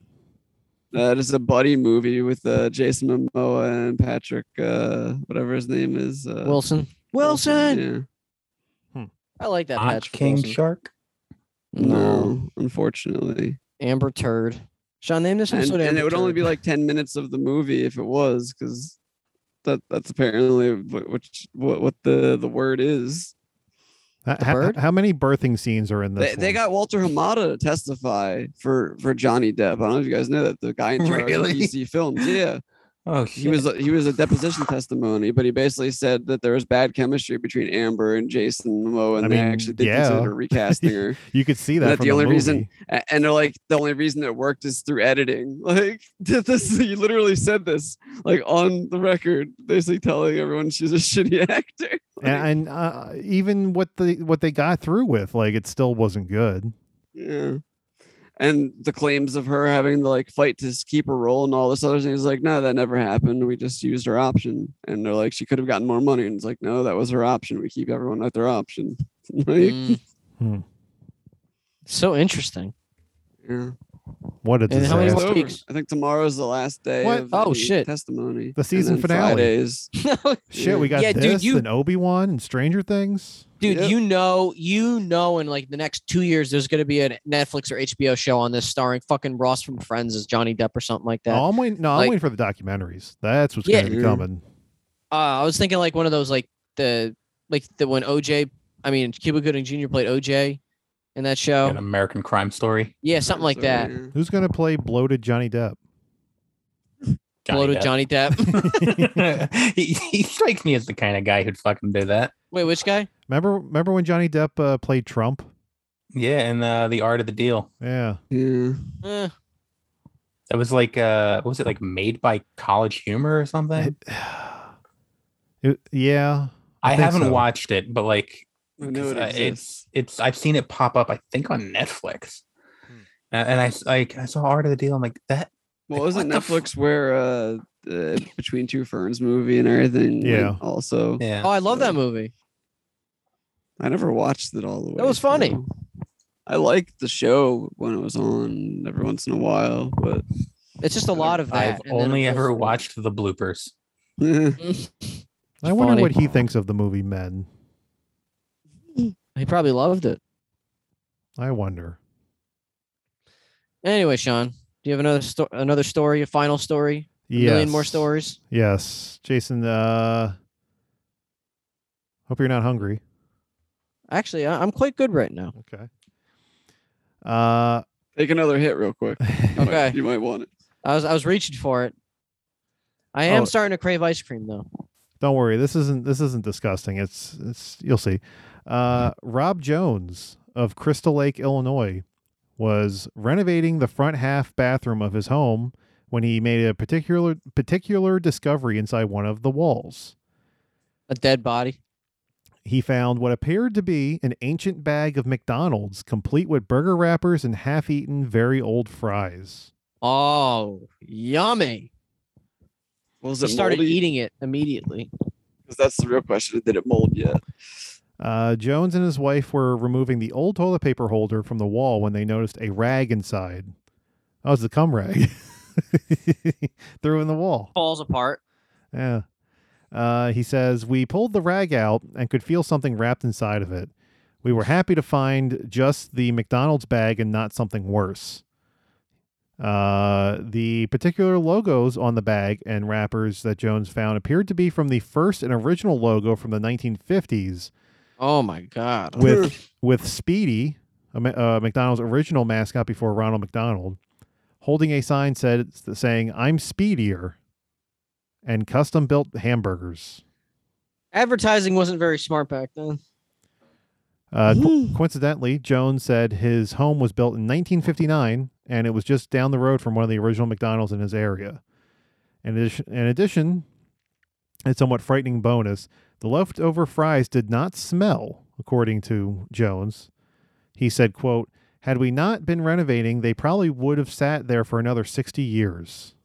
Speaker 1: that is a buddy movie with uh, Jason Momoa and Patrick, uh, whatever his name is. Uh,
Speaker 4: Wilson. Wilson. I like that. Patrick
Speaker 5: Hotch King
Speaker 4: Wilson.
Speaker 5: Shark.
Speaker 1: Yeah.
Speaker 4: No.
Speaker 1: No, unfortunately,
Speaker 4: Amber Turd. Sean, name this
Speaker 1: and,
Speaker 4: episode.
Speaker 1: and
Speaker 4: Amber
Speaker 1: it would only
Speaker 4: Turd.
Speaker 1: be like ten minutes of the movie if it was, because that that's apparently what which, what, what the the word is.
Speaker 6: H-
Speaker 4: The
Speaker 6: how,
Speaker 4: bird?
Speaker 6: how many birthing scenes are in this?
Speaker 1: They, they
Speaker 6: one?
Speaker 1: got Walter Hamada to testify for for Johnny Depp. I don't know if you guys know that the guy in charge
Speaker 5: Really?
Speaker 1: of DC Films. Yeah,
Speaker 5: Oh,
Speaker 1: he was a, he was a deposition testimony, but he basically said that there was bad chemistry between Amber and Jason Momoa, and
Speaker 6: I
Speaker 1: they
Speaker 6: mean,
Speaker 1: actually did
Speaker 6: yeah.
Speaker 1: consider recasting her.
Speaker 6: you could see that.
Speaker 1: that
Speaker 6: from
Speaker 1: the only reason-
Speaker 6: movie.
Speaker 1: A- and they're like, the only reason it worked is through editing. Like this, he literally said this like on the record, basically telling everyone she's a shitty actor. Like,
Speaker 6: and, and uh, even what the what they got through with, like it still wasn't good.
Speaker 1: Yeah. And the claims of her having to like fight to s- keep her role and all this other thing is like, no, that never happened. We just used her option. And they're like, she could have gotten more money. And it's like, no, that was her option. We keep everyone at their option. like,
Speaker 4: Mm.
Speaker 6: Hmm.
Speaker 4: So interesting.
Speaker 1: yeah.
Speaker 6: What a
Speaker 4: And how many
Speaker 1: It's
Speaker 4: more
Speaker 6: disaster!
Speaker 1: over.
Speaker 4: weeks?
Speaker 1: I think tomorrow's the last day.
Speaker 6: What?
Speaker 1: Of
Speaker 4: Oh,
Speaker 1: the
Speaker 4: shit.
Speaker 1: Testimony.
Speaker 6: The season
Speaker 1: and then
Speaker 6: finale.
Speaker 1: Fridays.
Speaker 6: Shit, we got
Speaker 4: Yeah, dude,
Speaker 6: this
Speaker 4: you-
Speaker 6: and Obi Wan and Stranger Things.
Speaker 4: Dude,
Speaker 1: Yep.
Speaker 4: you know, you know, in like the next two years, there's going to be a Netflix or HBO show on this starring fucking Ross from Friends as Johnny Depp or something like that.
Speaker 6: no, I'm waiting. No, I'm
Speaker 4: like-
Speaker 6: waiting for the documentaries. That's what's
Speaker 4: Yeah.
Speaker 6: going to be
Speaker 1: Yeah.
Speaker 6: coming.
Speaker 4: Uh, I was thinking like one of those like the like the when OJ, I mean Cuba Gooding Jr. played OJ in that
Speaker 1: oh.
Speaker 4: show.
Speaker 5: an American crime story.
Speaker 4: Yeah, something like
Speaker 1: So,
Speaker 4: that.
Speaker 1: yeah.
Speaker 6: Who's going to play bloated Johnny Depp?
Speaker 4: Bloated Johnny Depp.
Speaker 5: Depp. he, he strikes me as the kind of guy who'd fucking do that.
Speaker 4: Wait, which guy?
Speaker 6: Remember, remember when Johnny Depp uh, played Trump?
Speaker 5: Yeah, and uh, the art of the deal.
Speaker 6: Yeah,
Speaker 1: Yeah.
Speaker 4: Eh,
Speaker 5: That was like, uh, what was it like made by College Humor or something?
Speaker 6: It- yeah.
Speaker 5: I,
Speaker 6: think
Speaker 5: haven't
Speaker 6: so.
Speaker 5: watched it, but like,
Speaker 1: I know
Speaker 5: 'cause,
Speaker 1: it
Speaker 5: uh,
Speaker 1: exists.
Speaker 5: it's it's I've seen it pop up. I think on Netflix,
Speaker 4: Hmm.
Speaker 5: A- and I s- like I saw art of the deal. I'm like that.
Speaker 1: Well,
Speaker 5: like,
Speaker 1: wasn't
Speaker 5: what the f-
Speaker 1: Netflix where uh, the Between Two Ferns movie and everything? like,
Speaker 6: Yeah.
Speaker 1: also,
Speaker 5: Yeah,
Speaker 4: Oh, I love that movie.
Speaker 1: I never watched it all the way.
Speaker 4: That was funny.
Speaker 1: through. I liked the show when it was on every once in a while, but
Speaker 4: It's just a lot of that.
Speaker 5: I've
Speaker 4: and then, of
Speaker 5: only
Speaker 4: course,
Speaker 5: ever
Speaker 4: you know.
Speaker 5: watched the bloopers.
Speaker 6: I wonder
Speaker 4: Funny.
Speaker 6: what he thinks of the movie Men.
Speaker 4: He probably loved it.
Speaker 6: I wonder.
Speaker 4: Anyway, Sean, do you have another sto- another story, a final story, a
Speaker 6: Yeah.
Speaker 4: million more stories?
Speaker 6: Yes, Jason. Uh, Hope you're not hungry.
Speaker 4: Actually, I- I'm quite good right now.
Speaker 6: Okay. Uh,
Speaker 1: Take another hit real quick. You might-
Speaker 4: Okay.
Speaker 1: You might want it.
Speaker 4: I was I was reaching for it. I am
Speaker 6: Oh.
Speaker 4: starting to crave ice cream though.
Speaker 6: Don't worry, this isn't this isn't disgusting. It's it's you'll see. Uh, Rob Jones of Crystal Lake, Illinois, was renovating the front half bathroom of his home when he made a particular particular discovery inside one of the walls.
Speaker 4: A dead body.
Speaker 6: He found what appeared to be an ancient bag of McDonald's, complete with burger wrappers and half-eaten, very old fries.
Speaker 4: Oh, yummy!
Speaker 1: Was
Speaker 4: He
Speaker 1: it
Speaker 4: started
Speaker 1: moldy?
Speaker 4: eating it immediately.
Speaker 1: 'Cause that's the real question. Did it mold yet?
Speaker 6: Uh, Jones and his wife were removing the old toilet paper holder from the wall when they noticed a rag inside. Oh, it's the cum rag. Threw in the wall.
Speaker 4: Falls apart.
Speaker 6: Yeah. Uh, he says, We pulled the rag out and could feel something wrapped inside of it. We were happy to find just the McDonald's bag and not something worse. Uh, the particular logos on the bag and wrappers that Jones found appeared to be from the first and original logo from the 1950s,
Speaker 4: Oh my god!
Speaker 6: with with Speedy, a Ma- uh, McDonald's original mascot before Ronald McDonald, holding a sign said saying "I'm speedier," and custom built hamburgers.
Speaker 4: Advertising wasn't very smart back then.
Speaker 6: Uh, co- coincidentally, Jones said his home was built in 1959, and it was just down the road from one of the original McDonald's in his area. In addition, in addition, a somewhat frightening bonus: the leftover fries did not smell, according to Jones. He said, "quote Had we not been renovating, they probably would have sat there for another 60 years."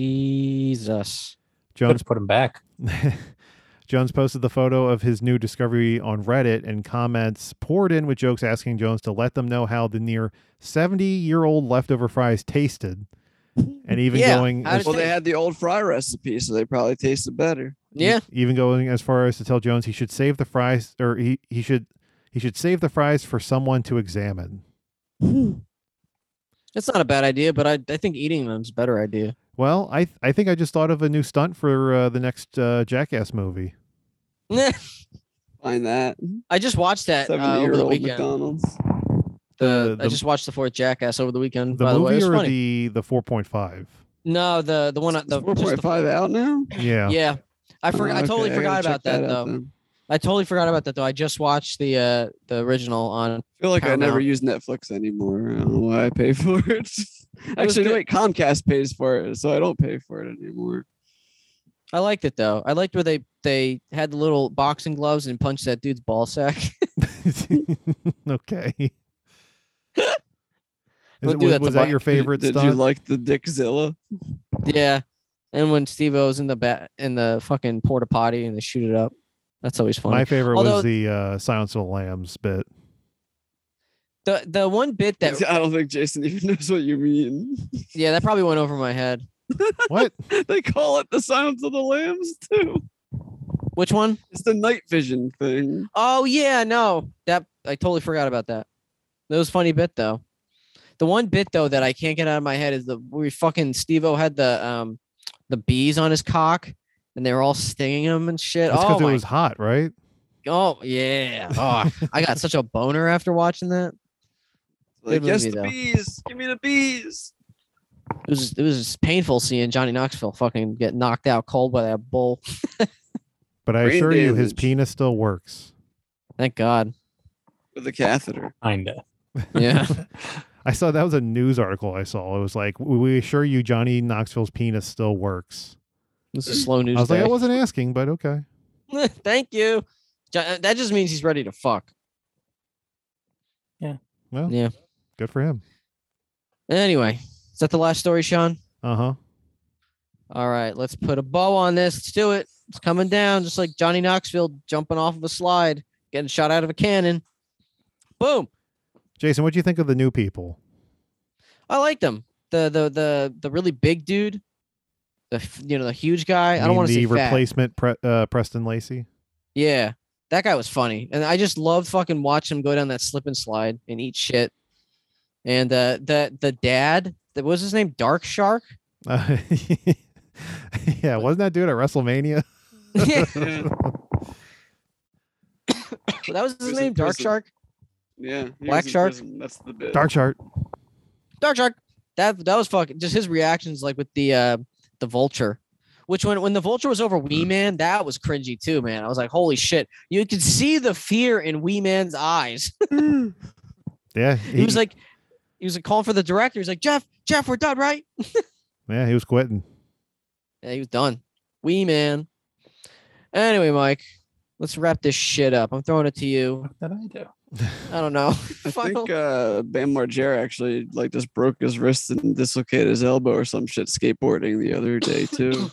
Speaker 4: Jesus.
Speaker 6: Jones
Speaker 5: Let's put him back.
Speaker 6: Jones posted the photo of his new discovery on Reddit, and comments poured in with jokes asking Jones to let them know how the near 70 year old leftover fries tasted. And even
Speaker 4: Yeah,
Speaker 6: going
Speaker 4: how
Speaker 6: as,
Speaker 1: Well,
Speaker 4: did
Speaker 1: they had the old fry recipe, so they probably tasted better.
Speaker 4: Yeah.
Speaker 6: even going as far as to tell Jones he should save the fries or he, he should he should save the fries for someone to examine.
Speaker 4: Hmm. That's not a bad idea, but I, I think eating them's a better idea.
Speaker 6: Well, I th- I think I just thought of a new stunt for uh, the next uh, Jackass movie.
Speaker 1: Find that.
Speaker 4: I just watched that uh, over Uh, the
Speaker 1: Seventy-year-old
Speaker 4: weekend.
Speaker 1: McDonald's.
Speaker 4: The,
Speaker 6: The-
Speaker 4: I just watched the fourth Jackass over the weekend.
Speaker 6: The
Speaker 4: Mm, by the way, it
Speaker 6: movie
Speaker 4: was
Speaker 6: or
Speaker 4: funny.
Speaker 6: the the 4.5?
Speaker 4: no the the one I-
Speaker 1: Is
Speaker 4: the, just the
Speaker 1: 4.5 out now.
Speaker 6: Yeah.
Speaker 4: yeah. I forgot. I
Speaker 1: Oh,
Speaker 4: totally
Speaker 1: okay, gotta
Speaker 4: forgot
Speaker 1: check
Speaker 4: about that,
Speaker 1: out
Speaker 4: though.
Speaker 1: then.
Speaker 4: I totally forgot about that though. I just watched the uh the original on.
Speaker 1: I feel like I never
Speaker 4: Paramount.
Speaker 1: use Netflix anymore. I don't know why I pay for it. Actually, no,
Speaker 4: good.
Speaker 1: wait, Comcast pays for it, so I don't pay for it anymore.
Speaker 4: I liked it though. I liked where they they had the little boxing gloves and punched that dude's ball sack.
Speaker 6: okay. Is
Speaker 4: We'll
Speaker 6: it,
Speaker 4: do
Speaker 6: was
Speaker 4: that
Speaker 6: was that
Speaker 4: tomorrow.
Speaker 6: your
Speaker 1: Did-
Speaker 6: favorite
Speaker 1: Did, you
Speaker 6: stunt?
Speaker 1: like the Dickzilla?
Speaker 4: yeah. And when Steve O's in the bat in the fucking porta potty and they shoot it up. That's always funny.
Speaker 6: My favorite
Speaker 4: Although-
Speaker 6: was the uh, Silence of the Lambs bit.
Speaker 4: the the one bit that
Speaker 1: I don't think Jason even knows what you mean.
Speaker 4: yeah, that probably went over my head.
Speaker 6: What?
Speaker 1: they call it the Silence of the Lambs too.
Speaker 4: Which one?
Speaker 1: It's the night vision thing.
Speaker 4: Oh yeah, no. That I totally forgot about that. That was a funny bit though. The one bit though that I can't get out of my head is the we fucking Steve O had the um the bees on his cock and they were all stinging him and shit.
Speaker 6: That's
Speaker 4: oh
Speaker 6: because
Speaker 4: my
Speaker 6: it was Ah. hot, right?
Speaker 4: Oh yeah. Oh, I got such a boner after watching that.
Speaker 1: Like,
Speaker 4: Good
Speaker 1: yes,
Speaker 4: movie,
Speaker 1: the
Speaker 4: though.
Speaker 1: bees. Give me the bees.
Speaker 4: It was it was just painful seeing Johnny Knoxville fucking get knocked out cold by that bull.
Speaker 6: But I
Speaker 1: Brain
Speaker 6: assure you, his
Speaker 1: damage.
Speaker 6: penis still works.
Speaker 4: Thank God.
Speaker 1: With a catheter.
Speaker 5: Kinda.
Speaker 4: Yeah.
Speaker 6: I saw that was a news article I saw. It was like, "We- we assure you, Johnny Knoxville's penis still works.
Speaker 4: This is slow news.
Speaker 6: I was like,
Speaker 4: day.
Speaker 6: I wasn't asking, but okay.
Speaker 4: Thank you. Jo- uh, That just means he's ready to fuck.
Speaker 6: Well,
Speaker 4: Yeah.
Speaker 6: good for him.
Speaker 4: Anyway, is that the last story, Sean?
Speaker 6: Uh huh.
Speaker 4: All right, let's put a bow on this. Let's do it. It's coming down, just like Johnny Knoxville jumping off of a slide, getting shot out of a cannon. Boom.
Speaker 6: Jason, what do you think of the new people?
Speaker 4: I liked him. The the the the really big dude, the f- you know the huge guy. I
Speaker 6: mean
Speaker 4: don't want to
Speaker 6: the
Speaker 4: see
Speaker 6: replacement Pre- uh, Preston Lacey.
Speaker 4: Yeah, that guy was funny, and I just loved fucking watching him go down that slip and slide and eat shit. And uh, the the dad, that was his name, Dark Shark.
Speaker 6: Uh, yeah, wasn't that dude at WrestleMania?
Speaker 4: yeah,
Speaker 1: Yeah.
Speaker 4: Well, that was his
Speaker 1: There's a-
Speaker 4: name, Dark
Speaker 1: there's a-
Speaker 4: Shark.
Speaker 1: Yeah. he
Speaker 4: Black
Speaker 1: was in
Speaker 4: Shark?
Speaker 1: prison, That's the bit.
Speaker 6: Dark Shark.
Speaker 4: Dark Shark. That that was fucking just his reactions like with the uh the vulture. Which when when the vulture was over
Speaker 1: Mm.
Speaker 4: Wee Man, that was cringy too, man. I was like, holy shit. You could see the fear in Wee Man's eyes.
Speaker 6: Yeah,
Speaker 4: he was like he was like calling for the director. He's like, Jeff, Jeff, we're done, right?
Speaker 6: yeah, he was quitting.
Speaker 4: Yeah, he was done. Wee Man. Anyway, Mike, let's wrap this shit up. I'm throwing it to you.
Speaker 5: What did I do?
Speaker 4: I don't know.
Speaker 1: I
Speaker 4: Final-
Speaker 1: think uh, Bam Margera actually like just broke his wrist and dislocated his elbow or some shit skateboarding the other day too.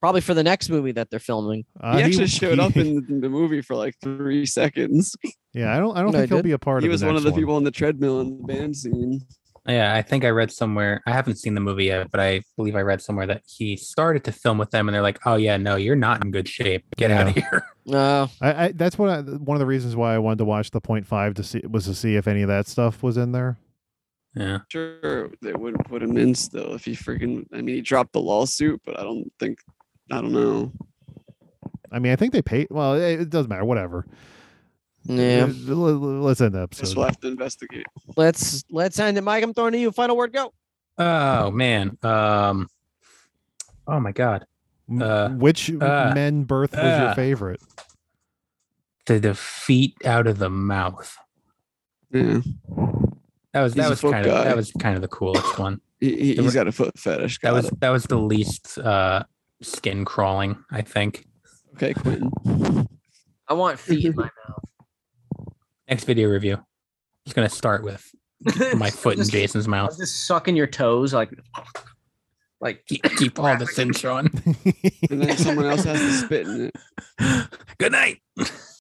Speaker 4: Probably for the next movie that they're filming.
Speaker 6: Uh,
Speaker 1: he actually showed up
Speaker 6: he-
Speaker 1: in the- the movie for like three seconds.
Speaker 6: Yeah, I don't. I don't
Speaker 4: No,
Speaker 6: think
Speaker 4: he
Speaker 6: he'll
Speaker 4: did.
Speaker 6: be a part
Speaker 1: He
Speaker 6: of.
Speaker 1: was
Speaker 6: the
Speaker 1: one
Speaker 6: next
Speaker 1: of the people on the treadmill in the band scene.
Speaker 5: Yeah, I think I read somewhere. I haven't seen the movie yet, but I believe I read somewhere that he started to film with them, and they're like, "Oh yeah, no, you're not in good shape. Get out of here."
Speaker 4: No.
Speaker 6: I, I that's what I, one of the reasons why I wanted to watch the point five to see was to see if any of that stuff was in there.
Speaker 5: Yeah,
Speaker 1: Sure, they would have put him in still if he freaking. I mean, he dropped the lawsuit, but I don't think. I don't know.
Speaker 6: I mean, I think they paid. Well, it, it doesn't matter. Whatever.
Speaker 4: Yeah.
Speaker 6: L- l- l- Let's end the
Speaker 1: Just
Speaker 6: episode.
Speaker 1: we'll have to investigate.
Speaker 4: Let's let's end it, Mike. I'm throwing it to you. Final word go.
Speaker 5: Oh man. Um. Oh my God.
Speaker 6: M-
Speaker 5: Uh,
Speaker 6: Which
Speaker 5: uh,
Speaker 6: men birth was your
Speaker 5: uh.
Speaker 6: favorite?
Speaker 5: The, the feet out of the mouth.
Speaker 1: Yeah,
Speaker 5: That was
Speaker 1: He's
Speaker 5: that
Speaker 1: a
Speaker 5: was
Speaker 1: foot
Speaker 5: kind of
Speaker 1: guy.
Speaker 5: that was kind of the coolest one.
Speaker 1: he, he,
Speaker 5: There
Speaker 1: he's
Speaker 5: were-
Speaker 1: got a foot fetish.
Speaker 5: That
Speaker 1: got
Speaker 5: was
Speaker 1: it.
Speaker 5: that was the least uh skin crawling. I think.
Speaker 1: okay, Quentin.
Speaker 4: I want feet in my
Speaker 5: Next video review. I'm just gonna start with
Speaker 4: mouth.
Speaker 5: my foot in
Speaker 4: Just-
Speaker 5: Jason's
Speaker 4: I
Speaker 5: mouth.
Speaker 4: was just sucking your toes, like, like
Speaker 5: Keep, keep all this in, Sean.
Speaker 1: And then someone else has to spit in it.
Speaker 5: Good night.